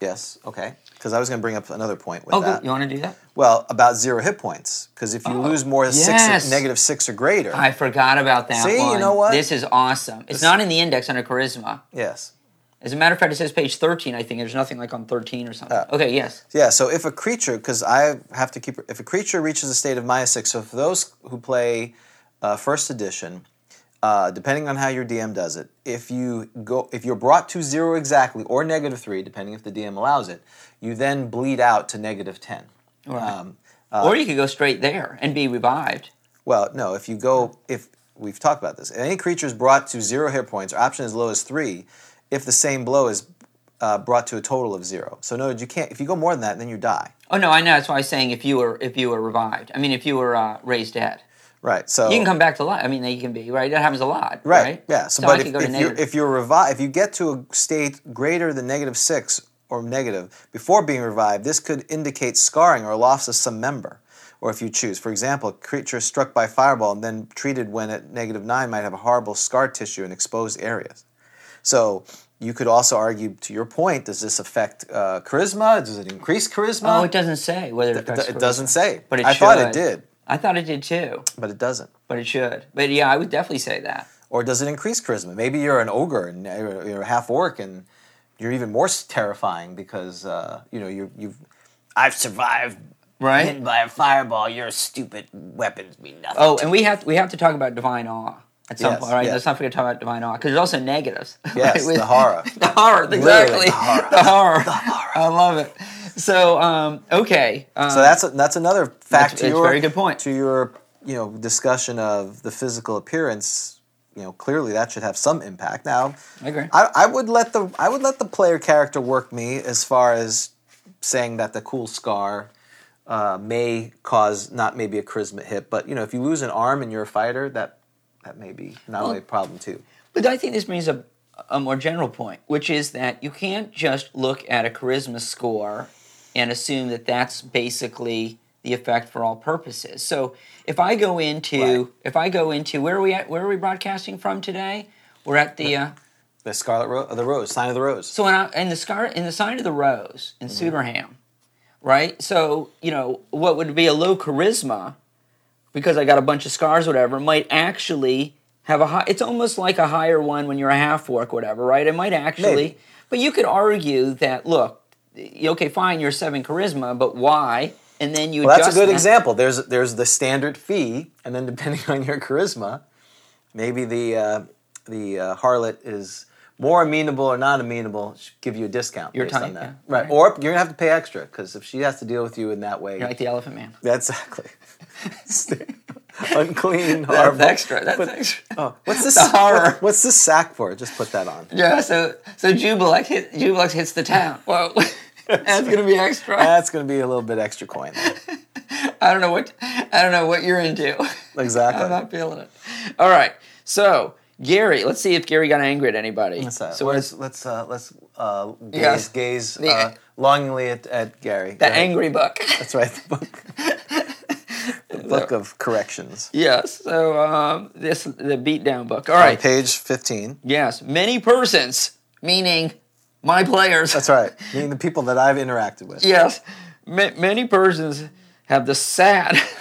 Yes. Okay. Because I was going to bring up another point with
Oh,
that.
go- you want to do that?
well, about zero hit points. Because if you lose more than six,
yes.
or, negative six or greater.
I forgot about that
See, you
one.
know what?
This is awesome. It's not in the index under charisma.
yes.
As a matter of fact, it says page 13, I think. There's nothing like on 13 or something.
Oh.
okay, yes.
Yeah, so if a creature, because I have to keep, if a creature reaches a state of minus six, so for those who play uh, first edition, uh, depending on how your DM does it, if you go, if you're brought to zero exactly or negative three, depending if the DM allows it, you then bleed out to negative ten. Um,
or you could go straight there and be revived.
well, no, if you go, if we've talked about this, if any creature is brought to zero hit points or option as low as three, if the same blow is uh, brought to a total of zero. So no, you can't. If you go more than that, then you die.
Oh, no, I know. That's why I was saying if you were if you were revived. I mean, if you were uh, raised dead.
Right. So
You can come back to life. I mean, you can be, right? That happens a lot, right?
Oh. Right. Yeah. So,
I
but
could
if,
go to
if you're
negative.
if you're revi- if you get to a state greater than negative six or negative before being revived, this could indicate scarring or loss of some member, or if you choose, for example, a creature struck by fireball and then treated when at negative nine might have a horrible scar tissue in exposed areas. So. You could also argue, to your point, does this affect uh, charisma? Does it increase charisma?
oh, it doesn't say whether it
It
affects
do- it
charisma.
doesn't say.
But it
I thought it
should.
did,
I thought it did too,
but it doesn't.
but it should. But yeah, I would definitely say that.
or does it increase charisma? Maybe you're an ogre and you're you're a half orc, and you're even more s- terrifying because uh, you know you you've
I've survived
Right?
hit by a fireball. Your stupid weapons mean nothing.
Oh, and we have we have to talk about divine awe at some
Yes,
point, right?
yes.
Let's not forget to talk about divine awe because there's also negatives.
Yes,
right, with-
the horror.
the horror, exactly.
the
The
horror.
horror. I love it. So, um, okay. Um,
so that's a, that's another fact
That's-
to
that's
your
very good point.
to your you know discussion of the physical appearance. You know, clearly that should have some impact. Now,
I agree.
I, I would let the I would let the player character work me as far as saying that the cool scar uh, may cause not maybe a charisma hit, but you know if you lose an arm and you're a fighter, that that may be not only a problem too.
But I think this means a, a more general point, which is that you can't just look at a charisma score and assume that that's basically the effect for all purposes. So if I go into
Right.
if I go into where are we at where are we broadcasting from today? We're at the uh,
The Scarlet Ro- uh, the Rose, sign of the Rose.
so in, I- in the scar in the sign of the rose in
Mm-hmm.
Suderham, right? So you know what would be a low charisma because I got a bunch of scars, whatever, might actually have a high. It's almost like a higher one when you're a half orc, whatever, right? It might actually,
Maybe.
but you could argue that look, y- okay, fine, you're seven charisma, but why? And then you
Well, that's a
adjust
good
that-
example. There's there's the standard fee, and then depending on your charisma, maybe the uh, the uh, harlot is more amenable or not amenable. Should give you a discount
Your
based
type,
on that,
yeah.
right?
Right.
Or you're gonna have to pay extra because if she has to deal with you in that way,
You're like the Elephant Man.
that's exactly unclean, horrible.
extra, that's
But-
extra.
Oh, what's this?
The horror.
what- what's this sack for? Just put that on.
Yeah, so so Jubilex hit, Jubilex hits the town. Whoa, that's gonna be extra.
That's gonna be a little bit extra coin.
I don't know what I don't know what you're into.
Exactly.
I'm not feeling it. All right. So Gary, let's see if Gary got angry at anybody.
So,
so
let's
it's
let's uh, let's uh, gaze,
Yeah.
gaze
The-
uh, longingly at, at Gary.
the
Go ahead.
angry book.
That's right. The book, the book of corrections.
yes. So um, this the beatdown book. All right.
Page fifteen.
Yes. Many persons, meaning my players.
That's right. Meaning the people that I've interacted with.
Yes. Ma- many persons have the sad.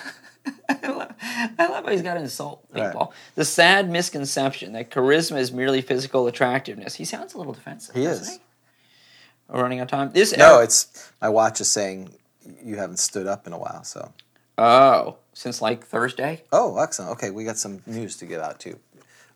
I love, I love how he's got to insult people.
Right.
The sad misconception that charisma is merely physical attractiveness. He sounds a little defensive.
He
doesn't
is.
Are we running out of time. This
No,
error-
it's my watch is saying you haven't stood up in a while. So.
Oh, since like Thursday?
Oh, excellent. Okay, we got some news to get out too.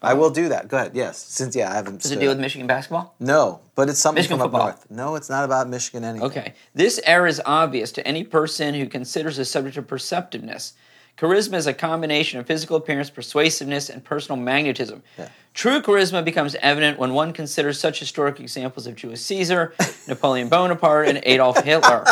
I will do that. Go ahead. Yes, since yeah, I haven't.
Oh. Does
stood
it deal
up.
with Michigan basketball?
No, but it's something
Michigan
from
football?
up north. No, it's not about Michigan anything.
Okay. This error is obvious to any person who considers the subject of perceptiveness. Charisma is a combination of physical appearance, persuasiveness, and personal magnetism.
Yeah.
True charisma becomes evident when one considers such historic examples of Julius Caesar, Napoleon Bonaparte, and Adolf Hitler.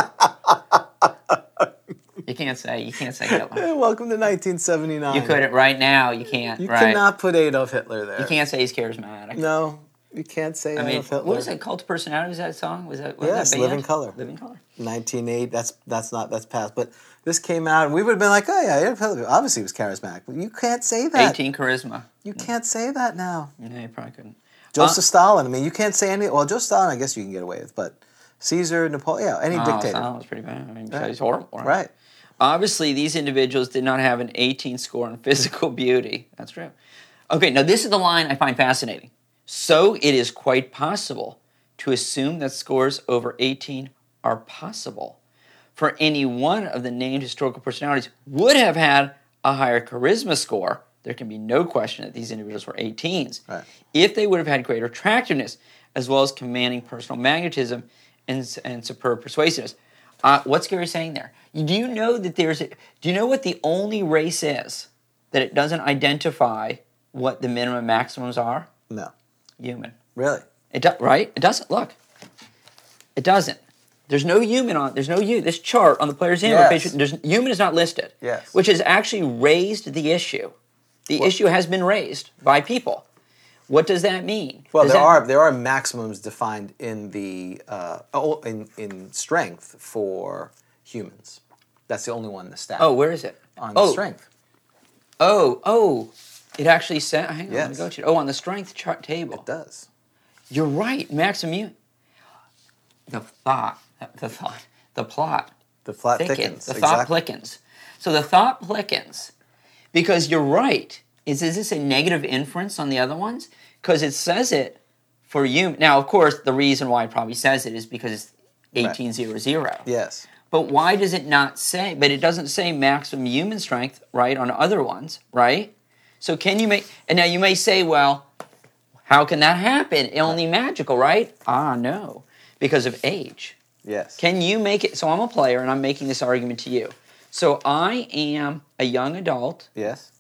you can't say you can't say Hitler.
Eh, Welcome to 1979.
You couldn't right now. You can't.
You
right.
cannot put Adolf Hitler there.
You can't say he's charismatic.
No, you can't say
I mean,
Adolf Hitler.
what was that cult of personality? Was that song? Was that? Was
Yes,
that band?
Living Colour.
Living color.
1908. That's that's not that's past. But this came out, and we would have been like, oh yeah, Adolf Hitler obviously was charismatic. But you can't say that.
18 charisma.
You can't say that now.
No, you probably couldn't.
Joseph Stalin. I mean, you can't say any. Well, Joseph Stalin, I guess you can get away with, but Caesar, Napoleon, yeah, any
Oh,
dictator,
Stalin was pretty bad. I mean, he's horrible.
right?
Obviously, these individuals did not have an 18 score on physical beauty. That's true. Okay, now this is the line I find fascinating. So it is quite possible to assume that scores over 18 are possible. For any one of the named historical personalities would have had a higher charisma score. There can be no question that these individuals were 18s.
Right.
If they would have had greater attractiveness, as well as commanding personal magnetism and, and superb persuasiveness. Uh, what's Gary saying there? Do you know that there's? A, do you know what the only race is that it doesn't identify what the minimum and maximums are?
No,
Human.
really.
It do, right? It doesn't. Look. It doesn't. There's no human on. There's no you. This chart on the player's handbook
Yes.
page. There's, human is not listed.
Yes.
Which has actually raised the issue. The issue has been raised by people. What does that mean?
Well,
Does
there
that-
are there are maximums defined in the uh, oh, in in strength for humans. That's the only one in the stat.
Oh, where is it?
on
oh,
strength.
Oh, oh, it actually said. Hang on, let me
Yes.
go to it. Oh, on the strength chart table.
It does.
You're right, Maximum. The thought, the thought, the plot
The plot
thickens.
thickens.
The thought
exactly.
plickens. So the thought plickens because you're right. Is is this a negative inference on the other ones? Because it says it for you. Now, of course, the reason why it probably says it is because it's eighteen zero zero.
Yes.
But why does it not say? But it doesn't say maximum human strength, right? On other ones, right? So can you make? And now you may say, well, how can that happen? Only magical, right? Ah, no, because of age.
Yes.
Can you make it? So I'm a player, and I'm making this argument to you. So I am a young adult,
yes.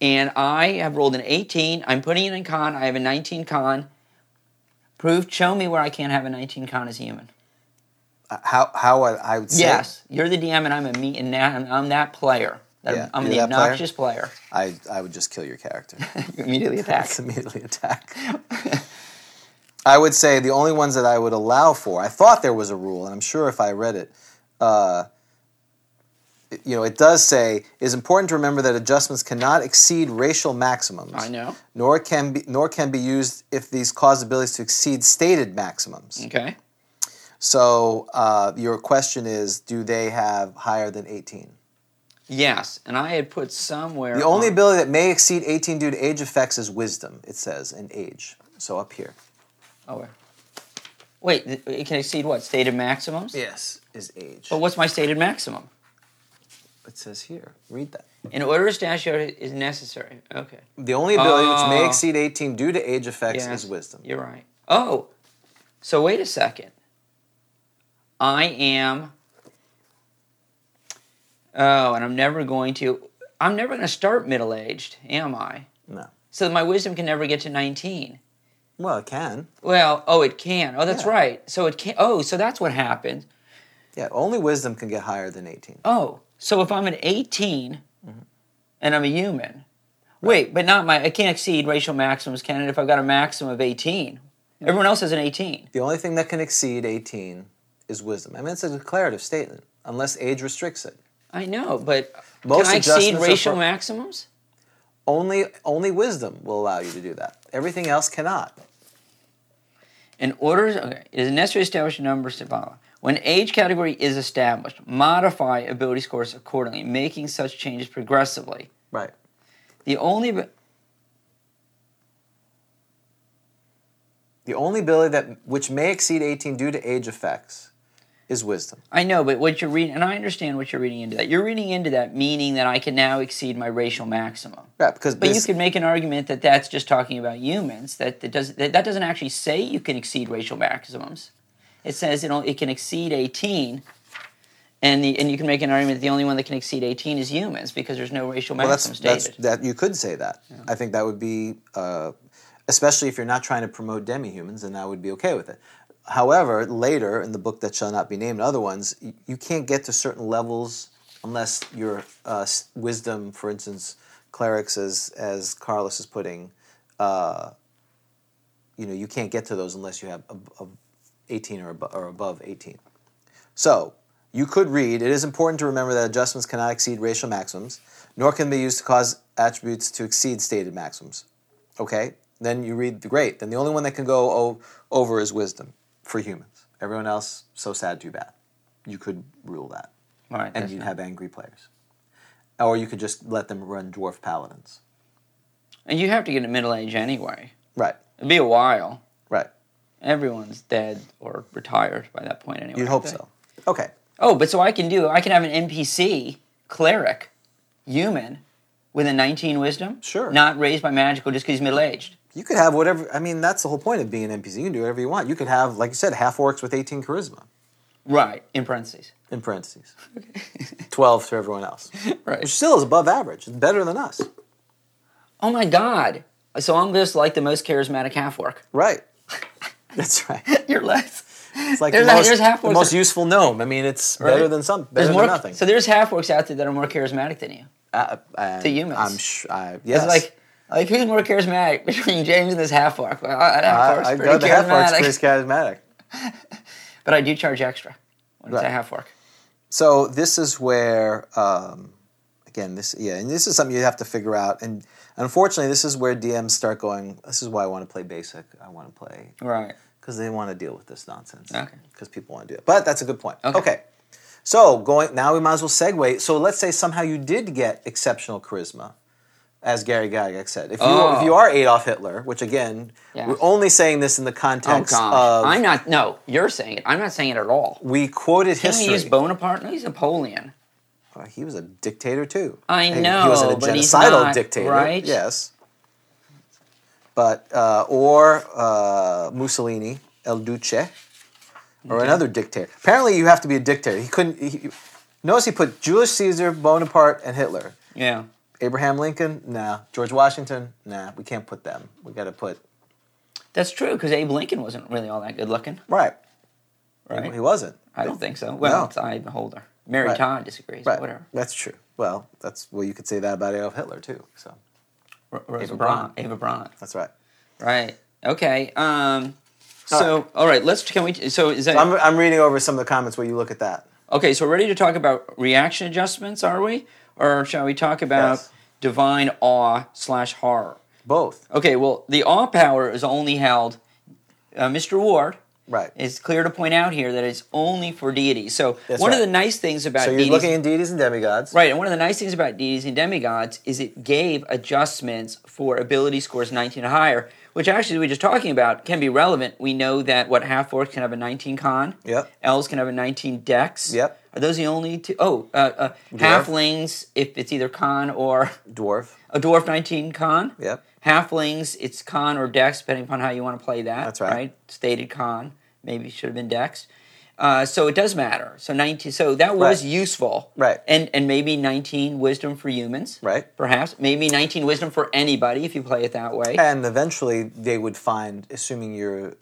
and I have rolled an 18. I'm putting it in con. I have a 19 con. Prove, show me where I can't have a 19 con as a human.
uh, how how I, I would say
Yes, you're the DM, and I'm a me, and that, I'm that player. That-
Yeah,
I'm
you're
the
that player?
obnoxious player.
I I would just kill your character.
You immediately attack.
immediately attack. I would say the only ones that I would allow for. I thought there was a rule, and I'm sure if I read it, uh, it- you know, it does say it is important to remember that adjustments cannot exceed racial maximums.
I know.
Nor can be nor can be used if these cause abilities to exceed stated maximums.
Okay.
So uh, your question is, do they have higher than 18?
Yes, and I had put somewhere.
The only
on-
ability that may exceed 18 due to age effects is wisdom, it says, in age. So up here.
Oh, wait. Wait, th- it can exceed what? Stated maximums?
Yes, is age.
But what's my stated maximum?
It says here. Read that.
An order of statute is necessary. Okay.
The only ability which may
Oh.
exceed 18 due to age effects
Yes,
is wisdom.
You're right. Oh, so wait a second. I am. Oh, and I'm never going to. I'm never going to start middle aged, am I?
No.
So my wisdom can never get to 19.
Well, it can.
Well, oh, it can. Oh, that's
Yeah.
right. So it can. Oh, so that's what happened.
Yeah, only wisdom can get higher than 18.
Oh, so if I'm an 18 and I'm a human, wait, but not my. I can't exceed racial maximums, can it? If I've got a maximum of 18, everyone else has an 18.
The only thing that can exceed 18 is wisdom. I mean, it's a declarative statement, unless age restricts it.
I know, but
Most
can I exceed
adjustments are
racial
for-
maximums?
Only, only wisdom will allow you to do that. Everything else cannot.
In orders, okay, it is necessary to establish numbers to follow. When age category is established, modify ability scores accordingly, making such changes progressively.
Right.
The only ab-
The only ability that which may exceed 18 due to age effects is wisdom.
I know, but what you're reading, and I understand what you're reading into that. You're reading into that meaning that I can now exceed my racial maximum.
Right, because
But you
this-
could make an argument that that's just talking about humans. That that doesn't that, that doesn't actually say you can exceed racial maximums. It says it, only, it can exceed eighteen, and the and you can make an argument that the only one that can exceed eighteen is humans because there's no racial
Well, that's,
maximum
that's
stated.
that you could say that. I think that would be, uh, especially if you're not trying to promote demi-humans, then I would be okay with it. However, later in the book that shall not be named, and other ones, y- you can't get to certain levels unless your uh, s- wisdom, for instance, clerics, as as Carlos is putting, uh, you know, you can't get to those unless you have ab- ab- 18 or, abo- or above 18. So you could read it is important to remember that adjustments cannot exceed racial maximums, nor can they be used to cause attributes to exceed stated maximums. Okay? Then you read the great. Then the only one that can go o- over is wisdom for humans. Everyone else, so sad, too bad. You could rule that.
All right,
And
that's
you'd
not-
have angry players. Or you could just let them run dwarf paladins.
and you have to get to middle age anyway.
Right,
It'd be a while.
right.
Everyone's dead or retired by that point anyway.
You'd hope
Okay.
so. Okay.
Oh, but so I can do I can have an NPC cleric, human, with a 19 wisdom.
Sure.
Not raised by magical just because he's middle aged.
You could have whatever. I mean, that's the whole point of being an NPC. You can do whatever you want. You could have, like you said, half orcs with 18 charisma
Right. In parentheses.
in parentheses, 12 to everyone else, which
Right.
still is above average. It's better than us,
Oh my God. So I'm just like the most charismatic half work.
right? That's right.
You're less.
It's like
There's
the,
a-
most,
there's half
the
orcs
most
that-
useful gnome. I mean, it's better than some, better
There's
than
more,
nothing.
So there's half works out there that are more charismatic than you.
uh, uh,
to humans.
I'm sh- I, yes.
It's like like who's more charismatic between James and this half orc? Well, I, half
I,
orc's
I
pretty
go the half orcs
charismatic.
pretty charismatic.
but I do charge extra when it's a
Right.
half orc.
So this is where, um, again, this yeah, and this is something you have to figure out. And unfortunately, this is where DMs start going. This is why I want to play basic. I want to play
Right.
because they want to deal with this nonsense.
Okay.
Because people want to do it. But that's a good point. Okay.
Okay.
So going now, we might as well segue. So let's say somehow you did get exceptional charisma, as Gary Gygax said. If you if you
Oh.
are Adolf Hitler, which again,
Yeah.
we're only saying this in the
Oh
context
gosh.
of
I'm not no, you're saying it. I'm not saying it at all.
we quoted
Can
history.
we use Bonaparte? No, he's Napoleon.
Uh, he was a dictator too.
I
He- He wasn't a
know, but he's
genocidal
not,
dictator,
right?
Yes. But uh, or uh, Mussolini, El Duce, or another dictator. Apparently, you have to be a dictator. He couldn't. He, he- notice he put Julius Caesar, Bonaparte, and Hitler.
Yeah.
Abraham Lincoln, nah. George Washington, nah. We can't put them. We got to put
That's true, because Abe Lincoln wasn't really all that good looking,
right.
right?
He wasn't.
I don't think so. Well,
No.
it's eye of the beholder. Mary
Right.
Todd disagrees, but
Right.
whatever.
That's true. Well, that's well, you could say that about Adolf Hitler too. So
R- Rosa
Eva
Braun.
Braun.
Ava Braun.
that's right.
Right. Okay. Um, so, all right. Let's can we? So is that
Uh, I'm, I'm reading over some of the comments where you look at that.
okay? So we're ready to talk about reaction adjustments, are we? Or shall we talk about
Yes.
divine awe slash horror?
Both.
Okay. Well, the awe power is only held. Uh, Mr. Ward
Right.
it's clear to point out here that it's only for deities. So
That's
one of
right.
the nice things about
so you're
deities,
looking at deities and demigods.
right? And one of the nice things about deities and demigods is it gave adjustments for ability scores 19 and higher, which actually we were just talking about can be relevant. We know that what half orcs can have a 19 con.
Yep.
Elves can have a 19 dex.
Yep.
Are those the only two? Oh, uh, uh, halflings if it's either con or
Dwarf.
a dwarf 19 con.
Yep.
Halflings, it's con or dex, depending upon how you want to play that.
That's right.
Stated con, maybe should have been dex. Uh, so it does matter. So 19, so that was
Right.
useful.
Right.
And and maybe 19 wisdom for humans.
Right.
Perhaps. Maybe 19 wisdom for anybody if you play it that way.
And eventually, they would find, assuming you're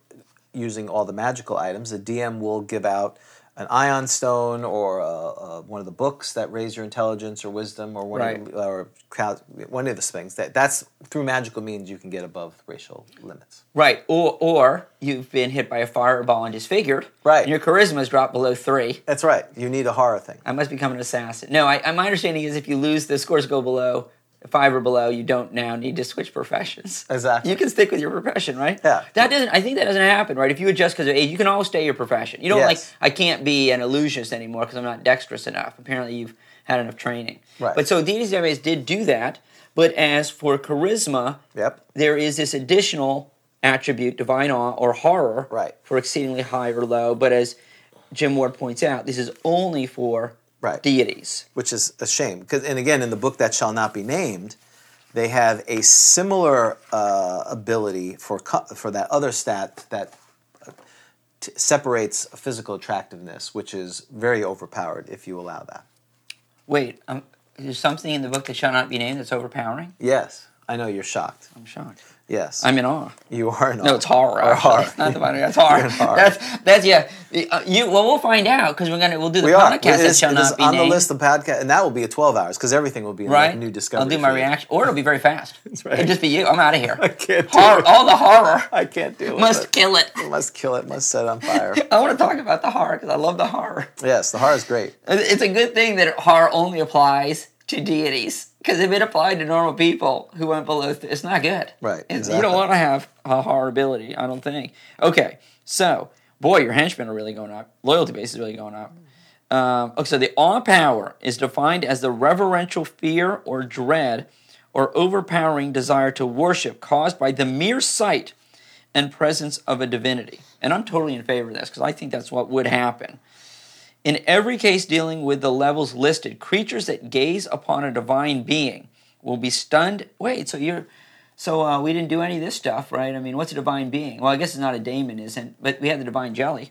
using all the magical items, the DM will give out an ion stone or uh uh one of the books that raise your intelligence or wisdom or one of
Right.
the, or cou- one of those things. That that's through magical means you can get above racial limits.
Right. Or or you've been hit by a fireball and disfigured.
Right.
And your charisma's dropped below three.
That's right. You need a horror thing.
I must become an assassin. No, I, I- my understanding is if you lose, the scores go below five or below. You don't now need to switch professions.
Exactly.
You can stick with your profession, right?
Yeah.
That doesn't. I think that doesn't happen, right? If you adjust because of age, you can always stay your profession. You don't
Yes.
like. I can't be an illusionist anymore because I'm not dexterous enough. Apparently, you've had enough training.
Right.
But so these database did do that. But as for charisma,
Yep.
there is this additional attribute, divine awe or horror,
Right.
for exceedingly high or low. But as Jim Ward points out, this is only for
Right.
deities.
which is a shame. 'Cause- and again, in the book that shall not be named, they have a similar uh, ability for co- for that other stat that uh, t- separates physical attractiveness, which is very overpowered if you allow that.
Wait, um, there's something in the book that shall not be named that's overpowering.
Yes, I know you're shocked.
I'm shocked.
Yes,
I'm in awe.
you are not.
No, it's horror.
Or
actually.
horror.
It's not divine. That's horror.
horror.
That's that's yeah. Uh, you well, we'll find out because we're gonna we'll do the
We are.
podcast
It
that
is,
shall
it
not
is
be
on
named.
the list of podcast, and that will be a 12 hours because everything will be in
right?
like new discovery.
I'll do my
feed.
reaction, or it'll be very fast. That's
right.
It'll just be you. I'm out of here.
I can't do
Horror,
it.
all the horror.
I can't do it.
Must kill it.
Must kill it. Must set on fire.
I want to talk about the horror because I love the horror.
yes, the horror is great.
It's a good thing that horror only applies to deities because if it applied to normal people who went below, th- it's not good.
Right,
It's- You
exactly.
don't want to have a horror ability, I don't think. Okay, so boy, your henchmen are really going up. Loyalty base is really going up. Um, okay, so the awe power is defined as the reverential fear or dread or overpowering desire to worship caused by the mere sight and presence of a divinity. And I'm totally in favor of this because I think that's what would happen. In every case dealing with the levels listed, creatures that gaze upon a divine being will be stunned. Wait, so you're. So uh, we didn't do any of this stuff, right? I mean, what's a divine being? Well, I guess it's not a daemon, isn't? But we have the divine jelly.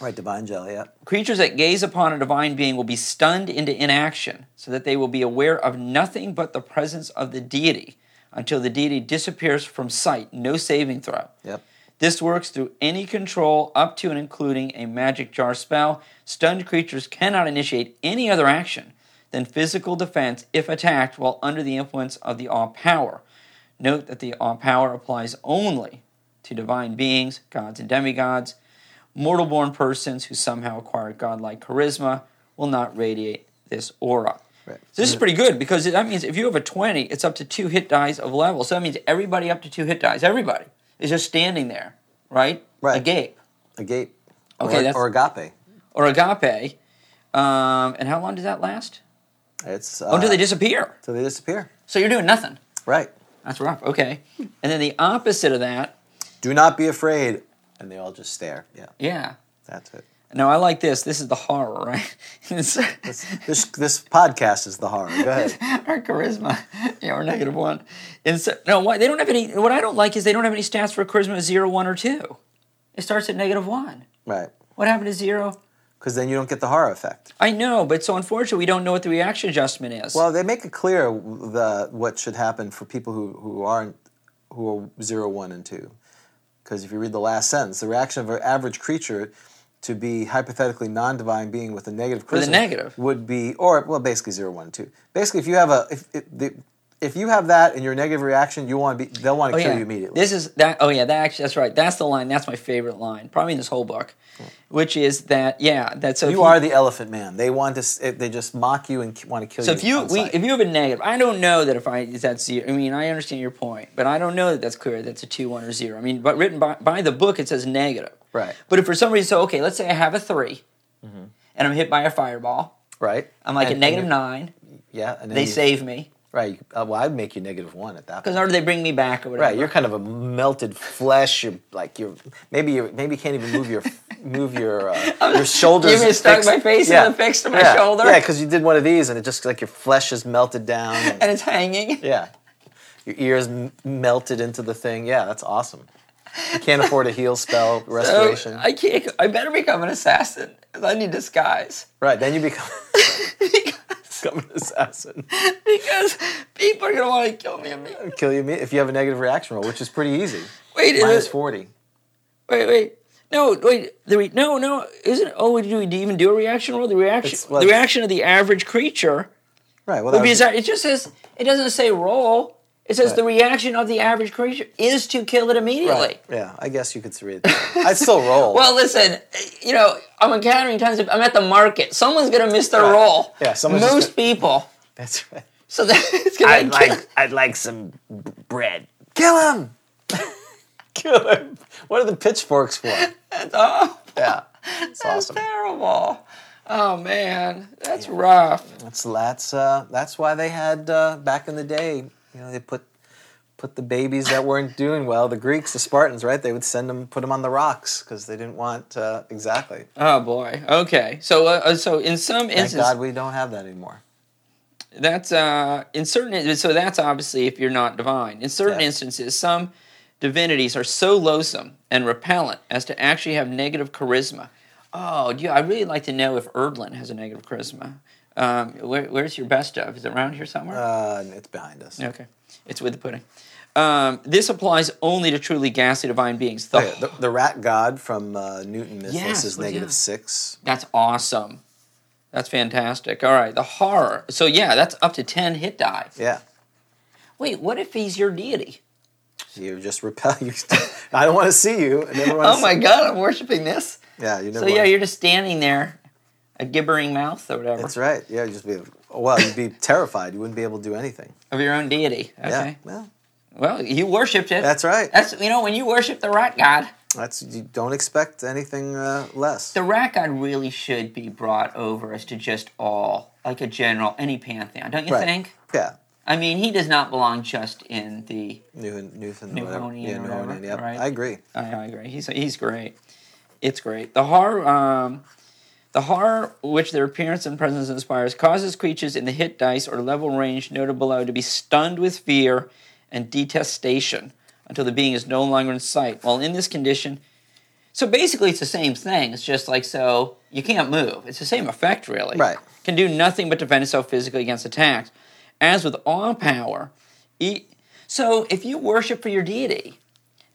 Right, divine jelly. Yeah.
Creatures that gaze upon a divine being will be stunned into inaction, so that they will be aware of nothing but the presence of the deity until the deity disappears from sight. No saving throw.
Yep.
This works through any control up to and including a magic jar spell. Stunned creatures cannot initiate any other action than physical defense if attacked while under the influence of the awe power. Note that the awe power applies only to divine beings, gods, and demigods. Mortal born persons who somehow acquire godlike charisma will not radiate this aura.
Right.
So this is pretty good because that means if you have a 20, it's up to two hit dice of level. So that means everybody up to two hit dice, everybody is just standing there, right?
Right.
Agape
Agape.
Okay,
or,
that's-
or agape.
or agape. Um, and how long does that last?
It's uh,
Oh, do they disappear?
till they disappear.
So you're doing nothing.
Right.
That's rough. Okay. And then the opposite of that,
Do not be afraid, and they all just stare. Yeah,
yeah.
that's it.
No, I like this. This is the horror, right? It's-
This this podcast is the horror. Go ahead.
our charisma. Yeah, we're negative one. And so, no, why they don't have any? What I don't like is they don't have any stats for charisma of zero, one, or two. It starts at negative one.
Right.
What happened to zero?
Because then you don't get the horror effect.
I know, but so unfortunately, we don't know what the reaction adjustment is.
Well, Oh, they make it clear the what should happen for people who who aren't who are zero, one, and two. Because if you read the last sentence, the reaction of an average creature to be hypothetically non-divine being with a negative charisma
With a negative.
would be, or well, basically zero, one, two. Basically, if you have a if if, the, if you have that and your negative reaction, you want to be they'll want to
Oh,
kill
yeah.
you immediately.
This is that. Oh yeah, that actually, that's right. That's the line. That's my favorite line, probably in this whole book, which is that. Yeah, that. So if
Hmm. you are the elephant man. They want to. s- They just mock you and ki- want to kill
So
you.
if you
on
we,
sight.
if you have a negative, I don't know that if I is that zero. I mean, I understand your point, but I don't know that that's clear. That's a two, one, or zero. I mean, but written by, by the book, it says negative.
Right.
But if for some reason, so okay, let's say I have a 3 and I'm hit by a fireball.
right,
I'm
And-
like at
and
negative
you-
nine.
Yeah, and then
They
you-
save me
right. Uh, well, I'd make you negative one at that.
because
point.
or they bring me back or whatever.
Right, you're kind of a melted flesh. You're like you're maybe you maybe you can't even move your move your uh, your shoulders.
You're gonna
is
stuck
fixed-
my face in the fix to my
yeah.
shoulder?
Yeah, because you did one of these, and it just like your flesh is melted down. and-
and it's hanging.
yeah, your ears m- melted into the thing. Yeah, that's awesome. You can't afford a heal spell
So
restoration.
Oh, I can't. I better become an assassin. 'cause I need disguise
right, then you become
because
become an assassin.
because people are gonna want to kill me. immediately.
Kill you imme- if you have a negative reaction roll, which is pretty easy.
Wait, is
Minus
it-
forty.
Wait, wait. No, wait. The re- no, no. Isn't oh, do we even do a reaction roll? The reaction,
It's like-
the reaction of the average creature
Right. Well, that
would be.
was-
It just says it doesn't say roll. It says the reaction of the average creature is to kill it immediately.
right. Yeah, I guess you could read it. that way. I'd still roll.
Well, listen. You know, I'm encountering tons of. I'm at the market. Someone's gonna miss their
Right.
roll.
Yeah, someone's just
Most people.
that's right.
So that it's gonna.
I'd
kill-
like I'd like some b- bread.
Kill him! Kill him! What are the pitchforks for?
Oh,
Yeah, it's
that's
awesome.
terrible. Oh man, that's rough.
That's that's uh, that's why they had uh, back in the day. You know, they put put the babies that weren't doing well, the Greeks, the Spartans, right? They would send them, put them on the rocks because they didn't want uh, exactly.
Oh boy. Okay. So, uh, uh, so in some
Thank
instances,
God we don't have that anymore.
that's uh, in certain. So that's obviously if you're not divine. In certain
Yeah.
instances, some divinities are so loathsome and repellent as to actually have negative charisma. Oh, do you, I really like to know if Erdlin has a negative charisma. Um, where, where's your best of? Is it around here somewhere?
Uh, it's behind us.
okay, it's with the pudding. Um, this applies only to truly ghastly divine beings. The
Okay, Oh, the, the rat god from uh, Newton Mythos
Yes,
is
well, yeah.
negative six.
That's awesome. That's fantastic. All right, the horror. So yeah, that's up to ten hit die.
Yeah,
Wait, what if he's your deity?
you just repel. You, I don't want to see you. I never want
Oh my god, I'm worshiping this.
Yeah, you never.
So yeah,
wanna-
you're just standing there, a gibbering mouth or whatever
That's right. Yeah, you'd just be well, you'd be terrified. You wouldn't be able to do anything.
of your own deity.
Yeah.
Okay.
Well,
Well, you worshipped it.
that's right.
That's you know when you worship the rat god,
That's you don't expect anything uh, less.
the rat god really should be brought over as to just all like a general any pantheon, don't you
Right.
think?
Yeah.
I mean, he does not belong just in the
New Newfoundland. whatever.
Newtonian
Yeah,
or
Newtonian,
whatever,
yep.
right?
I agree.
I, I agree. He's he's great. It's great. The horror, um, the horror which their appearance and presence inspires, causes creatures in the hit dice or level range noted below to be stunned with fear and detestation until the being is no longer in sight. While in this condition, so basically it's the same thing. It's just like so you can't move. It's the same effect, really.
Right.
Can do nothing but defend itself physically against attacks. As with all power, e- so if you worship for your deity,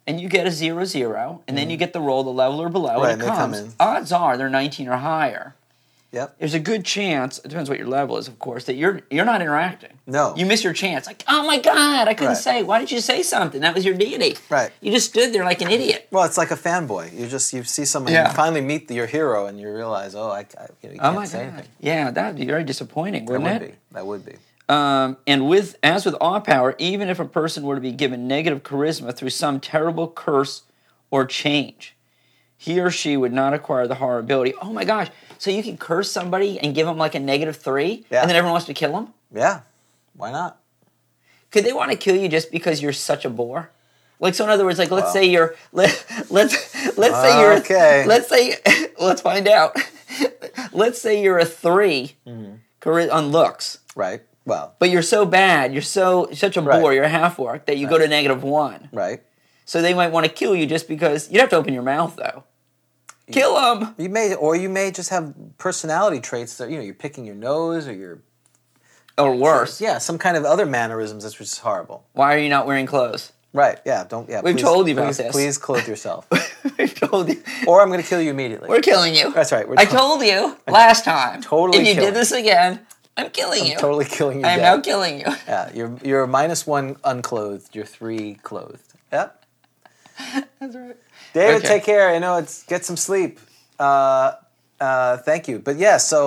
and you get a zero zero, and then you get the roll the level or below,
Mm. Right, and
and it
they come
comes.
in.
Odds are they're nineteen or higher.
Yep.
There's a good chance. It depends what your level is, of course. That you're you're not interacting.
No.
you miss your chance. Like, oh my god, I couldn't
Right.
say. Why did you say something? That was your deity.
Right.
You just stood there like an idiot.
Well, it's like a fanboy. You just you see someone,
Yeah.
you finally meet your hero, and you realize, oh, I, I you, know, you
Oh
can't
my
say
god.
anything.
Yeah, that'd be very disappointing,
That
wouldn't
would
it?
be. That would be.
Um, and with as with awe power, even if a person were to be given negative charisma through some terrible curse or change, he or she would not acquire the horror ability. Oh my gosh! So you can curse somebody and give them like a negative three,
Yeah.
and then everyone wants to kill them.
Yeah. Why not?
Could they want to kill you just because you're such a bore? Like so, in other words, like let's
Wow.
say you're let let's let's say you're
Okay.
let's say let's find out. let's say you're a 3
Mm-hmm.
chari- on looks.
Right. Well.
But you're so bad, you're so such a
Right.
bore, you're a half orc that you go to negative one.
Right.
So they might want to kill you just because you'd have to open your mouth though. Kill them.
You may, or you may just have personality traits that you know you're picking your nose or your
Or worse,
yeah some kind of other mannerisms that's just horrible.
why are you not wearing clothes?
Right. Yeah. Don't. Yeah.
We've
please-
told you about
please-
this.
Please clothe yourself,
We've told you.
or I'm going to kill you immediately.
We're killing you.
That's right, we're
I
to-
told you last time.
totally
If you
killing
did this again, I'm killing you.
totally killing you.
I am
dead.
now killing you.
Yeah. You're you're minus one unclothed. You're three clothed. Yep.
That's right.
David,
Okay.
take care. I know it's get some sleep. Uh, uh, thank you. But yeah, so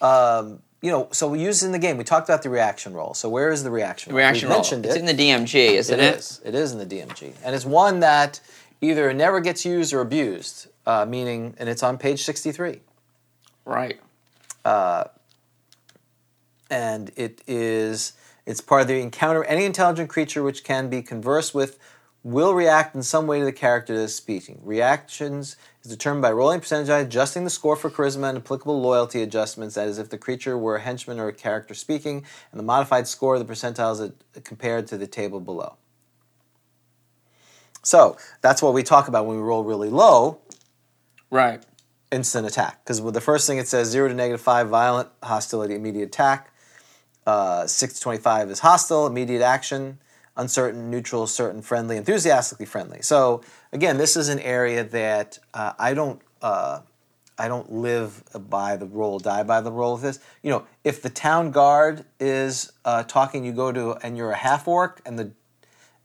um, you know, so we used in the game. We talked about the reaction roll. So where is the reaction? roll?
Reaction
We've
roll.
Mentioned
It's
it.
in the DMG, isn't it?
It is. It is in the DMG, and it's one that either never gets used or abused. Uh, meaning, and it's on page sixty-three, Uh,
Right.
and it is. It's part of the encounter. Any intelligent creature which can be conversed with will react in some way to the character that is speaking. Reactions is determined by rolling percentage, adjusting the score for charisma and applicable loyalty adjustments. That is, if the creature were a henchman or a character speaking, and the modified score of the percentiles is compared to the table below. So that's what we talk about when we roll really low
Right.
instant attack. Because the first thing it says zero to negative five, violent, hostility, immediate attack. Uh, six to 25 is hostile, immediate action, uncertain, neutral, certain, friendly, enthusiastically friendly. So again, this is an area that uh, I don't. Uh, I don't live by the roll, die by the roll of this. You know, if the town guard is uh, talking, you go to, and you're a half orc, and the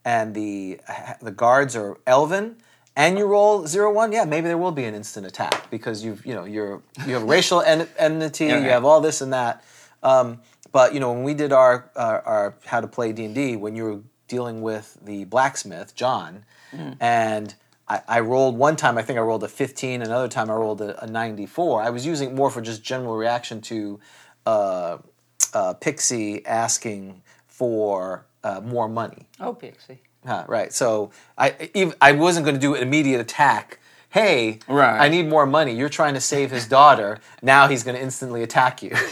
and the the guards are elven and you roll zero one, yeah, maybe there will be an instant attack because you've you know you're you have racial en- enmity, you
yeah.
have all this and that. Um, but you know when we did our our, our how to play D anD D, when you were dealing with the blacksmith John, and I, I rolled one time, I think I rolled a fifteen, another time I rolled a, a ninety four. I was using it more for just general reaction to. Uh, uh, Pixie asking for uh, more money.
Oh, Pixie.
Huh, right. So I ev I wasn't going to do an immediate attack. Hey,
Right.
I need more money. You're trying to save his daughter. now he's going to instantly attack you.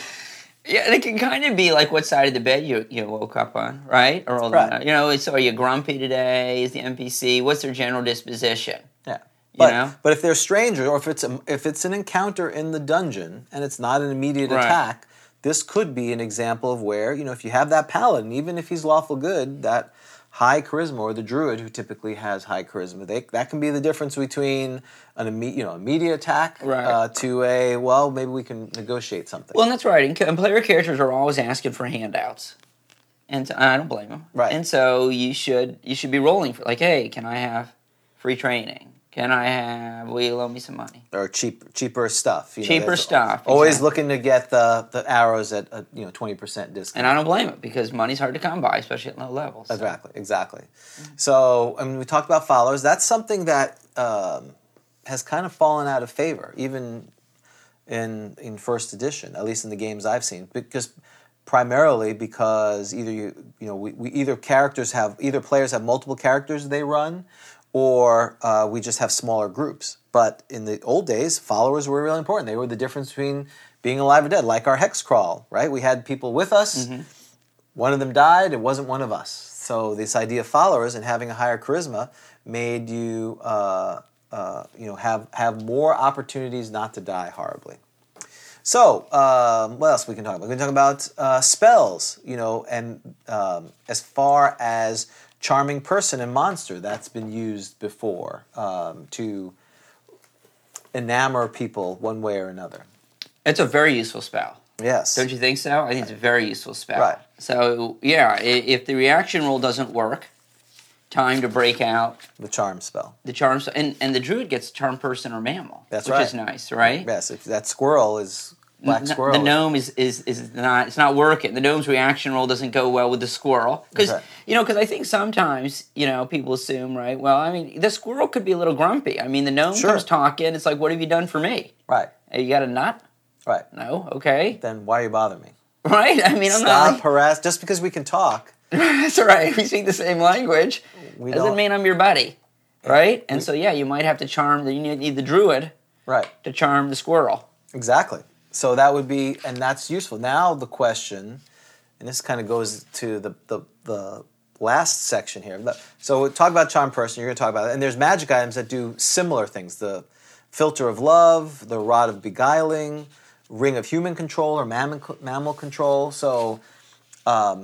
Yeah, and it can kind of be like what side of the bed you you woke up on, right? Or all
Right.
the, you know, it's are you grumpy today? Is the NPC? What's their general disposition?
yeah. But,
know?
but if they're strangers or if it's a, if it's an encounter in the dungeon and it's not an immediate
Right.
attack, this could be an example of where you know if you have that paladin, even if he's lawful good, that high charisma or the druid who typically has high charisma, they, that can be the difference between an imme- you know immediate attack
Right.
uh, to a well maybe we can negotiate something.
Well, and that's right. And, ca- and player characters are always asking for handouts, and so- I don't blame them.
Right.
And so you should you should be rolling for like, hey, can I have free training? Can I have? Will you loan me some money?
or cheap cheaper stuff. you know,
Cheaper
there's
stuff,
Always
exactly.
looking to get the the arrows at a, you know twenty percent discount.
And I don't blame it because money's hard to come by, especially at low levels. So-
Exactly, exactly. So, I mean, we talked about followers. That's something that um, has kind of fallen out of favor, even in in first edition, at least in the games I've seen, because primarily because either you you know we, we either characters have either players have multiple characters they run, or uh, we just have smaller groups. But in the old days, followers were really important. They were the difference between being alive or dead, like our hex crawl, right? We had people with us one of them died it wasn't one of us so this idea of followers and having a higher charisma made you uh, uh, you know have have more opportunities not to die horribly so um, what else we can talk about we can talk about uh, spells you know and um, as far as charming person and monster that's been used before um, to enamor people one way or another
It's a very useful spell.
yes
Don't you think so? I think it's a very useful spell.
Right.
So yeah, i- if the reaction roll doesn't work, time to break out
the charm spell
the charm, spell- and and the druid gets charm person or mammal.
That's
which
right.
is nice, right?
yes if that squirrel is black
N-
squirrel
The gnome is, is is not it's not working. The gnome's reaction roll doesn't go well with the squirrel because
Okay.
you know because I think sometimes you know people assume right. Well, I mean the squirrel could be a little grumpy. I mean the gnome
Sure.
comes talking. It's like what have you done for me?
Right,
Hey, You got a nut?
right.
No, okay,
Then why are you bothering me?
right. I mean I'm not.
Stop harass. Just because we can talk,
That's all right. We speak the same language.
we
doesn't
don't.
mean I'm your buddy, right? And so yeah, you might have to charm. The, you need, need the druid
right,
to charm the squirrel.
exactly. So that would be, and that's useful. Now the question, and this kind of goes to the the, the last section here. But- So we talk about charm person. You're going to talk about it, and there's magic items that do similar things. The filter of love, the rod of beguiling, ring of human control or mammal mammal control. So um,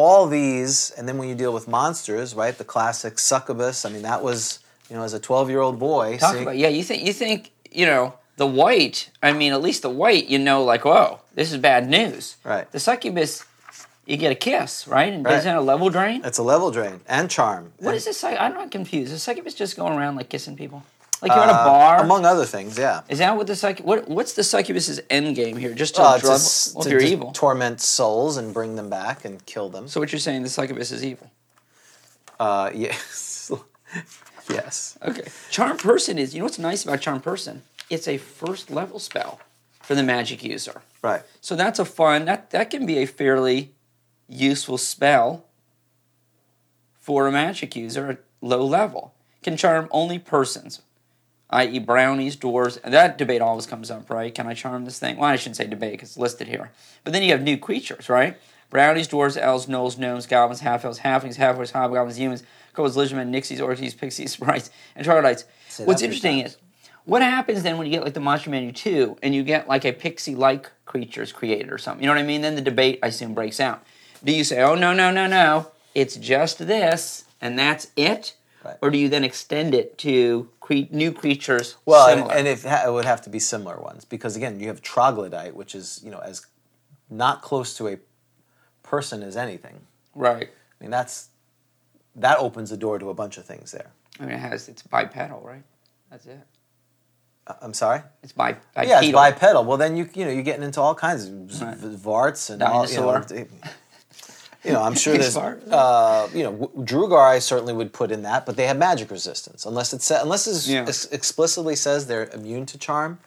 all these, and then when you deal with monsters, right? The classic succubus. I mean, that was you know, as a twelve-year-old boy,
Talk
seeing-
about yeah. You think you think you know the white. I mean, at least the white. You know, like whoa, this is bad news.
Right.
The succubus, you get a kiss, right? And
Right.
doesn't it a level drain?
it's a level drain and charm.
What
and,
is this? suc- I'm not confused. Is succubus just going around like kissing people? Like you're in a bar.
Uh, among other things? Yeah.
is that what the succubus? What, what's the succubus's end game here? Just to
Well,
drug-
s-
well,
Uh, to
if you're
just
evil.
torment souls and bring them back and kill them.
so what you're saying? The succubus is evil.
Uh, yes. yes.
Okay. Charm person is. You know what's nice about charm person? It's a first level spell for the magic user.
Right.
So that's a fun that that can be a fairly useful spell for a magic user at low level. Can charm only persons, i.e., brownies, dwarves. And that debate always comes up, right? Can I charm this thing? Well, I shouldn't say debate because it's listed here. But then you have new creatures, right? Brownies, dwarves, elves, gnolls, gnomes, goblins, half elves, halflings, half-orcs, hobgoblins, humans, kobolds, lichman, nixies, orcs, pixies, sprites, and troglodytes.
that
What's
three
interesting
times.
is what happens then when you get like the Monster Menu 2 and you get like a pixie like creatures created or something? You know what I mean? Then the debate, I assume, breaks out. Do you say, oh, no, no, no, no, it's just this and that's it?
Right.
Or do you then extend it to cre- new creatures?
Well, and,
similar?
and if ha- it would have to be similar ones because again, you have troglodyte, which is you know as not close to a person as anything.
right.
I mean, that's that opens the door to a bunch of things. There.
I mean, it has, it's bipedal, right? That's
I-
it.
Uh, I'm sorry.
It's bi- bipedal.
Yeah, it's bipedal. Well, then you you know you're getting into all kinds of z-
Right.
v- varts and all, you know,
Dinosaur.
d- you know, I'm sure there's
Vart.
uh, you know w- Drugar I certainly would put in that, but they have magic resistance unless it sa- unless it
Yeah.
ex- explicitly says they're immune to charm.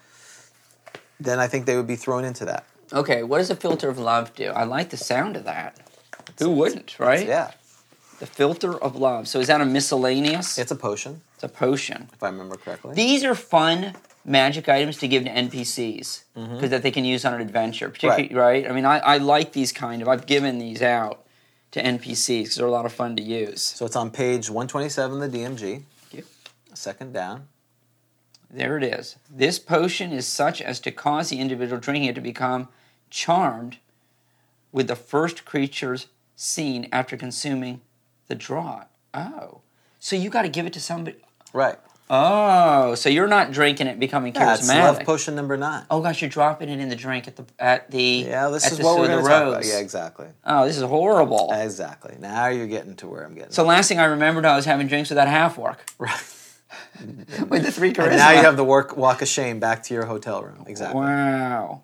Then I think they would be thrown into that.
Okay, what does the filter of love do? I like the sound of that. Who wouldn't, right?
Yeah,
The filter of love. So is that a miscellaneous?
it's a potion
it's a potion.
if I remember correctly.
These are fun magic items to give to NPCs because that they can use on an adventure. Particularly, Mm-hmm. right? I mean, I, I like these kind of. I've given these out to NPCs because they're a lot of fun to use.
so it's on page 127 of the DMG,
Thank you.
second down.
There it is. This potion is such as to cause the individual drinking it to become charmed with the first creatures seen after consuming the draught. Oh, so you got to give it to somebody.
Right.
Oh, so you're not drinking it, becoming charismatic.
That's love potion number nine.
Oh gosh, you're dropping it in the drink at the at the
Yeah, this
at
is
the,
what we're
the
going to talk about.
roads.
Yeah, Uh, exactly.
Oh, this is horrible.
Exactly. Now you're getting to where I'm getting.
so last thing I remembered, I was having drinks with that half orc
Right.
with the three charisma.
And now you have the work, walk of shame back to your hotel room. Exactly.
wow.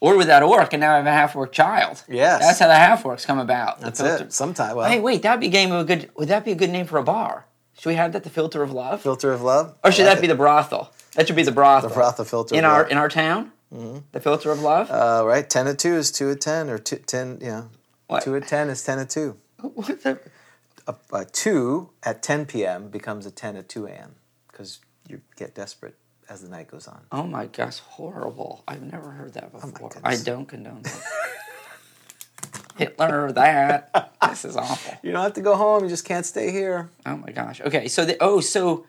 Or with that orc, and now I have a half orc child.
Yes.
that's how the half orcs come about. The
That's
filter-
it. Sometime. Well,
Hey, wait, that'd be a game of a good. Would that be a good name for a bar? Should we have that? The filter of love,
filter of love.
or should that be the brothel? That should be the brothel.
The brothel filter
in
of
our
love.
in our town. The filter of love.
uh, right? Ten at two is two at ten, or two, ten. Yeah.
What?
Two at ten is ten at two.
What the-
A, a two at ten p.m. becomes a ten at two a.m. because you get desperate as the night goes on.
Oh my gosh, horrible. I've never heard that before. I
Oh goodness.
don't condone that. Hitler, that. This is awful.
You don't have to go home. You just can't stay here.
Oh my gosh. Okay, so the oh, so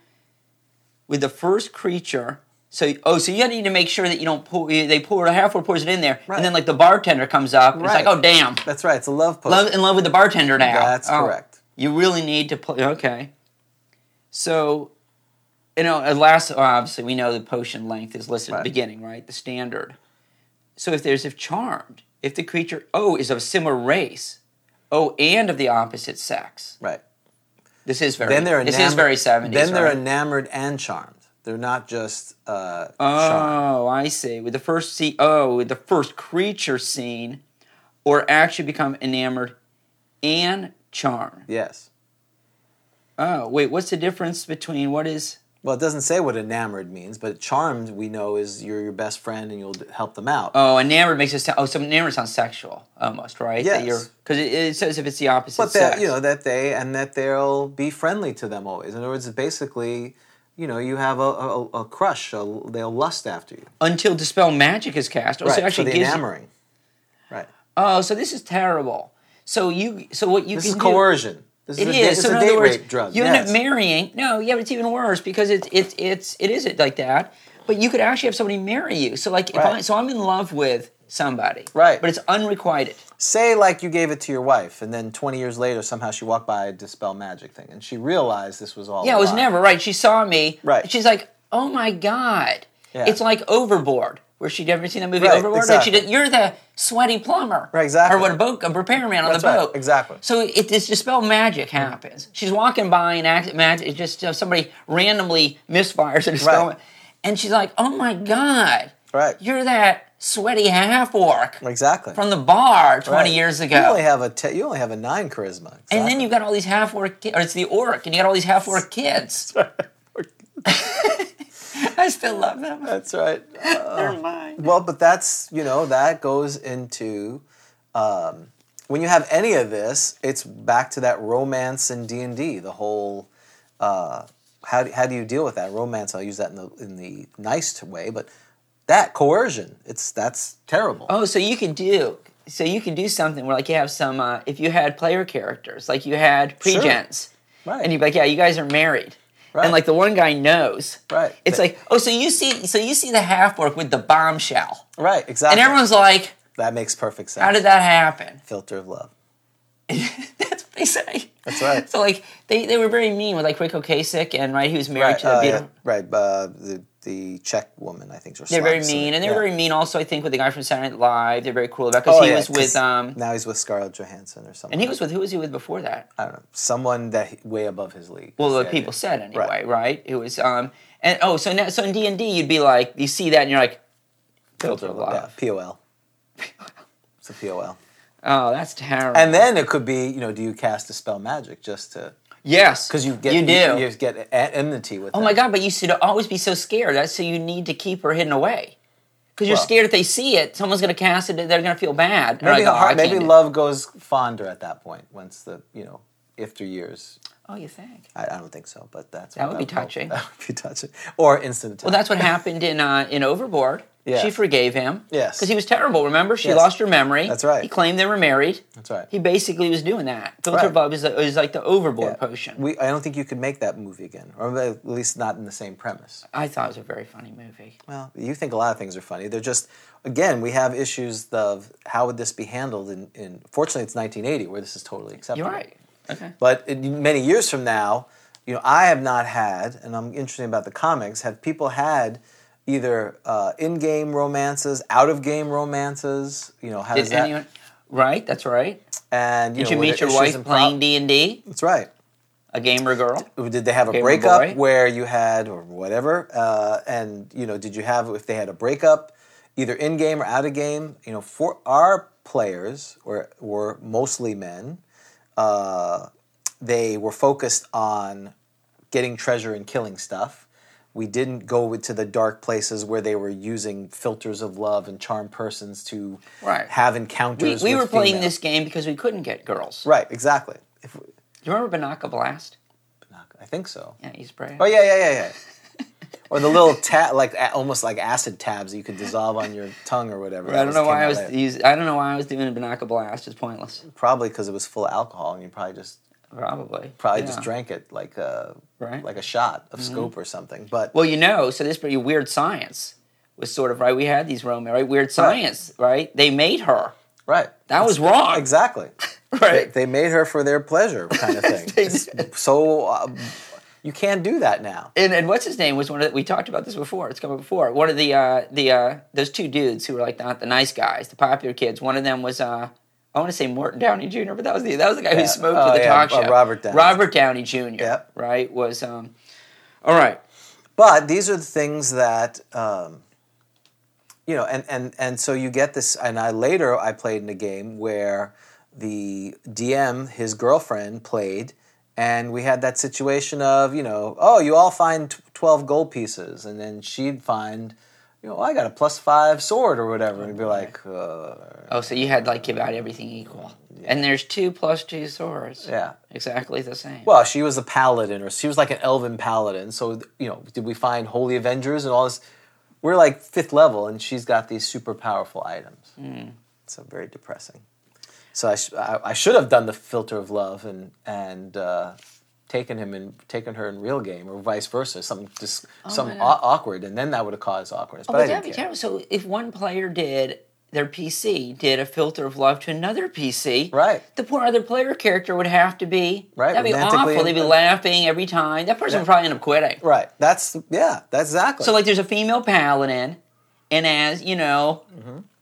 with the first creature, so oh, so you need to make sure that you don't pour they pour half or pours it in there,
Right.
and then like the bartender comes up and
Right.
it's like, oh damn.
That's right. It's a love potion.
Love in love with the bartender now.
That's
Oh,
correct.
You really need to play okay. So you know, at last obviously we know the potion length is listed at
Right.
the beginning, right? The standard. So if there's if charmed, if the creature oh is of similar race, oh and of the opposite sex.
Right.
This is very
Then they're enamored.
this is very seventies.
Then they're
right?
enamored and charmed. They're not just uh, charmed.
Oh, I see. With the first see oh, with the first creature scene, or actually become enamored and charmed.
Yes.
Oh, wait, what's the difference between what is
Well, it doesn't say what enamored means, but charmed we know is you're your best friend and you'll d- help them out.
Oh, enamored makes it sound. Oh, so enamored sounds sexual almost, right?
Yes.
Because it, it says if it's the opposite
but
sex.
that you know that they and that they'll be friendly to them always. In other words, basically, you know, you have a, a, a crush. A, they'll lust after you.
Until dispel magic is cast. Oh, so
right.
it actually
for the
gives you-
enamoring. Right.
oh, so this is terrible. So you. So what you
This
can
is
do-
coercion. This
It
is.
is.
A, da- it's
so
a
in
date
other words,
rape drug.
you
yes.
end up marrying. No, yeah, but it's even worse because it's it's it's it is it like that. But you could actually have somebody marry you. So like, if
Right.
I, so I'm in love with somebody.
Right.
But it's unrequited.
Say like you gave it to your wife, and then 20 years later, somehow she walked by a dispel magic thing, and she realized this was all.
Yeah,
a
it was
lie.
never right. She saw me.
Right.
She's like, oh my god.
Yeah.
It's like Overboard, where she'd ever seen that movie
Right,
Overboard.
exactly.
Like she did, you're the sweaty plumber.
Right, exactly.
Or what a boat, a repairman on
That's
the
right,
boat.
exactly.
So it, this dispel magic happens. She's walking by and act, magic. It just uh, somebody randomly misfires a dispel,
Right.
and she's like, oh my god.
Right.
You're that sweaty half orc
Exactly.
from the bar 20
Right.
years ago.
You only have a te- you only have a nine charisma. Exactly.
And then you've got all these half orc kids, or it's the orc, and you got all these half orc kids. I still love them.
That's right. Oh. Well, but that's you know that goes into um, when you have any of this, it's back to that romance in D and D. The whole uh, how do- how do you deal with that romance? I'll use that in the in the nice way, but that coercion, it's that's terrible.
Oh, so you could do so you could do something where like you have some uh, if you had player characters, like you had
Sure.
pre-gens.
Right.
And you'd be like, Yeah, you guys are married.
Right.
And like the one guy knows.
Right.
It's
That-
like, oh, so you see so you see the half orc with the bombshell.
right, exactly.
And everyone's like,
that makes perfect sense.
How did that happen?
Filter of love.
That's what they say. That's
right.
So like they, they were very mean with like Rico Kasich and right, Oh, he was married
Right,
to the
uh,
beautiful
yeah, right. Uh, the the Czech woman, I think, or
They're very
Slav, so-
mean, and they're
yeah.
very mean. Also, I think with the guy from Saturday Night Live, they're very cruel about because
Oh,
he
yeah,
was
'cause
with um,
now he's with Scarlett Johansson or something.
and he was with who was he with before that?
I don't know, someone that he- way above his league.
Well,
is
the
the
people
idea.
said anyway,
Right.
right. It was um, and oh, so now so in D and D, you'd be like, you see that, and you're like, filter of
Yeah,
love.
POL. It's a POL.
Oh, that's terrible.
And then it could be, you know, do you cast a spell magic just to
yes,
because you get
you do.
you, get a- enmity with.
oh my god! But you should always be so scared. That's so you need to keep her hidden away because you're
Well-
scared if they see it, someone's going to cast it, they're going to feel bad. They're
Maybe
like,
the
"Oh,
heart-
I
maybe
can't do-
love goes fonder at that point once the you know after years.
Oh, you think?
I, I don't think so, but that's
That
what
would be
go-
touching.
That would be touching or instant.
Well, that's what happened in uh, in Overboard.
Yeah.
She forgave him.
Yes.
Because he was terrible. Remember, she
Yes.
lost her memory.
That's right.
He claimed they were married.
That's right.
He basically was doing that. Filter
Right.
Bub is, the- is like the Overboard potion.
We, I don't think you could make that movie again, or at least not in the same premise.
I thought it was a very funny movie.
Well, you think a lot of things are funny. They're just, again, we have issues of how would this be handled in, in fortunately, it's 1980 where this is totally acceptable.
You're right. Okay.
But in, many years from now, you know, I have not had, and I'm interested about the comics, have people had either uh, in-game romances, out-of-game romances, you know, how
Did
does that,
anyone? Right. That's right.
and you
Did
know,
you
were there
meet your
issues
wife
and pro-
playing D and D?
That's right.
A gamer girl.
did they have a
Gamer
breakup
Boy.
where you had or whatever uh, and you know did you have if they had a breakup either in game or out of game you know for our players were were mostly men uh, they were focused on getting treasure and killing stuff we didn't go into the dark places where they were using filters of love and charm persons to
Right.
have
We,
encounters
we
with
were playing
female-
this game because we couldn't get girls.
right exactly if,
Do you remember Banaka Blast?
i think so
Yeah, he's brave.
Oh yeah, yeah, yeah, yeah. or the little ta- like a- almost like acid tabs that you could dissolve on your tongue or whatever.
I don't know why I was. e-,
Probably
He's, I don't know why I was doing a Banaka Blast. It's pointless.
probably because it was full of alcohol and you probably just
Probably.
probably just
Yeah.
drank it like a
Right. Mm-hmm.
like a shot of scope or something. But
Well, you know, so this pretty weird science was sort of right. We had these Roman, right? Weird science, right? They made her.
right,
That was wrong,
exactly.
right?
They made her for their pleasure, kind of thing. It's so uh, you can't do that now.
and, and what's his name was one of the, we talked about this before. It's come up before. One of the uh, the uh, those two dudes who were like not the nice guys, the popular kids. One of them was uh, I want to say Morton Downey Jr., but that was the that was the guy
Yeah.
who smoked
Oh,
at the
yeah,
talk
uh,
show.
Robert Downey.
Robert Downey Jr.
Yep.
Right was um, all right.
but these are the things that um, you know and, and and so you get this and i later i played in a game where the dm his girlfriend played and we had that situation of you know oh you all find tw- 12 gold pieces and then she'd find you know "Oh, i got a plus five sword or whatever and be like uh,
Oh, so you had like give out everything equal, and there's two plus two swords.
yeah
exactly the same.
well she was a paladin or she was like an elven paladin so you know did we find holy avengers and all this we're like fifth level and she's got these super powerful items
Hmm.
so very depressing so I, sh- I, I should have done the filter of love and and uh, taken him and taken her in real game or vice versa something just some
my
au-
God.
awkward and then that would have caused awkwardness
Oh,
but I
but that'd
didn't
be
care.
terrible. So if one player did their PC did a filter of love to another PC,
Right.
The poor other player character would have to be
Right,
That'd be
romantically
awful. They'd be
involved.
laughing every time. That person would probably end up quitting.
Right. That's yeah. That's exactly.
So like, there's a female paladin, and as you know,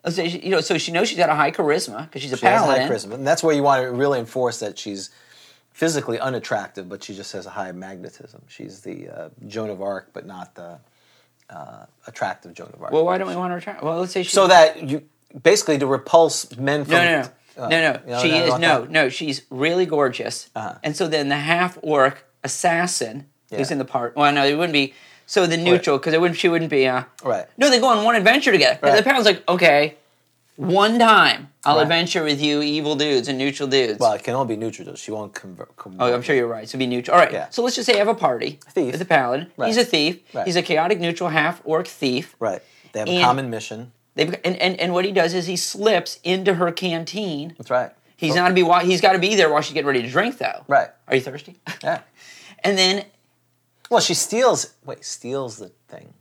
let's say she- you know, so she knows she's got a high charisma because she's a
Mm-hmm. she has high
paladin.
charisma, and that's where you want to really enforce that she's physically unattractive, but she just has a high magnetism. She's the uh, Joan of Arc, but not the uh, attractive Joan of Arc.
Well, why don't we want her to try? Well, let's say she.
so that you basically to repulse men from
no, no, no,
uh,
no,
you
no.
know,
She
not
is
like
no,
that.
no. She's really gorgeous,
Uh-huh.
and so then the half orc assassin who's
Yeah.
in the part. Well, no, it wouldn't be. So the neutral because it wouldn't. She wouldn't be. Uh,
Right.
No, they go on one adventure together. And
Right.
the paladin's like, okay, one time I'll
Right.
adventure with you, evil dudes and neutral dudes.
Well, Uh, it can only be neutral. She won't convert. Conver-
Oh, I'm sure you're right. So be neutral. All right.
Yeah.
So let's just say I have a party
Thief.
with a paladin.
Right.
He's a thief.
Right.
He's a chaotic neutral half orc thief.
Right. They have a
And-
common mission.
They've, and, and and what he does is he slips into her canteen.
That's right.
He's not to be. wa- He's got to be there while she's getting ready to drink, though.
Oh. Right.
Are you thirsty?
Yeah.
and then
Well, she steals. Wait, steals the thing.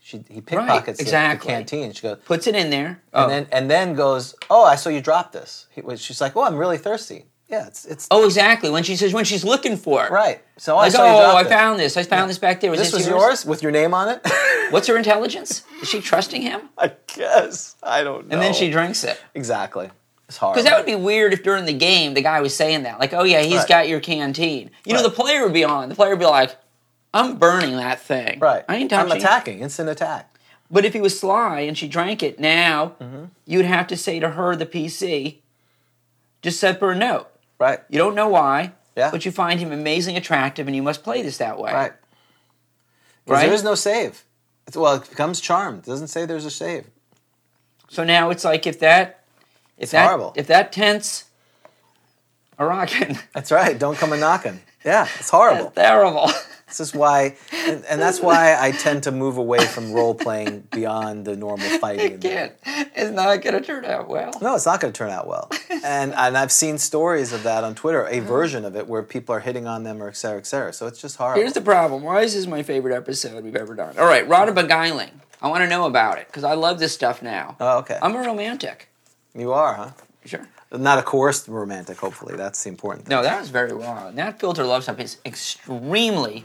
She he pickpockets the-
exactly.
the canteen. She goes,
puts it in there. Oh.
and then and then goes, "Oh, I saw you drop this." He, was- she's like, "Oh, I'm really thirsty." Yeah, it's it's
oh, exactly. When she says when she's looking for it.
right. So I
Like,
saw you
oh,
drop
I
this.
found this. I found this back there. Was
this was yours with your name on it.
What's her intelligence? Is she trusting him?
I guess I don't know.
And then she drinks it.
exactly. It's hard
Because that would be weird if during the game the guy was saying that, like, "Oh yeah, he's
Right.
got your canteen." You know,
Right.
the player would be on. The player would be like, "I'm burning that thing.
right.
I ain't touching."
I'm attacking. Instant attack.
But if he was sly and she drank it, now
Mm-hmm.
you'd have to say to her, the PC, just send her a note.
Right.
You don't know why,
Yeah.
but you find him amazing, attractive, and you must play this that way.
Right. 'Cause
Right?
There is no save. It's, well, it becomes charmed. It doesn't say there's a save.
So now it's like if that, if that,
horrible.
if that tense, a rockin',
That's right. Don't come a knocking. Yeah, it's horrible.
terrible.
This is why, and, and that's why I tend to move away from role playing beyond the normal fighting.
it can't. It's not going to turn out well.
No, it's not going to turn out well. And and I've seen stories of that on Twitter, a version of it where people are hitting on them or et cetera, et cetera. So it's just horrible.
Here's the problem. Why is this my favorite episode we've ever done? All right, Rod of Beguiling. I want to know about it because I love this stuff now.
Oh, okay.
I'm a romantic.
you are, huh?
Sure.
Not a coerced romantic. Hopefully, that's the important thing.
No, that was very wrong. That filter love stuff is extremely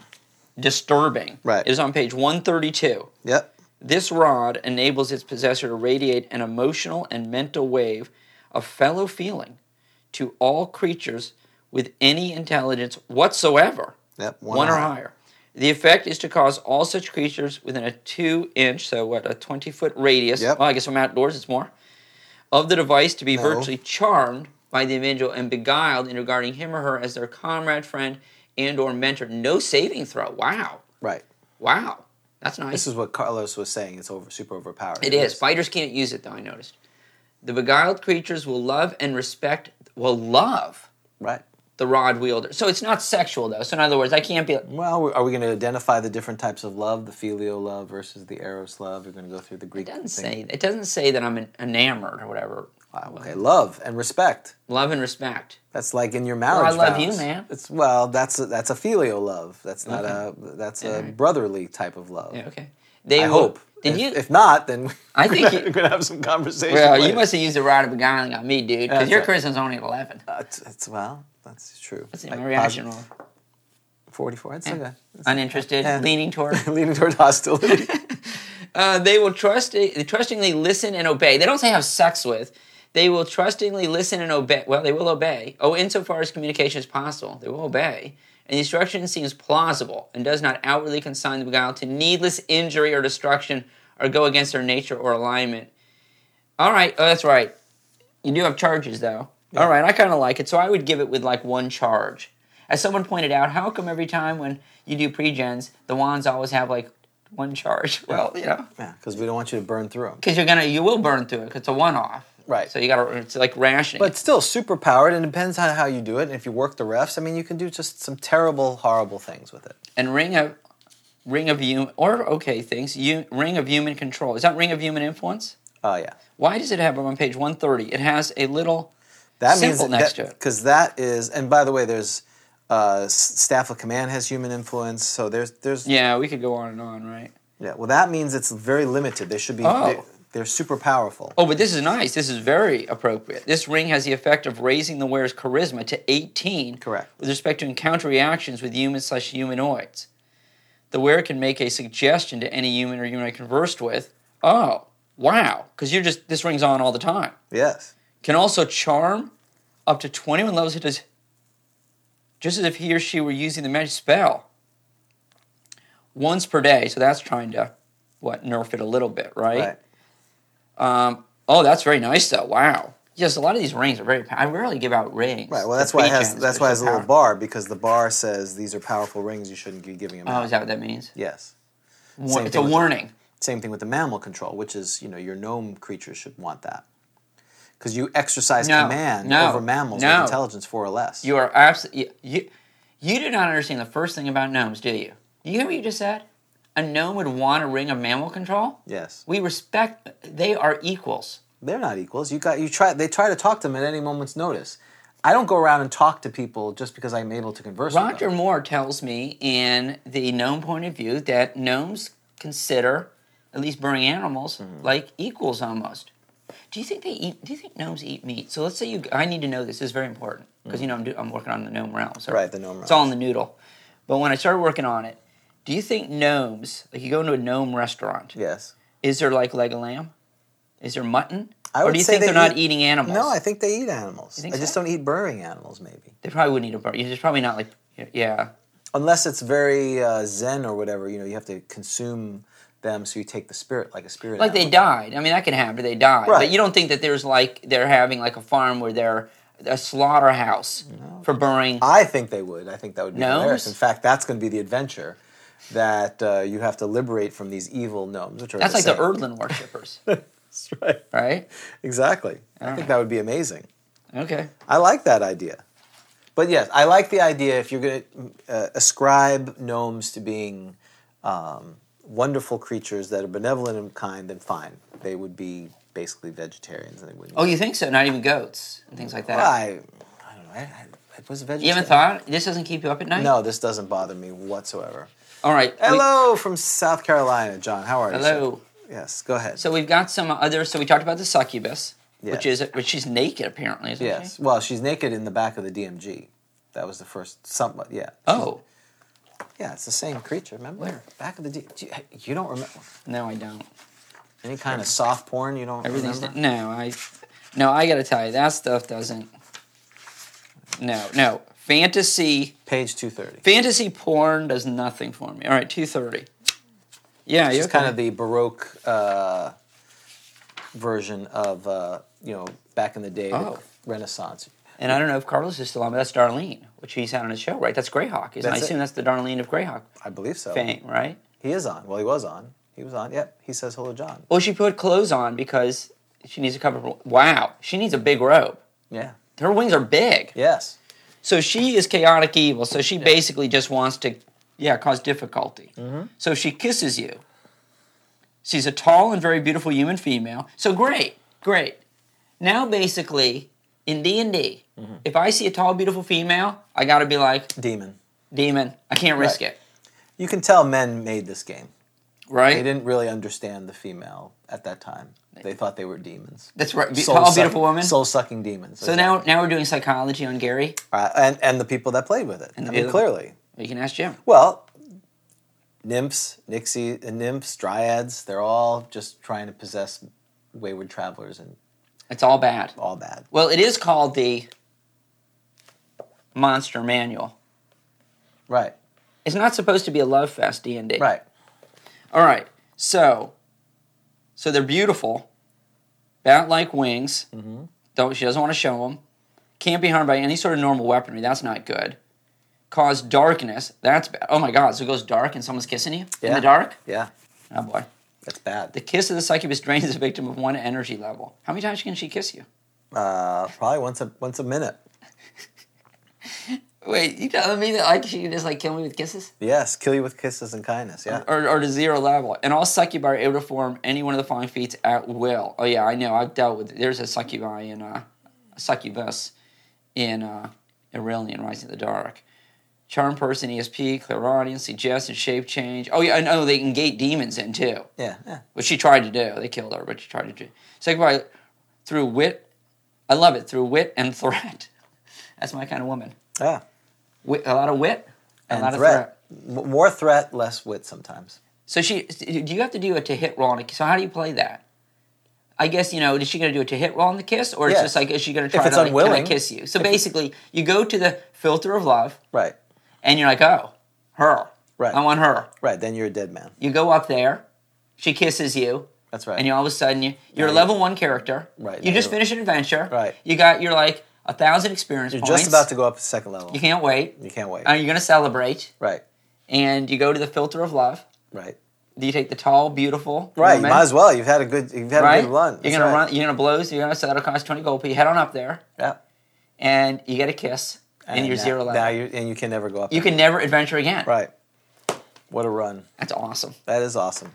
disturbing.
Right.
It is on page 132.
Yep.
This rod enables its possessor to radiate an emotional and mental wave of fellow feeling to all creatures with any intelligence whatsoever.
Yep.
one, or higher. The effect is to cause all such creatures within a two inch, so what, a 20 foot radius,
Yep.
well, I guess from outdoors it's more, of the device to be
No.
virtually charmed by the individual and beguiled in regarding him or her as their comrade, friend, and or mentor. No saving throw. Wow.
Right.
Wow. That's
This
nice.
is what Carlos was saying. It's over, super overpowered.
it is. Fighters can't use it, though, I noticed. The beguiled creatures will love and respect, will love
Right.
the rod wielder. So it's not sexual, though. So in other words, I can't be like,
Well, are we going to identify the different types of love, the filial love versus the eros love? We're going to go through the Greek.
It
thing.
doesn't say it doesn't say that I'm en- enamored or whatever.
Wow, okay, love and respect.
Love and respect.
That's like in your marriage.
I love
vows.
you, man.
It's well, that's a, that's a filial love. That's not a that's a brotherly type of love.
Yeah, okay. They
I
will-
hope.
Did
if,
you?
if not, then
I think
we're
you-
gonna have some conversation.
well, you
later.
must have used the rod of beguiling on me, dude,
That's
because your
right.
charisma's only at eleven.
Uh, it's, it's- well, that's true.
That's
Like
my reaction
posi-
roll.
Forty-four. It's okay.
Uninterested,
Yeah.
leaning toward.
Leaning toward hostility.
Uh, they will trust, trustingly listen and obey. They don't say have sex with. They will trustingly listen and obey. Well, they will obey. Oh, insofar as communication is possible, they will obey. And the instruction seems plausible and does not outwardly consign the beguiled to needless injury or destruction or go against their nature or alignment. All right. Oh, that's right. You do have charges, though. All right. I kind of like it. So I would give it with like one charge. As someone pointed out, how come every time when you do pre-gens, the wands always have like one charge? Well, you know
yeah, because we don't want you to burn through them.
because you're gonna you will burn through it 'cause it's a one off.
Right.
So you gotta it's like rationing.
But still, super powered, and it depends on how you do it. And if you work the refs, I mean, you can do just some terrible, horrible things with it.
and ring of ring of human or okay things you ring of human control is that ring of human influence?
Oh yeah,
Why does it have on page one thirty? It has a little
that
Simple
means
next
that,
to it.
because that is. And by the way, there's uh, s- staff of command has human influence, so there's there's
yeah. We could go on and on, right?
Yeah, well, that means it's very limited. They should be.
Oh.
they- They're super powerful.
Oh, but this is nice. This is very appropriate. This ring has the effect of raising the wearer's charisma to 18.
Correct.
With respect to encounter reactions with humans slash humanoids. The wearer can make a suggestion to any human or humanoid conversed with. Oh, wow. Because you're just, this ring's on all the time.
Yes.
Can also charm up to 21 levels. It does just as if he or she were using the magic spell once per day. So that's trying to, what, nerf it a little bit,
Right.
um, oh, that's very nice though. Wow. Yes, a lot of these rings are very. pow- I rarely give out rings.
Right. Well,
to
that's why it has
patrons,
that's
which
why it
is
has a little
power-
bar because the bar says these are powerful rings. You shouldn't be giving them
Oh,
out.
is that what that means?
Yes.
War-
Same
it's a
thing with-
warning.
Same thing with the mammal control, which is you know your gnome creatures should want that because you exercise
No,
command
no,
over mammals
no.
with intelligence four or less.
You are absolutely. You, you do not understand the first thing about gnomes, do you? Do you hear what you just said? A gnome would want a ring of mammal control.
yes,
We respect. They are equals.
they're not equals. You got you try they try to talk to them at any moment's notice. I don't go around and talk to people just because I'm able to converse. with
Roger
them.
Moore tells me in the gnome point of view that gnomes consider at least burning animals
Hmm.
like equals almost. Do you think they eat? Do you think gnomes eat meat? So let's say you. I need to know this. This is very important because you know I'm, do, I'm working on the gnome realms. or-
Hmm. Right, the gnome
It's all in the noodle. But when I started working on it, do you think gnomes? Like you go into a gnome restaurant,
Yes,
is there like leg of lamb? Is there mutton?
I
or
would
do you
say
think
they
they're not
eat-
eating animals?
no, I think they eat animals.
think
I just
so?
don't eat burrowing animals, maybe
they probably wouldn't eat a bird. It's probably not like yeah.
unless it's very uh, zen or whatever. You know, you have to consume them, so you take the spirit like a spirit.
like they
animal.
died. I mean, that can happen. They died,
Right.
but you don't think that there's like they're having like a farm where they're a slaughterhouse for burning.
I think they would. I think that would be
Gnomes?
hilarious. In fact, that's going to be the adventure that uh, you have to liberate from these evil gnomes, which are
That's like the
same.
Erdlin worshippers,
That's right.
right?
Exactly.
Ah.
I think that would be amazing.
Okay.
I like that idea. But yes, I like the idea if you're going to uh, ascribe gnomes to being um, wonderful creatures that are benevolent and kind, then fine. They would be basically vegetarians and they wouldn't.
Oh, you think so? Not even goats and things like that.
I, I don't know. I, I, I was a
You
vegetarian.
haven't thought this doesn't keep you up at night?
No, this doesn't bother me whatsoever.
All right. we-
Hello from South Carolina, John. How are you? sir?
hello.
Yes, go ahead.
So we've got some other. So we talked about the succubus, which
Yes.
is which she's naked apparently, isn't
yes.
she?
Well, she's naked in the back of the DMG. That was the first somewhat. Yeah.
Oh
Yeah, it's the same creature. Remember?
Where?
Back of the D. Do you, you don't remember
no, I don't.
any kind of soft porn. You don't
Everything's
remember.
no, I no, I gotta tell you that stuff doesn't. No, no, fantasy
Page two thirty.
fantasy porn does nothing for me. All right, two thirty. Yeah,
It's
you're
kind of the baroque uh, version of uh, you know back in the day
Oh.
Renaissance.
And I don't know if Carlos is still on, but that's Darlene, which he's had on his show, right? That's Greyhawk. Isn't it? I
That's it.
assume that's the Darlene of Greyhawk
I believe so.
fame, right?
He is on. Well, he was on. He was on. Yep. He says hello, John.
Well, she put clothes on because she needs to cover. Wow, she needs a big robe.
Yeah.
Her wings are big.
Yes.
So she is chaotic evil. So she basically just wants to, yeah, cause difficulty.
Mm-hmm.
So she kisses you. She's a tall and very beautiful human female. So great, great. Now basically in D and D,
Mm-hmm.
if I see a tall, beautiful female, I gotta be like,
Demon.
demon, I can't risk
Right.
it,
You can tell men made this game.
right?
They didn't really understand the female at that time. They thought they were demons.
That's right. Be-
Soul
tall,
suck-
beautiful woman.
Soul sucking demons.
so now, now we're doing psychology on Gary.
Uh, and, and the people that played with it. I
the
mean,
people-
clearly.
You can ask Jim.
Well, nymphs, nixie, uh, nymphs, dryads, they're all just trying to possess wayward travelers and
It's all bad.
all bad.
Well, it is called the Monster Manual.
Right,
It's not supposed to be a love fest, D and D.
right.
All right. So, so they're beautiful, bat-like wings. Don't she doesn't want to show them. Can't be harmed by any sort of normal weaponry. That's not good. Cause darkness. That's bad. Oh my God! So it goes dark and someone's kissing you in
Yeah.
the dark.
Yeah,
Oh boy.
that's bad.
The kiss of the succubus drains the victim of one energy level. How many times can she kiss you?
Uh, probably once a, once a minute.
Wait, you telling me that like she can just like kill me with kisses?
Yes, kill you with kisses and kindness. Yeah.
Or, or to zero level. And all succubi are able to form any one of the following feats at will. Oh yeah, I know. I've dealt with there's a succubi in uh, a succubus in uh, Aurelian Rising of the Dark. Charm person, ESP, clairaudience, suggest and shape change. Oh yeah, I know they can gate demons in too,
Yeah, yeah.
which she tried to do. They killed her, but she tried to do. Second part, through wit, I love it. Through wit and threat. That's my kind of woman.
Ah,
Wit, a lot of wit, a
and
lot of threat.
threat. M- More threat, less wit sometimes.
So she, do you have to do a to hit roll on a kiss? So how do you play that? I guess you know. Is she going to do a to hit roll on the kiss, or
Yes.
it's just like is she going to
If
try
it's
to like, can I
unwilling.
kiss you? So basically, you go to the filter of love,
Right,
and you're like, oh, her,
Right.
I want her.
right. Then you're a dead man.
You go up there, she kisses you,
That's right.
and you all of a sudden you, you're a
Now
level one character.
Right,
You
now
just
you're-
finished an adventure.
Right.
You got you're like a thousand experience
you're
points.
just about to go up to second level.
You can't wait.
You can't wait.
Uh, you're going to celebrate,
right,
and you go to the filter of love.
right,
Do you take the tall, beautiful?
right. You
woman?
might as well. You've had a good. You've had a
right?
good run.
You're
That's
gonna
right.
run. You're gonna blow. So you're gonna sell. That'll cost twenty gold. But you head on up there,
Yeah.
and you get a kiss, and, you're
now,
zero
Now
level.
you and you can never go up.
You can never adventure again.
Right. What a run.
That's awesome.
That is awesome.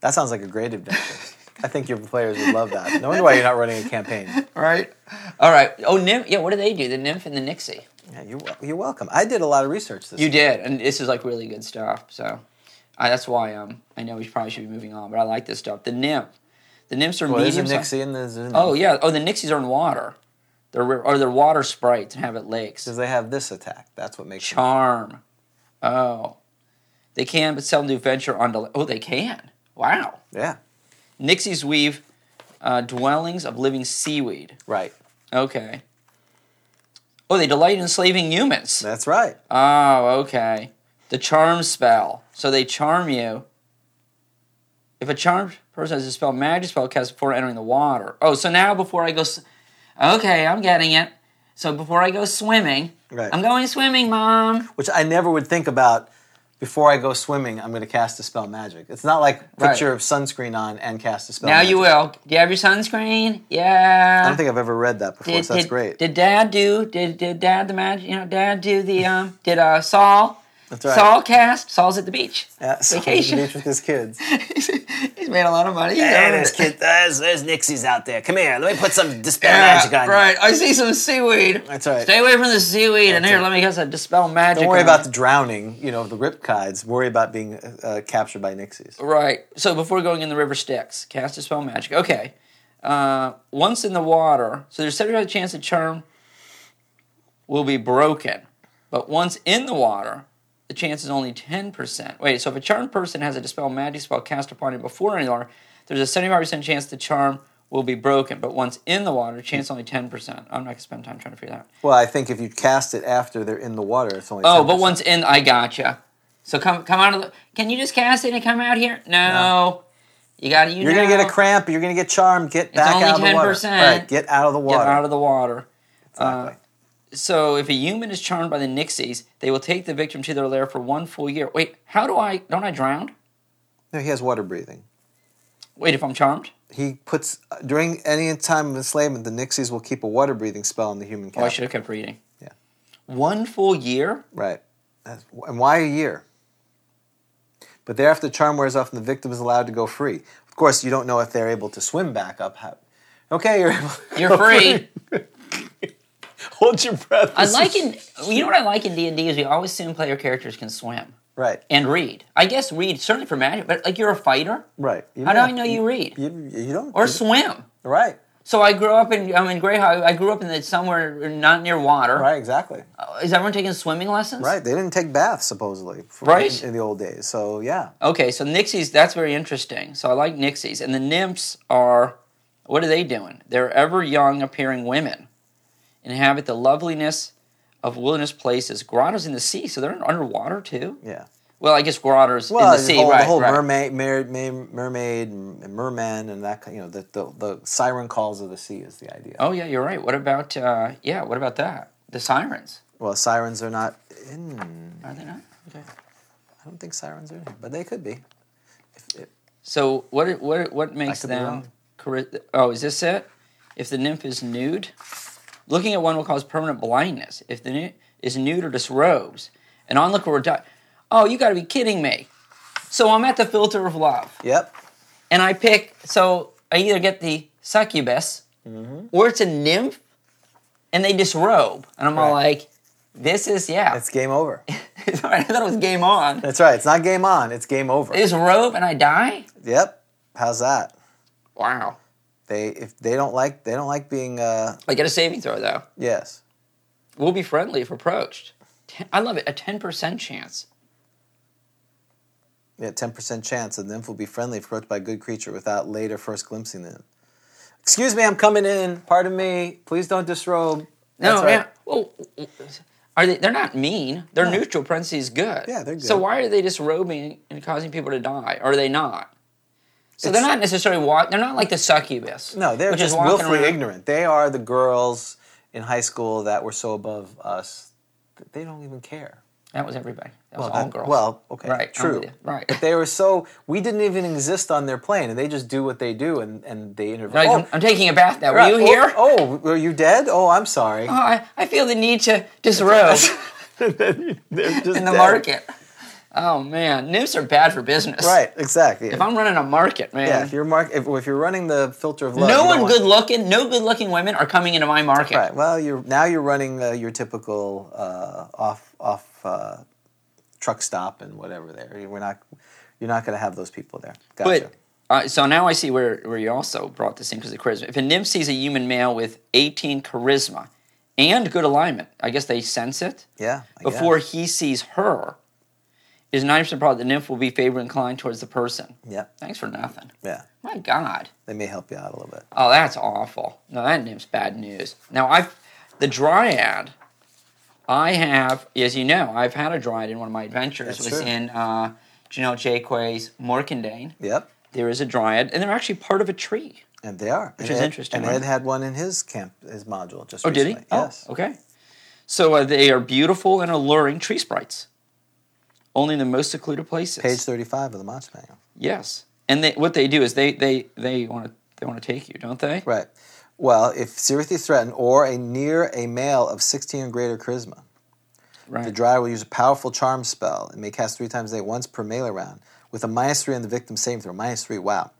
That sounds like a great adventure. I think your players would love that. No wonder why you're not running a campaign.
Right. All right. Oh, nymph. Yeah. What do they do? The nymph and the nixie.
Yeah, you're, wel- you're welcome. I did a lot of research this
You did, and this is like really good stuff. So, I, that's why um I know we probably should be moving on, but I like this stuff. The nymph. The nymphs are
Well, there's a
medium.
Nixie and there's a
Oh yeah. Oh, the nixies are in water. They're ri- or they're water sprites and have at lakes.
Because they have this attack. That's what makes them.
charm. Oh, they can, but seldom do venture on. Del- oh, they can. Wow.
Yeah.
Nixies weave uh, dwellings of living seaweed.
Right.
Okay. Oh, they delight in enslaving humans.
That's right.
Oh, okay. The charm spell. So they charm you. If a charmed person has a spell, magic spell cast before entering the water. Oh, so now before I go. s- Okay, I'm getting it. So before I go swimming,
Right.
I'm going swimming, Mom.
Which I never would think about before I go swimming, I'm going to cast a spell magic. It's not like put
Right.
your sunscreen on and cast a spell
Now
magic.
you will. Do you have your sunscreen?
I
Yeah.
don't think I've ever read that before, so that's
did,
great.
Did Dad do? Did did Dad the magic? You know, Dad do the um? Did uh Saul?
that's right.
Saul cast. Saul's at the beach.
yeah, so
vacation.
Beach with his kids.
He's made a lot of money. He's
Hey,
earned
there's,
it.
kid, there's, there's Nixies out there. Come here. Let me put some dispel
Yeah,
magic on
right. I see some seaweed.
That's right.
Stay away from the seaweed. and
That's
here,
right.
let me guess, I dispel magic.
Don't worry
on
about
it.
the drowning, you know, of the riptides. Worry about being uh, captured by Nixies.
Right. So before going in the river Styx, cast a spell magic. Okay. Uh, once in the water, so there's 75 chance the charm will be broken. But once in the water, the chance is only 10%. Wait, so if a charmed person has a dispel magic spell cast upon him before in the water, there's a 75% chance the charm will be broken. But once in the water, chance only 10%. I'm not going to spend time trying to figure that out.
Well, I think if you cast it after they're in the water, it's only.
Oh, but
10%.
once in, I gotcha. So come, come out of the. Can you just cast it and come out here? No, you got to. You
You're gonna
know.
get a cramp. You're gonna get charmed. Get back
only
out of the water.
10%.
Right, get out of the
Get
water.
out of the water.
Exactly.
So if a human is charmed by the Nixies, they will take the victim to their lair for one full year. Wait, how do I? Don't I drown?
no, he has water breathing.
Wait, if I'm charmed,
He puts uh, during any time of enslavement, the Nixies will keep a water breathing spell on the human
oh, I
captive.
should have kept reading.
Yeah.
One full year.
Right. That's- and why a year? But thereafter, the charm wears off and the victim is allowed to go free. Of course, you don't know if they're able to swim back up. How- Okay, you're able.
You're free.
Hold your breath.
I like in. You know what I like in D and D is we always assume player characters can swim
Right.
and read. I guess read certainly for magic, but like you're a fighter.
Right. You
How do
don't
I
have-
know you read
You, you don't.
or
you-
swim?
Right.
So I grew up in I'm in Greyhawk. I grew up in the, somewhere not near water.
Right. Exactly.
Is everyone taking swimming lessons?
Right. They didn't take baths supposedly. for-
Right.
In, in the old days. So yeah.
Okay, so Nixies, that's very interesting. So I like Nixies. And the nymphs are, what are they doing? They're ever young appearing women, inhabit the loveliness of wilderness places, grottos in the sea. So they're underwater too?
Yeah.
Well, I guess grottos
Well,
in the
the
sea,
whole,
right?
the whole
right.
mermaid, mer- mer- mermaid, and merman, and that kind- you know the, the the siren calls of the sea is the idea.
Oh, yeah, you're right. What about, uh, yeah, what about that? The sirens.
Well, sirens are not in.
Are they not? Okay.
I don't think sirens are in, here, but they could be. If it,
So what, what, what makes
could be
them,
wrong.
chari- oh, is this it? If the nymph is nude? Looking at one will cause permanent blindness if the nu- is nude or disrobes. An onlooker will die. Oh, you got to be kidding me! So I'm at the filter of love,
yep.
and I pick. So I either get the succubus, or it's a nymph, and they disrobe, and I'm all
Right.
like, This is yeah.
It's game over.
I thought it was game on.
That's right. It's not game on. It's game over.
Is rope and I die?
Yep. How's that?
Wow.
They if they don't like they don't like being uh
I get a saving throw though.
yes.
We'll be friendly if approached. Ten, I love it. A ten percent chance.
Yeah, ten percent chance the nymph will be friendly if approached by a good creature without later first glimpsing them. Excuse me, I'm coming in. Pardon me. Please don't disrobe.
No,
That's right.
yeah. Well, are they? They're not mean. They're neutral. Parentheses good.
Yeah, they're
So
good.
why are they disrobing and causing people to die? Or are they not? So they're not necessarily. Wa- they're not like the succubus.
No, they're
which is
just
walking
willfully
around-
ignorant. They are the girls in high school that were so above us that they don't even care.
That was everybody. That was
Well,
all
that-
girls.
well, okay,
Right. I'm
true.
with you. Right.
But they were so we didn't even exist on their plane, and they just do what they do, and and they interview.
Like, I'm, I'm taking a bath now. Were you here?
Oh, oh, were you dead? Oh, I'm sorry.
Oh, I, I feel the need to disrobe in the market. Oh man, nymphs are bad for business.
Right, exactly.
If I'm running a market, man.
yeah, if you're mark, if, if you're running the filter of love, you
no
don't
one
want-
good looking, no good looking women are coming into my market.
Right. Well, you're now you're running uh, your typical uh, off off uh, truck stop and whatever. There, we're not you're not going to have those people there. Gotcha.
But uh, so now I see where, where you also brought this in because of charisma. If a nymph sees a human male with 18 charisma and good alignment, I guess they sense it
yeah. I guess.
before he sees her. Is nine percent probably the nymph will be favorably inclined towards the person.
Yeah.
Thanks for nothing.
Yeah.
My God.
They may help you out a little bit.
Oh, that's awful. No, that name's bad news. Now, I've the dryad. I have, as you know, I've had a dryad in one of my adventures.
That's
It was
true.
in uh, Janelle Jaque's Morkindane.
Yep.
There is a dryad, and they're actually part of a tree.
And they are. Which
is interesting,
And
right?
Ed had one in his camp, his module just
Oh, did
recently.
he?
Yes.
Oh, okay. So uh, they are beautiful and alluring tree sprites, only in the most secluded places.
Page 35 of the Monster Manual.
Yes, and they, what they do is they they they want to they want to take you, don't they?
Right. Well, if seriously threatened or a near a male of 16 or greater charisma,
Right.
the dryer will use a powerful charm spell and may cast three times a day, once per melee round, with a minus three on the victim's saving throw. Minus three, wow.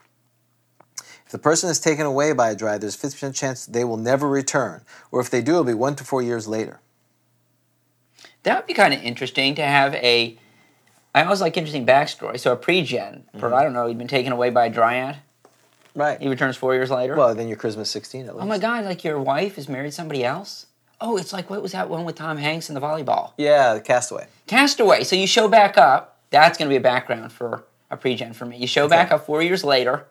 If the person is taken away by a dryer, there's a 50% chance they will never return, or if they do, it'll be one to four years later.
That would be kind of interesting to have a. I always like interesting backstory. So a pre-gen,
Mm-hmm.
for I don't know, he'd been taken away by a dryad. He
Right.
returns four years later.
Well, then your charisma's 16 at least.
oh my God! Like your wife is married to somebody else. Oh, it's like what was that one with Tom Hanks in the volleyball
Yeah, the castaway.
Castaway? So you show back up. That's going to be a background for a pre-gen for me. You show back up four years later.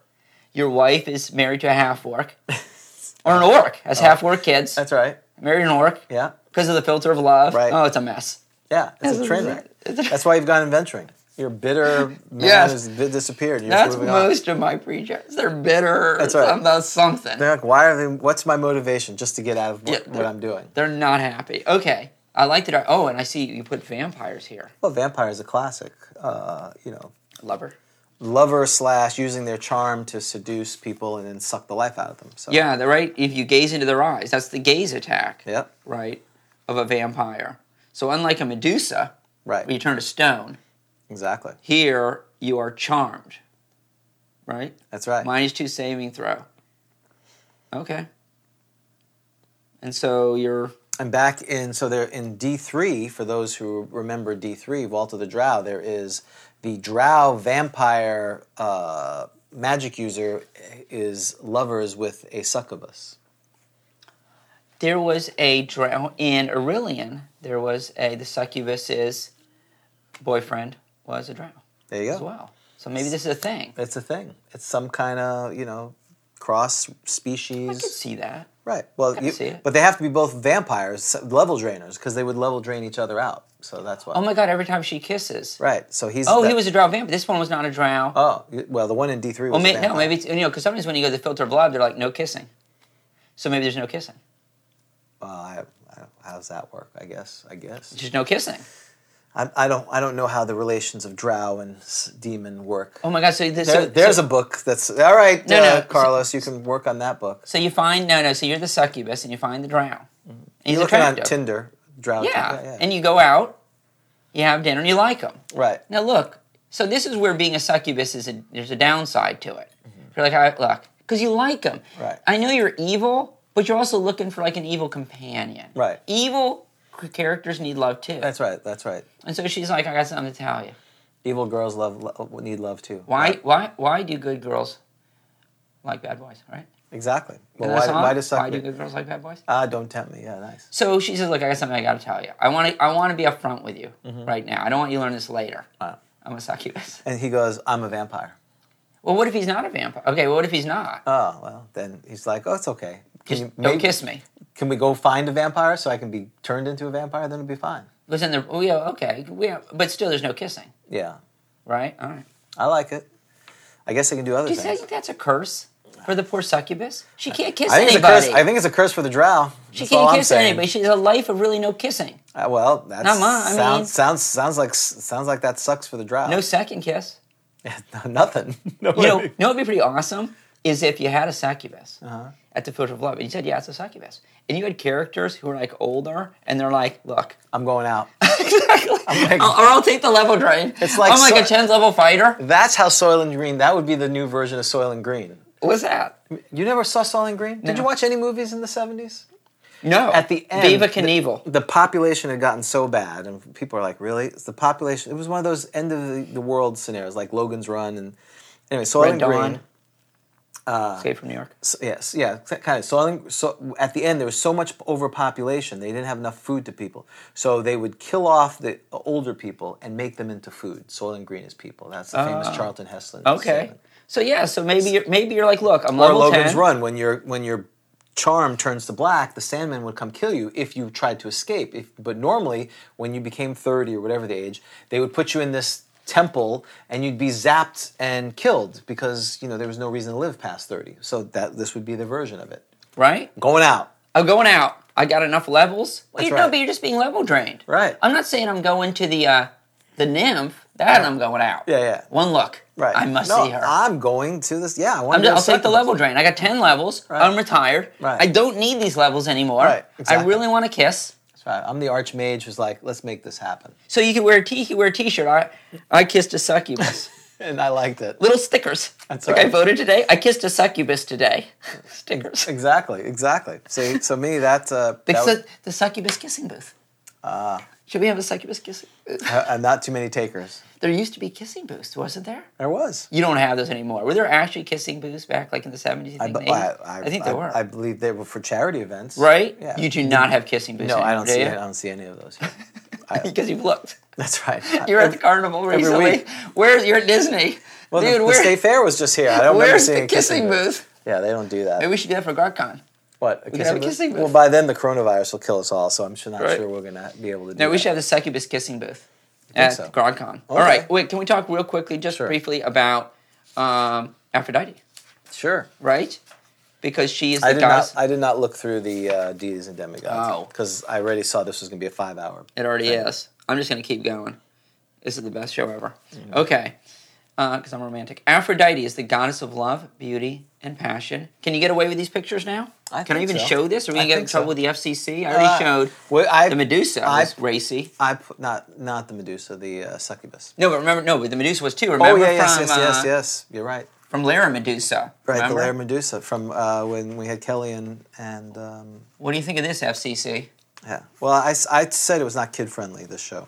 Your wife is married to a half orc or an orc has half orc kids.
Oh. That's right.
married an orc.
Yeah.
Because of the filter of love.
Right.
Oh, it's a mess.
Yeah, it's a train wreck. That's why you've gone adventuring. Your bitter man
Yes.
has di- disappeared. You're
That's
just moving on.
most of my pre-gens. They're bitter.
That's right.
Some, that's something.
They're like, why are they? What's my motivation just to get out of what,
Yeah,
what I'm doing?
They're not happy. Okay. I like that. Oh, and I see you put vampires here.
Well, vampire is a classic. Uh, you know,
Lover.
lover slash using their charm to seduce people and then suck the life out of them. So
Yeah, they're right. If you gaze into their eyes, that's the gaze attack.
Yep.
Right. Of a vampire. So unlike a Medusa,
Right.
where you turn to stone,
Exactly.
here you are charmed. Right.
That's right.
Minus two saving throw. Okay. And so you're
And back in, so they're in D3, for those who remember D3, Vault of the Drow, there is the Drow vampire uh, magic user eh, is lovers with a succubus.
there was a drow in Aurelian. There was a the succubus's boyfriend was a drow
There you
as
go.
well. So maybe this is a thing. I
It's a thing. It's some kind of, you know, cross
could
species.
see that.
Right. Well,
can
you,
see it.
but they have to be both vampires, level drainers, because they would level drain each other out. So that's why.
Oh my god! Every time she kisses.
right. So he's.
Oh,
that-
he was a drow vampire. This one was not a drow.
Oh, y- well, the one in D3 was.
well,
a
may, no,
vampire.
maybe it's, you know because sometimes when you go to the filter blob, they're like no kissing. So maybe there's no kissing.
Well, I, I, don't- how does that work? I guess. I guess.
There's no kissing.
I, I don't I don't know how the relations of Drow and s- demon work.
Oh my god! So, this,
There-
so
there's
so,
a book that's all right,
No,
uh,
no, so-
Carlos. You can work on that book.
So you find no, no. So you're the succubus, and you find the drow. And he's
Mm-hmm. You're looking on
attractive.
Tinder, Drow.
Yeah. and you go out, you have dinner, and you like him.
right.
Now look, so this is where being a succubus is a, there's a downside to it. You're like, I, look, because you like them.
Mm-hmm. Right.
I know you're evil, but you're also looking for like an evil companion.
Right.
Evil characters need love too.
That's right. That's right.
and so she's like, I got something to tell you.
Evil girls love lo- need love too.
Why, why, why do good girls like bad boys, right?
Exactly. Well,
Isn't
why,
that a song?
why does
why
suck?
do good girls like bad boys?
Ah, don't tempt me. Yeah, nice.
So she says, "Look, I got something I got to tell you. I want to. I want to be upfront with you
Mm-hmm.
right now. I don't want you to learn this later.
Wow.
I'm a succubus.
And he goes, "I'm a vampire."
Well, what if he's not a vampire? Okay, what if he's not?
Oh well, then he's like, "Oh, it's okay. Can
Just
you-
don't
maybe-
kiss me.
Can we go find a vampire so I can be turned into a vampire? Then it'll be fine."
Listen, there, we are, okay, we are, but still, there's no kissing,
Yeah,
right? All right.
I like it. I guess they can do other
Do you
things.
think that's a curse for the poor succubus? She can't kiss
I think, it's a
anybody.
curse, I think it's a curse for the drow.
she
That's all
can't
I'm
kiss
saying.
anybody. She has a life of really no kissing,
Uh, well, that
Not mine, I mean-
sounds sounds sounds like sounds like that sucks for the drow.
no second kiss.
nothing. No
You know,
way.
you know, what'd be pretty awesome is if you had a succubus
Uh-huh.
at the foot of love, and you said, "Yeah, it's a succubus," and you had characters who were like older, and they're like, "Look,
I'm going out.
I'll, or I'll take the level drain. Oh
It's like
I'm like a
so-
ten level fighter.
That's how Soylent Green. That would be the new version of Soylent Green.
What's that?
You never saw Soylent Green? Did
No.
you watch any movies in the 70s?
No.
At the end,
Viva
the-
Knievel.
The, population had gotten so bad, and people are like, "Really?" It's the population. It was one of those end of the, the world scenarios, like Logan's Run, and anyway, Soylent
Red Dawn.
Green. Uh.
Escape from New York.
So- yes, yeah, kind of. So, I think- so at the end, there was so much overpopulation; they didn't have enough food to people. So they would kill off the older people and make them into food. Soylent Green is people. That's the famous Charlton Heston.
Ah. Okay.
statement.
So yeah, so maybe you're, maybe you're like, look, I'm
Or
level
Logan's
ten.
Run, when your when your charm turns to black, the Sandman would come kill you if you tried to escape. If, but normally, when you became thirty or whatever the age, they would put you in this temple and you'd be zapped and killed because you know there was no reason to live past thirty. So that this would be the version of it.
Right?
Going out.
I'm going out. I got enough levels. Well,
That's
you know,
right.
but you're just being level drained.
Right.
I'm not saying I'm going to the uh, the nymph. That I'm going out.
Yeah, yeah.
One look.
Right.
I must
No,
see her.
I'm going to this. Yeah, I want
I'm
to.
just, I'll take the level drain. I got ten levels.
Right.
I'm retired.
Right.
I don't need these levels anymore.
Right,
I
exactly.
really want to kiss.
I'm the archmage who's like, let's make this happen,
So you can wear a t. You can wear a t-shirt. I I kissed a succubus.
and I liked it.
Little stickers.
That's
like I
right.
voted today. I kissed a succubus today. stickers.
Exactly, exactly. See, so me, that's uh, that
It's
was-
the, the succubus kissing booth. Ah. Should we have a succubus kissing? booth?
uh, and not too many takers.
There used to be kissing booths, wasn't there?
There was.
You don't have those anymore. Were there actually kissing booths back like in the seventies? I,
I,
think
be-
the
I,
80s?
I,
I think there
I-
were.
I believe they were for charity events.
right?
Yeah.
You do not have kissing booths.
No, I don't
anymore, do
see.
you?
I don't see any of those. Here.
because you've looked.
That's right.
You were at the carnival recently.
week.
Where you're at Disney,
Well,
dude?
the, the
where,
state fair was just here. I don't remember
where's
seeing
the
a
kissing booth?
Yeah, they don't do that.
Maybe we should do that for GarCon.
what? A
could have a kissing
Well,
booth.
by then the coronavirus will kill us all, so I'm sure not
Right.
sure we're gonna be able to do.
No, we
that.
should have the succubus kissing booth at
so?
GarCon. All right,
Okay.
wait. Can we talk real quickly, just
Sure.
briefly, about um, Aphrodite?
Sure.
Right, because she is the
I did
goddess.
not. I did not look through the uh, deities and demigods
Oh.
because I already saw this was going to be a five-hour.
It already is. I'm just going to keep going. This is the best show ever. Okay. Because I'm romantic. Aphrodite is the goddess of love, beauty, and passion. Can you get away with these pictures now?
I
Can I
think
even
so.
show this? Are we
I
going to get in
think so.
trouble with the FCC? I already showed
Well, I,
the Medusa
I-
was racy.
I put not not the Medusa, the uh, succubus.
No, but remember, no, but the Medusa was too. Remember
oh yeah, yes,
from,
yes, yes,
uh,
yes. You're right.
from Lara Medusa.
Right,
remember?
the Lair Medusa from uh, when we had Kelly and and um,
What do you think of this FCC?
yeah. Well, I, s- I said it was not kid friendly. This show.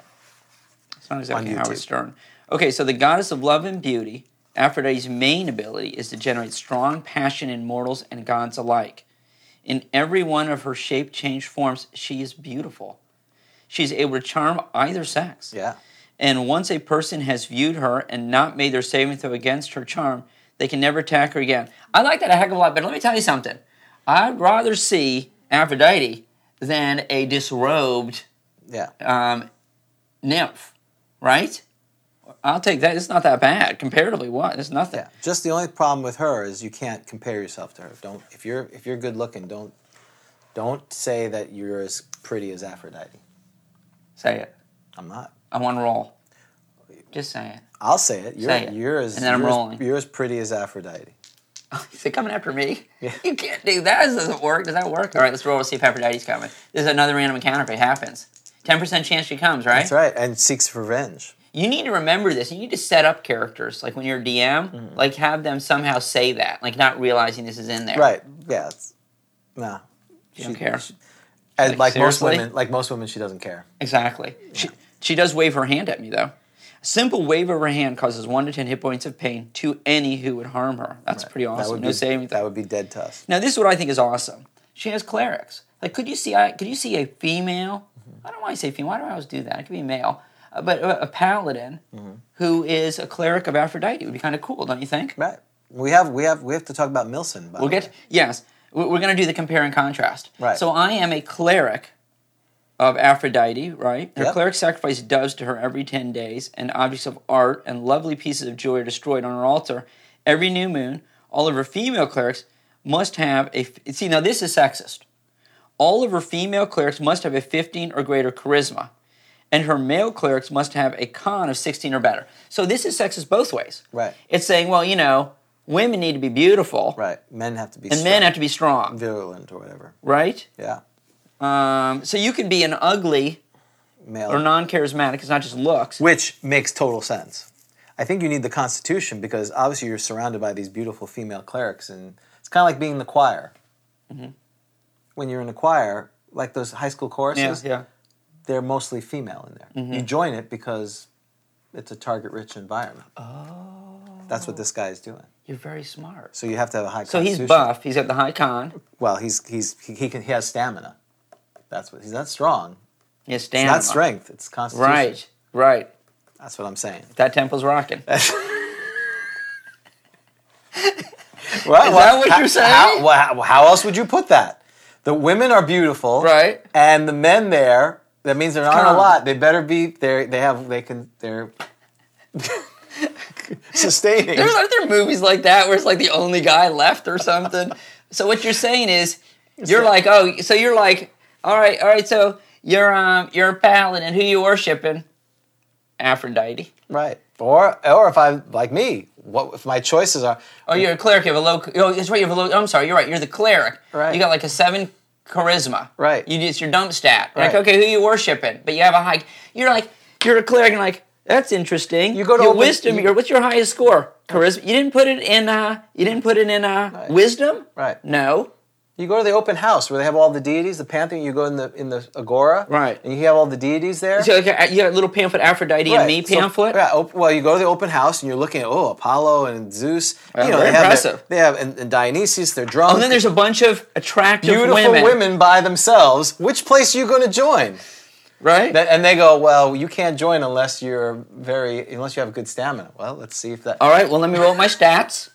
It's not exactly
On YouTube.
Howard Stern. Okay, so the goddess of love and beauty, Aphrodite's main ability is to generate strong passion in mortals and gods alike. In every one of her shape change forms, she is beautiful. She's able to charm either sex.
Yeah.
And once a person has viewed her and not made their saving throw against her charm, they can never attack her again. I like that a heck of a lot, but let me tell you something. I'd rather see Aphrodite than a disrobed
Yeah.
um, nymph, right? I'll take that. It's not that bad comparatively. What? It's nothing.
yeah. Just the only problem with her is you can't compare yourself to her. Don't if you're if you're good looking, don't don't say that you're as pretty as Aphrodite.
Say it.
I'm not.
I want to roll. Just say
I'll say it. You're,
Say it.
you're as
And then I'm
you're as-
rolling.
you're as pretty as Aphrodite.
it. Is it coming after me? You can't do that. This doesn't work. Does that work? All right, let's roll to see if Aphrodite's coming. This is another random encounter if it happens. 10% chance she comes, right?
That's right. And seeks revenge.
You need to remember this. You need to set up characters. Like when you're a DM,
Mm-hmm.
like have them somehow say that, like not realizing this is in there.
Right. Yeah. It's, no.
You don't care.
And like most
seriously?
women, like most women, she doesn't care.
Exactly. She, she does wave her hand at me, though. A simple wave of her hand causes one to ten hit points of pain to any who would harm her. That's pretty awesome.
That would
no
be
saving
That
throw.
would be dead tough.
Now, this is what I think is awesome. She has clerics. Like, could you see? I could you see a female?
Mm-hmm.
I don't want to say female. Why do I always do that? It could be male, uh, but a, a paladin
Mm-hmm.
who is a cleric of Aphrodite would be kind of cool, don't you think?
Right. We have we have we have to talk about Milson. By
We'll
the way.
get yes. we- We're going to do the compare and contrast.
Right.
So I am a cleric of Aphrodite, right? Her
Yep.
cleric sacrificed doves to her every ten days, and objects of art and lovely pieces of jewelry are destroyed on her altar every new moon. All of her female clerics must have a. f- See, now this is sexist. All of her female clerics must have a 15 or greater charisma, and her male clerics must have a con of 16 or better. So this is sexist both ways.
Right.
It's saying, well, you know, women need to be beautiful
right. Men have to be
and men have to be strong,
virulent or whatever.
right?
Yeah.
Um, so you can be an ugly
Male
or non-charismatic. It's not just looks.
which makes total sense. I think you need the Constitution because obviously you're surrounded by these beautiful female clerics, and it's kind of like being in the choir.
Mm-hmm.
When you're in a choir, like those high school
yeah, Mm-hmm.
choruses,
yeah.
they're mostly female in there. You join it because it's a target-rich environment. Oh, that's what this guy is doing.
You're very smart.
So you have to have a high.
So he's
constitution.
buff. He's got the high con.
Well, he's he's he, he can he has stamina. That's what he's not strong.
He has
It's
stamina.
not strength. It's constitution.
Right, right.
That's what I'm saying.
That temple's rocking.
Well, well,
Is that what
ho-
you're saying?
How, well, how, how else would you put that? The women are beautiful,
Right.
And the men there, that means there aren't a
calm.
lot. They better be there. They have. They can. They're sustaining.
There's aren't there movies like that where it's like the only guy left or something. so what you're saying is, you're like, oh, so you're like, all right, all right. So you're um you're a paladin. Who you worshiping? Aphrodite.
right. Or or if I like me, what if my choices are?
Oh, you're a cleric. You have a low. Oh, that's right. You have a low. I'm sorry. You're right. You're the cleric.
Right.
You got like a seven charisma.
Right.
You it's your dump stat. You're
Right.
Like okay, who you worshiping? But you have a high. You're like you're a cleric and like that's interesting.
You go to
your
open-
wisdom.
you-
your, what's your highest score? Charisma. You didn't put it in. Uh, you didn't put it in. Uh, wisdom.
Right.
No.
You go to the open house where they have all the deities, the pantheon. You go in the in the agora,
Right.
And you have all the deities there.
So like, uh, you got a little pamphlet Aphrodite and me
Right. So-
pamphlet.
yeah. Op- well, you go to the open house and you're looking at oh Apollo and Zeus. you know,
very
they have their-
impressive.
they have and, and Dionysus. They're drunk.
And then there's a bunch of attractive
beautiful women.
women,
by themselves. Which place are you going to join?
right?
Th- And they go, well, you can't join unless you're very unless you have good stamina. Well, let's see if that.
All right, well, let me roll my stats.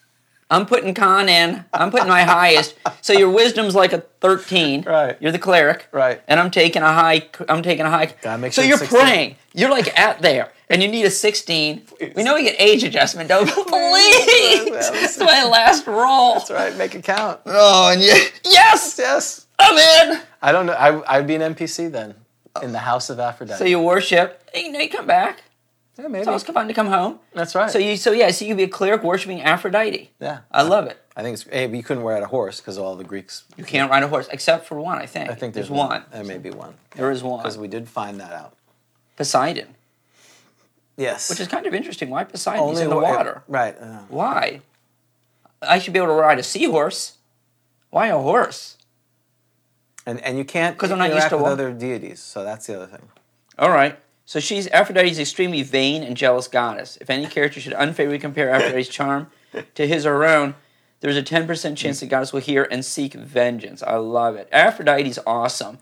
I'm putting con in. I'm putting my highest. So your wisdom's like a 13.
Right.
You're the cleric.
Right.
And I'm taking a high. I'm taking a high.
Gotta make
so
sure
you're
it's 16.
praying. You're like at there, and you need a 16. We know we get age adjustment, don't we? please. That's my last roll.
That's right. Make it count.
Oh, and yeah. Yes,
Yes.
I'm in.
I don't know. I, I'd be an NPC then in the house of Aphrodite.
So you worship. And you know you come back.
yeah, maybe.
It's always fun to come home.
That's right.
So you. So yeah. So you'd be a cleric worshiping Aphrodite.
yeah.
I love it.
I think it's. Hey, but you couldn't wear out a horse because all the Greeks.
You can't ride a horse except for one, I think.
I think there's,
one.
There may be one
There is one.
because we did find that out.
Poseidon,
Yes.
which is kind of interesting. Why Poseidon? He's in the
wa-
water.
Right. uh,
Why? I should be able to ride a seahorse. Why a horse?
and and you can't
'Cause I'm not used
interact
to
with
wa-
other deities. So that's the other thing.
All right. So she's Aphrodite's extremely vain and jealous goddess. If any character should unfavorably compare Aphrodite's charm to his or her own, there's a 10% chance the goddess will hear and seek vengeance. I love it. Aphrodite's awesome.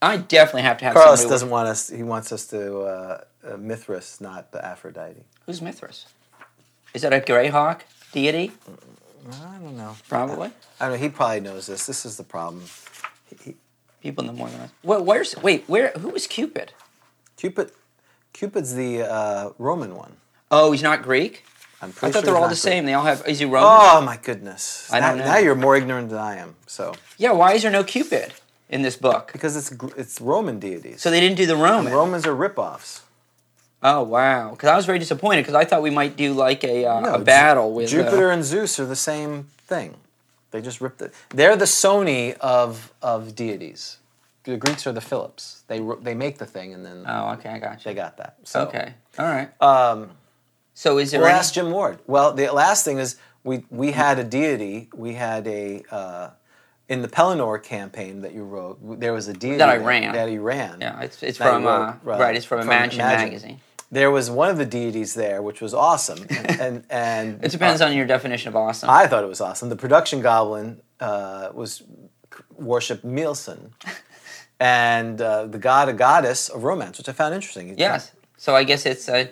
I definitely have to have
Carlos
somebody-
doesn't want us. He wants us to uh, uh, Mithras, not the Aphrodite.
Who's Mithras? Is that a Greyhawk deity?
I don't know.
Probably.
I don't know. He probably knows this. This is the problem.
People know more than us. Well, where's wait? Where? Who was Cupid?
Cupid, Cupid's the uh, Roman one.
Oh, he's not Greek.
I'm pretty
I thought
sure he's
they're all
not
the
Greek.
same. They all have. Is he Roman?
Oh my goodness!
I don't
now,
know.
now you're more ignorant than I am. So
Yeah. Why is there no Cupid in this book?
because it's gr- it's Roman deities.
So they didn't do the Roman.
Romans are ripoffs.
oh wow. Because I was very disappointed because I thought we might do like a, uh,
No,
a
Ju-
battle with uh,
Jupiter and Zeus are the same thing. They just ripped it. They're the Sony of of deities. The Greeks are the Phillips. They ro- they make the thing and then
oh, okay, I got you.
they got that. So
okay. All right.
um,
so is there
Well,
any-
ask Jim Ward. Well, the last thing is we we had a deity. We had a uh, in the Pelennor campaign that you wrote, w- there was a deity
That I ran.
That he ran.
Yeah, it's, it's
that you
from,
wrote,
uh, right, it's from Imagine magazine.
There was one of the deities there, which was awesome, and and, and
It depends on your definition of awesome.
I thought it was awesome. The production goblin uh, was worshipped Mielsen, and uh, the god a goddess of romance, which I found interesting.
yes. So I guess it's uh,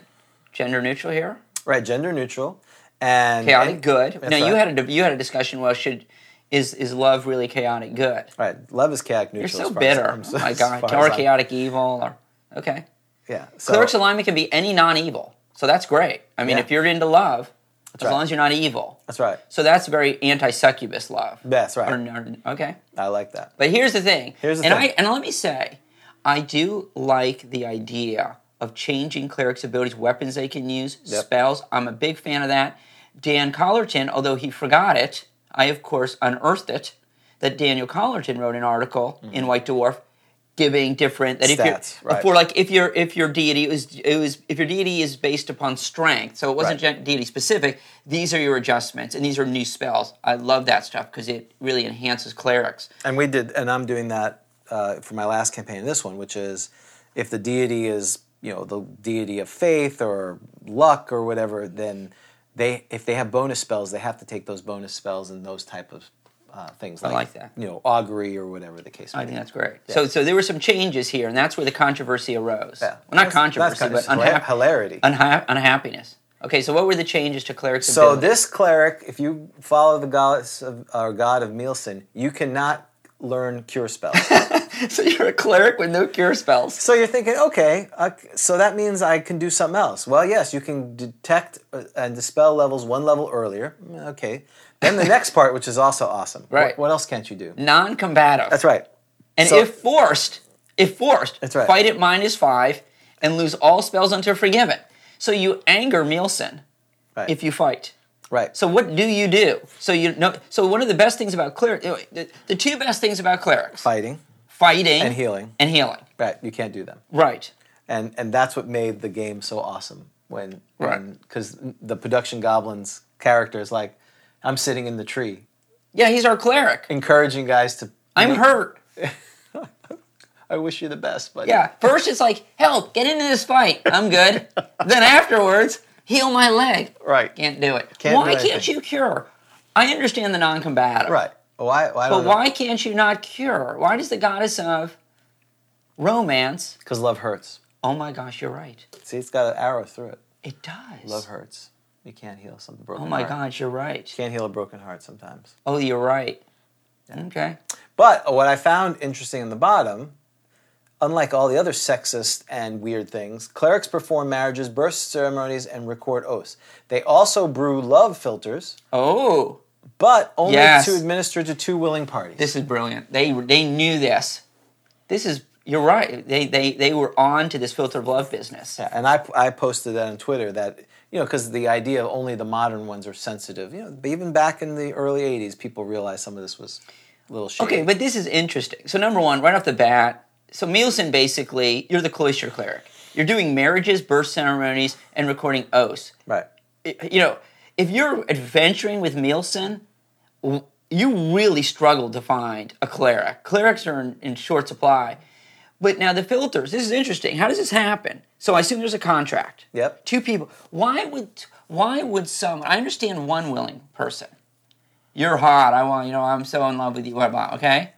gender neutral here.
right, gender neutral, and
Chaotic
and-
good.
That's
now you
right.
had a you had a discussion. Well, should is is love really chaotic good?
right. Love is chaotic
You're
neutral.
so
as far as-
bitter.
I'm so-
oh my
as
God.
far
Or
as I'm-
chaotic evil. Or okay.
Yeah. So,
Clerics alignment can be any non-evil. So that's great. I mean,
Yeah.
if you're into love, as
right.
long as you're not evil.
that's right.
So that's very anti-succubus love.
That's right.
Or- or- okay.
I like that.
But here's the thing.
Here's the
and
thing.
I and let me say, I do like the idea of changing clerics' abilities, weapons they can use,
Yep.
spells. I'm a big fan of that. Dan Collerton, although he forgot it, I of course unearthed it. That Daniel Collerton wrote an article in White Dwarf giving different that
Mm-hmm. Stats,
if you're
right.
for like if your if your deity is it was if your deity is based upon strength, so it wasn't
Right.
gen- deity specific. These are your adjustments, and these are new spells. I love that stuff because it really enhances clerics.
And we did, and I'm doing that uh, for my last campaign and this one, which is if the deity is, you know, the deity of faith or luck or whatever, then they, if they have bonus spells, they have to take those bonus spells and those type of uh, things. Like,
like that.
You know, augury or whatever the case
I
may be.
think that's great. So, so there were some changes here, and that's where the controversy arose.
Yeah.
Well, not
That's-
controversy,
that's kind of
but
just
unha-
hilarity.
unha- unhappiness. Okay, so what were the changes to clerics?
So
ability?
this cleric, if you follow the goddess of, or god of Mielsen, you cannot learn cure spells.
so you're a cleric with no cure spells.
So you're thinking, okay, uh, so that means I can do something else. Well, yes, you can detect uh, and dispel levels one level earlier. Mm, Okay. Then the next part, which is also awesome. What-
Right.
What, else can't you do?
Non-combative.
That's right.
And
so-
if forced, if forced,
That's right.
fight at minus five and lose all spells until forgiven. So you anger Mielsen
Right.
if you fight.
right.
So what do you do? So you know. So one of the best things about cleric, the, the two best things about clerics,
fighting,
fighting
And healing.
and healing.
right? You can't do them.
Right.
And and that's what made the game so awesome when
Right.
because the production goblins character is like, I'm sitting in the tree,
Yeah, he's our cleric.
encouraging guys to.
I'm hurt.
I wish you the best, but
Yeah. First, it's like, help, get into this fight. I'm good. then afterwards, heal my leg.
Right.
Can't do it.
Can't
why
do
can't
anything.
you cure? I understand the non combative.
right. Why? Why
But
don't?
why can't you not cure? Why does the goddess of romance?
Because love hurts.
Oh my gosh, you're right.
See, it's got an arrow through it.
It does.
Love hurts. You can't heal something broken.
Oh my
heart.
gosh, you're right.
Can't heal a broken heart sometimes.
Oh, you're right. Okay.
But what I found interesting in the bottom, unlike all the other sexist and weird things, clerics perform marriages, birth ceremonies, and record oaths. They also brew love filters,
Oh,
but only
Yes.
to administer to two willing parties.
this is brilliant. They they knew this. This is you're right. They they they were on to this filter of love business.
Yeah, and I, I posted that on Twitter that you know because the idea of only the modern ones are sensitive. You know, but even back in the early '80s, people realized some of this was a little shady.
Okay, but this is interesting. So number one, right off the bat, so Mielsen basically, you're the cloister cleric. You're doing marriages, birth ceremonies, and recording oaths.
right.
I- You know, if you're adventuring with Mielsen, w- you really struggle to find a cleric. Clerics are in, in short supply. But now the filters. This is interesting. How does this happen? So I assume there's a contract.
Yep.
Two people. Why would why would someone? I understand one willing person. You're hot. I want you know. I'm so in love with you. Blah blah. Okay.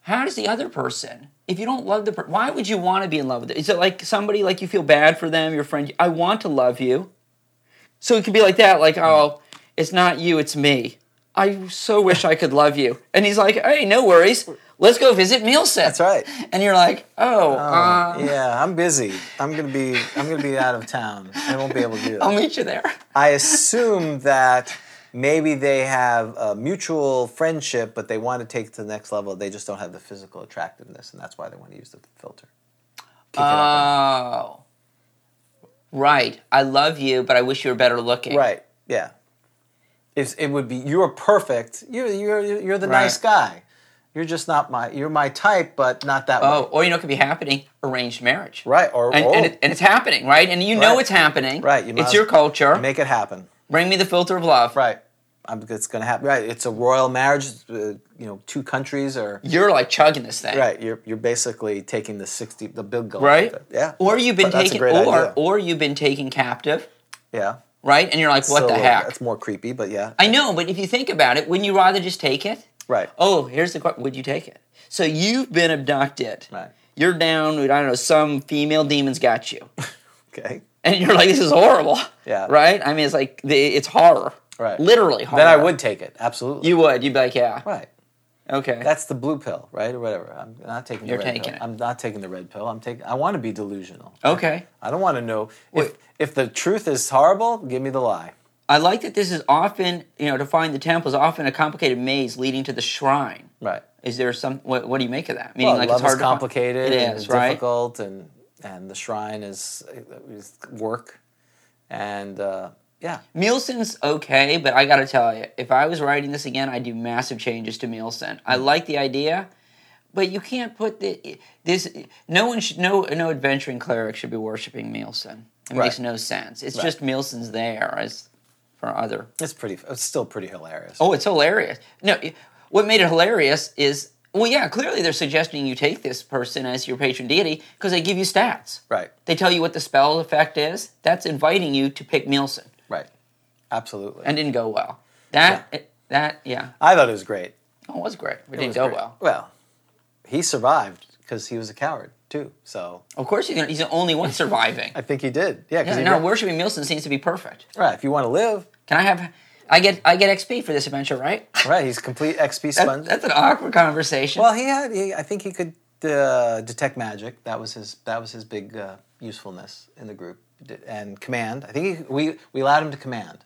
How does the other person? If you don't love the person, why would you want to be in love with it? Is it like somebody like you feel bad for them? Your friend. I want to love you. So it could be like that. Like oh, it's not you. It's me. I so wish I could love you. And he's like, hey, no worries. Let's go visit Mielsen. That's
right.
And you're like, oh, uh,
Yeah, I'm busy. I'm gonna be I'm gonna be out of town. I won't be able to do
I'll
that.
meet you there.
I assume that maybe they have a mutual friendship, but they want to take it to the next level. They just don't have the physical attractiveness, and that's why they want to use the filter. Pick it up
Oh. Right. I love you, but I wish you were better looking.
on- right? Yeah. If it would be you're perfect. You're you're you're the
Right.
nice guy. You're just not my you're my type, but not that
Oh,
way.
or you know, it could be happening arranged marriage.
Right, or-
and,
oh.
and, it- and it's happening, right? And you know
Right.
it's happening.
Right, you might
it's
as-
your culture.
Make it happen.
Bring me the filter of love.
Right. I'm, it's going to happen. Right, it's a royal marriage. Uh, you know, two countries are
You're like chugging this thing.
right. You're you're basically taking the sixty, the big gulp.
Right?
Yeah.
Or you've been
But that's a
taken
great
or
idea.
or you've been taken captive,
yeah.
right? And you're like, what
So,
the
uh,
heck?
That's more creepy, but yeah.
I know, but if you think about it, wouldn't you rather just take it?
right.
Oh, here's the question. Would you take it? So you've been abducted.
Right.
You're down, with, I don't know, some female demon's got you.
Okay.
And you're like, this is horrible.
Yeah.
Right? I mean, it's like, the, it's horror.
Right.
Literally horror.
Then I would take it. Absolutely.
You would. You'd be like, yeah.
right.
Okay.
That's the blue pill, right, or whatever. I'm not taking. The
You're
red
taking
pill.
it.
I'm not taking the red pill. I'm taking. I want to be delusional.
okay.
I don't want to know if
Wait.
if the truth is horrible. Give me the lie.
I like that this is often, you know, to find the temple is often a complicated maze leading to the shrine.
Right.
Is there some, what, what do you make of that? Meaning,
well,
like,
love
it's hard
is
to find-
complicated.
It
and
is, right?
Difficult and and the shrine is, is work, and uh, yeah,
Mielsen's okay, but I gotta tell you, if I was writing this again, I'd do massive changes to Mielsen.
Hmm.
I like the idea, but you can't put the this. No one should no no adventuring cleric should be worshiping Mielsen. It
Right.
makes no sense. It's just Mielsen's there as for other.
it's pretty. It's still pretty hilarious.
Oh, it's hilarious. No, what made it hilarious is well, yeah, clearly they're suggesting you take this person as your patron deity because they give you stats.
right,
They tell you what the spell effect is. That's inviting you to pick Mielsen
right, absolutely.
and didn't go well. That it- that yeah,
I thought it was great.
oh, it was great. But it
was
didn't go
great.
well.
Well, he survived because he was a coward too. So
Of course, he's, gonna, he's the only one surviving.
I think he did. Yeah, because
yeah, no, worshiping Milson seems to be perfect.
right. If you want to live,
Can I have? I get I get XP for this adventure, right?
right, he's complete XP
That,
sponge.
that's an awkward conversation.
well, he had. He, I think he could uh, detect magic. That was his. That was his big uh, usefulness in the group. D- And command. I think he, we we allowed him to command,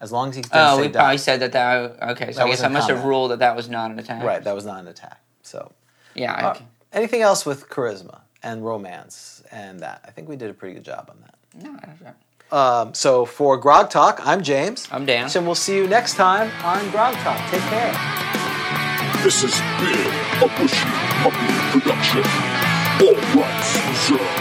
as long as he. didn't
oh,
say
we
die.
probably said that that. Okay, so I guess
wasn't
I must have
combat.
ruled that that was not an attack.
Right, that uh, was not an attack. So,
yeah. Okay.
anything else with charisma and romance and that? I think we did a pretty good job on that.
No, I don't know.
Um, so for Grog Talk, I'm James.
I'm Dan.
And we'll see you next time on Grog Talk. Take care.
This has been a Bushy Puppy production. All rights reserved.